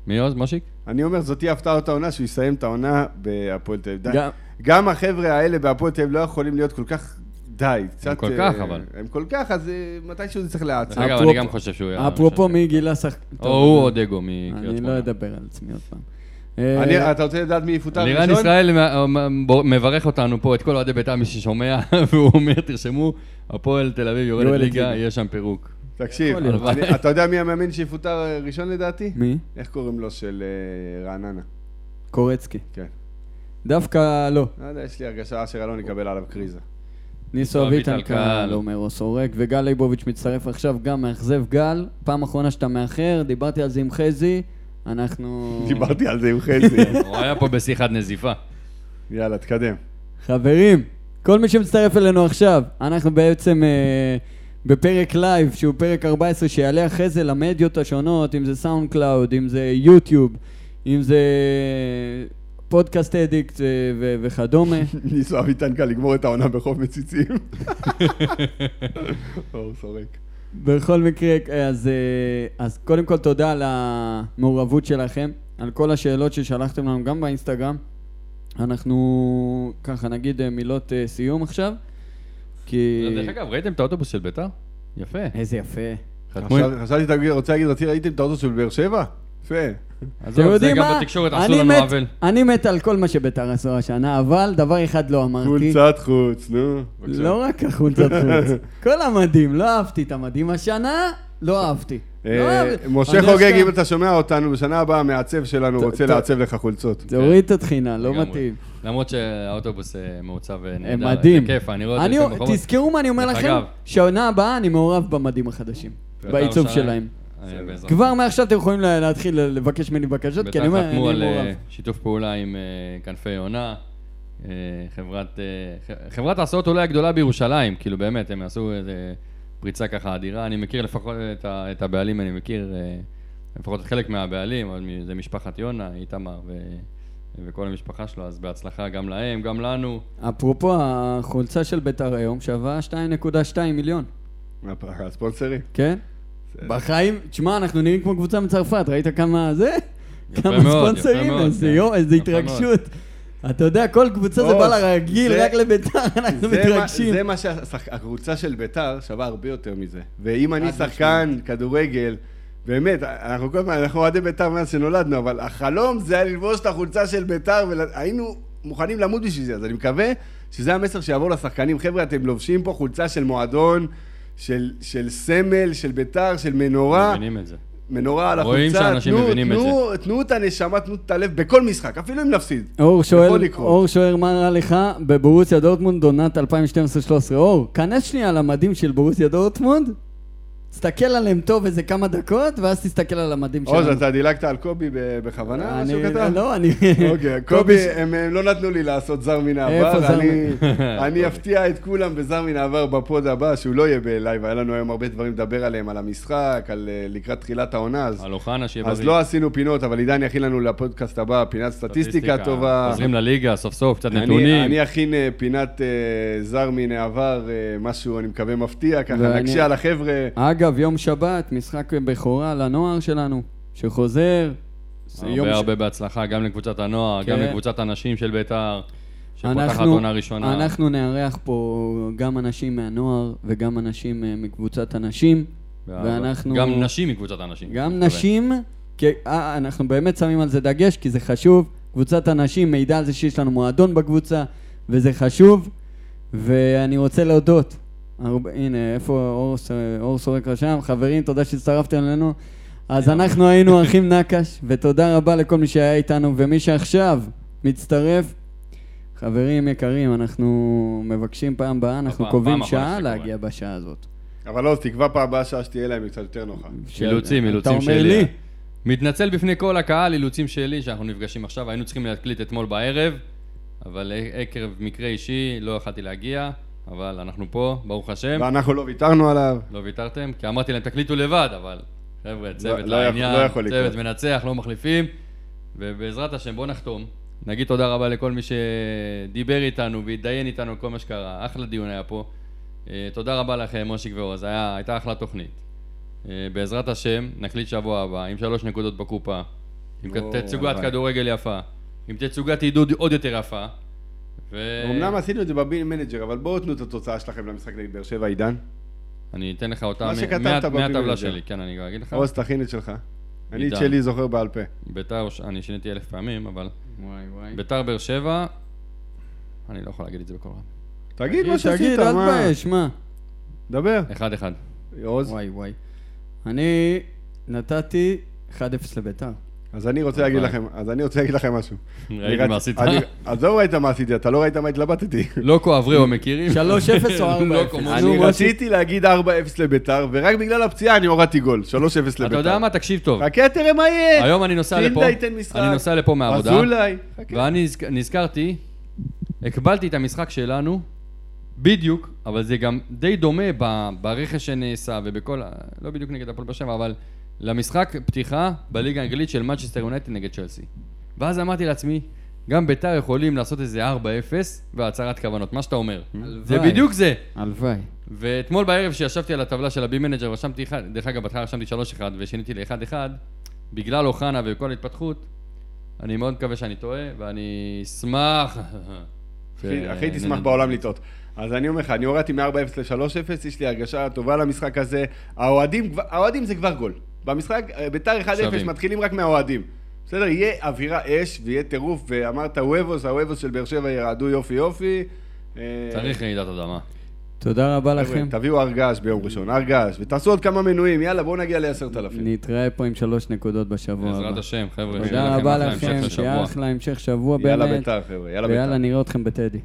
מי עוז? מושיק? אני אומר, זאת תהיה הפתעת העונה שהוא יסיים את העונה בהפועל תל אביב. די. גם- גם החבר'ה האלה בהפועל תל אביב לא יכולים להיות כל כך... די, קצת... כל כך, אה, אבל. הם כל כך, אז אה, מתישהו זה צריך דרך להעצר. אגב, אפרופו- אני גם חושב שהוא יהיה... אפרופו הראשון. מי גילה שחק... לא, או הוא או אני- דגו מקריית אני שמונה. לא אדבר על עצמי עוד פעם. אני- אה, אתה רוצה לדעת מי יפוטר ראשון? לירן ישראל מ- מ- מברך אותנו פה, את כל אוהדי בית"ר, מי ששומע, <laughs> והוא אומר, תרשמו, הפועל תל אביב יורדת יורדת ליגה, ליגה." יש שם פירוק. תקשיב, יכול להיות. אני- אתה יודע מי המאמן שיפוטר אה, ראשון לדעתי? מי? איך קוראים לו? של אה, רעננה. קורצקי. כן. דווקא לא. לא יודע, יש לי הרגשה אשר אלון יקבל עליו קריזה. ניסו לא, אביטל אביטל קהל, קהל. אומר אוס עורק, וגל ליבוביץ' מצטרף עכשיו, גם מאכזב גל. פעם אחרונה שאתה מאחר, דיברתי על זה עם חזי, אנחנו... דיברתי על זה עם <laughs> חזי. הוא היה פה בשיחת נזיפה. אה. יאללה, תקדם. חברים, כל מי שמצטרף אלינו עכשיו, אנחנו בעצם אה, בפרק לייב, שהוא פרק 14, שיעלה אחרי זה למדיות השונות, אם זה סאונד קלאוד, אם זה יוטיוב, אם זה פודקאסט אדיקט אה, ו- וכדומה. ניסו אביטן קל לגמור את העונה בחוף מציצים. <laughs> אור סורק. בכל מקרה, אז, אה, אז קודם כל תודה על המעורבות שלכם, על כל השאלות ששלחתם לנו גם באינסטגרם. אנחנו ככה נגיד אה, מילות אה, סיום עכשיו, כי... לא, דרך אגב, ראיתם את האוטובוס של בית"ר? יפה. איזה יפה. חתמו. עכשיו- חשבתי, אתה רוצה להגיד, רציתי, ראיתם את האוטו של באר שבע? יפה. אתם עזוב, זה יודעים גם מה? בתקשורת אני עשו לנו מת- עוול. אני מת על כל מה שביתר עשו השנה, אבל דבר אחד לא אמרתי. חולצת חוץ, נו. בבקשה. <laughs> לא רק החולצת חוץ. כל המדים, לא אהבתי את המדים השנה, לא אהבתי. אה, אבל- משה אני חוגג, סתם- אם אתה שומע אותנו, בשנה הבאה המעצב שלנו ת- רוצה ת- לעצב לך חולצות. תוריד את התחינה, לא לגמרי. מתאים. למרות שהאוטובוס אה, מעוצב אה, הם נהדר. מדהים. זה כיף, אני רואה את אני- זה אצלי בחומות. תזכרו מה אני אומר דרך לכם, אגב. שהעונה הבאה אני מעורב במדים החדשים, בעיצוב בית"ר שלהם. ירושלים, אה, בעזרת כבר מעכשיו אתם יכולים לה- להתחיל לבקש ממני בקשות, כי אני בטח אומר, אני חתמו על אה, מעורב. שיתוף פעולה עם אה, כנפי יונה, אה, חברת, אה, ח- חברת ההסעות אולי הגדולה בירושלים, כאילו באמת, הם עשו איזה פריצה ככה אדירה, אני מכיר לפחות את, ה, את הבעלים, אני מכיר אה, לפחות חלק מהבעלים, אבל מ- זה משפחת יונה, איתמר ו, וכל המשפחה שלו, אז בהצלחה גם להם, גם לנו. אפרופו, החולצה של ביתר היום שווה 2.2 מיליון, הפ- הספונסרים. כן? בחיים, תשמע, אנחנו נראים כמו קבוצה מצרפת, ראית כמה זה? יפה כמה מאוד, יפה ספונסרים, מאוד, איזה כן. יום, איזה יפה מאוד. התרגשות. אתה יודע, כל קבוצה זה או, בא לה רגיל, זה- רק לביתר <laughs> אנחנו זה מה- מתרגשים. זה מה שהקבוצה של ביתר שווה הרבה יותר מזה. ואם אני שחקן כדורגל, באמת, אנחנו כל הזמן, אנחנו אוהדי ביתר מאז שנולדנו, אבל החלום זה היה ללבוש את החולצה של ביתר, והיינו מוכנים למות בשביל זה, אז אני מקווה שזה המסר שיעבור לשחקנים. חבר'ה, אתם לובשים פה חולצה של מועדון, של, של סמל, של ביתר, של מנורה. מבינים את זה. מנורה על החולצה, רואים שאנשים תנו- מבינים את תנו, תנו את הנשמה, תנו את הלב בכל משחק, אפילו אם נפסיד. אור יכול שואל, לקרות. אור שואל מה רע לך בבורוסיה דורטמונד עונת 2012-2013. אור, כנס שנייה למדים של בורוסיה דורטמונד, תסתכל עליהם טוב איזה כמה דקות, ואז תסתכל על המדים שלנו. עוז, אתה דילגת על קובי ב- בכוונה? מה שהוא אני- כתב? לא, אני... <laughs> אוקיי, קובי, הם הם לא נתנו לי לעשות זר מן איפה זר העבר, אני- קובי. <laughs> אני אפתיע את כולם בזר מן העבר בפוד הבא, שהוא לא יהיה בלייב, היה לנו היום הרבה דברים לדבר עליהם, על המשחק, על אה, לקראת תחילת העונה, אז- על אוחנה, שיהיה בריא. אז לא עשינו פינות, אבל עידן יכין לנו לפודקאסט הבא פינת סטטיסטיקה טובה. חוזרים לליגה, סוף סוף, קצת אני- נתונים. אני אכין אה, פינת אה, זר מן העבר, אה, משהו, אני מקווה, מפתיע, ככה ואני- נקשה על החבר'ה. אגב, יום שבת, משחק בכורה לנוער שלנו, שחוזר. זה יום ש- הרבה הרבה בהצלחה, גם לקבוצת הנוער, כן. גם לקבוצת הנשים של בית"ר, שפותחת אנחנו- עונה ראשונה. אנחנו נארח פה גם אנשים מהנוער וגם אנשים אה, מקבוצת הנשים, ואנחנו... גם נשים מקבוצת הנשים. אני גם מתכוון. נשים, כי אה, אנחנו באמת שמים על זה דגש, כי זה חשוב. קבוצת הנשים מעידה על זה שיש לנו מועדון בקבוצה, וזה חשוב. ואני רוצה להודות. הרבה, הנה, איפה אור, ס- אור סורק רשם? חברים, תודה שהצטרפתם אלינו. אז אנחנו היינו אחים נקש, ותודה רבה לכל מי שהיה איתנו, ומי שעכשיו מצטרף. חברים יקרים, אנחנו מבקשים פעם הבאה, אנחנו הפעם- פעם קובעים אחרונה שעה שזה קורה. להגיע בשעה הזאת. אבל עוז, תקבע פעם הבאה שעה שתהיה להם היא קצת יותר נוחה. אילוצים, אילוצים כן. אתה אומר לי? שלי. מתנצל בפני כל הקהל, אילוצים שלי, שאנחנו נפגשים עכשיו, היינו צריכים להקליט אתמול בערב, אבל עקב מקרה אישי לא יכלתי להגיע, אבל אנחנו פה, ברוך השם. ואנחנו לא ויתרנו עליו. לא ויתרתם, כי אמרתי להם, תקליטו לבד, אבל חבר'ה, צוות לא יכול- לא לעניין, יכול צוות לקרות. מנצח, לא מחליפים, ובעזרת השם, בואו נחתום. נגיד תודה רבה לכל מי שדיבר איתנו והתדיין איתנו על כל מה שקרה, אחלה דיון היה פה. אה, תודה רבה לכם, מושיק ואורז, היה- הייתה אחלה תוכנית. אה, בעזרת השם, נקליט שבוע הבא, עם שלוש נקודות בקופה, עם או, תצוגת הלוואי. כדורגל יפה, עם תצוגת עידוד עוד יותר יפה. ו- אמנם עשינו את זה בבין מנג'ר, אבל בואו תנו את התוצאה שלכם למשחק נגד באר שבע, עידן. אני אתן לך אותה מה מה- שכתבת מה- בביבי מהטבלה מנג'ר. שלי, כן, אני גם אגיד לך. עוז, תכין את שלך. אני את עידן. שלי זוכר בעל פה. ביתר, אני שיניתי אלף פעמים, אבל וואי וואי. ביתר באר שבע, אני לא יכול להגיד את זה בקול רם. תגיד מה שעשית, תגיד, אל מה? תבייש, מה? דבר. אחד אחד. עוז, וואי וואי. אני נתתי 1-0 לביתר. אז אני רוצה להגיד אה, וואי. לכם, אז אני רוצה להגיד לכם משהו. אני ראיתי רצ- מה עשית. אני- אז לא ראית מה עשיתי, אתה לא ראית מה <laughs> התלבטתי. לוקו אבריאו מכירים? לא 3-0 או 4-0? לוקו, מוז- אני נו, מוסי. רציתי להגיד 4-0 לביתר, ורק בגלל הפציעה אני הורדתי גול, 3-0 לביתר. אתה יודע מה? תקשיב טוב. חכה, תראה מה יהיה. היום אני נוסע לפה, צינדה ייתן משחק. אני נוסע לפה מהעבודה, אזולאי. חכה. ואני נזכ- נזכרתי, הקבלתי את המשחק שלנו, בדיוק, אבל זה גם די דומה ב- ברכש שנעשה ובכל, ה- לא בדיוק נגד הפועל באר שבע, אבל למשחק פתיחה בליגה האנגלית של מנצ'סטר יונייטד נגד צ'לסי. ואז אמרתי לעצמי, גם ביתר יכולים לעשות איזה 4-0 והצהרת כוונות, מה שאתה אומר. זה הלוואי. בדיוק זה. הלוואי. ואתמול בערב שישבתי על הטבלה של הבי מנג'ר, רשמתי אחד, דרך אגב, בהתחלה רשמתי 3-1 ושיניתי ל-1-1, בגלל אוחנה וכל ההתפתחות, אני מאוד מקווה שאני טועה, ואני <laughs> אשמח... אה, הכי- כן, ש- הכי לא- תשמח בעולם לטעות. אז אני אומר לך, אני הורדתי מ-4-0 ל-3-0, יש לי הרגשה טובה למשחק הזה. האוהדים, כבר- האוהדים זה כבר גול. במשחק, אה, ביתר 1-0 שווים. מתחילים רק מהאוהדים. בסדר, יהיה אווירה אש ויהיה טירוף, ואמרת הוובוס, הוובוס של באר שבע ירעדו יופי יופי. אה, צריך רעידת אדמה. תודה רבה לכם. חבר'ה, תביאו הר געש ביום ראשון, הר געש, ותעשו עוד כמה מנויים, יאללה, בואו נגיע ל-10,000. נתראה פה עם שלוש נקודות בשבוע הבא. בעזרת השם, חבר'ה. שיהיה תודה רבה אחלה המשך לכם, של שיהיה שבוע. אחלה המשך שבוע לא באמת. יאללה בית"ר, חבר'ה, יאללה ויאללה, בית"ר. נראה אתכם בטדי.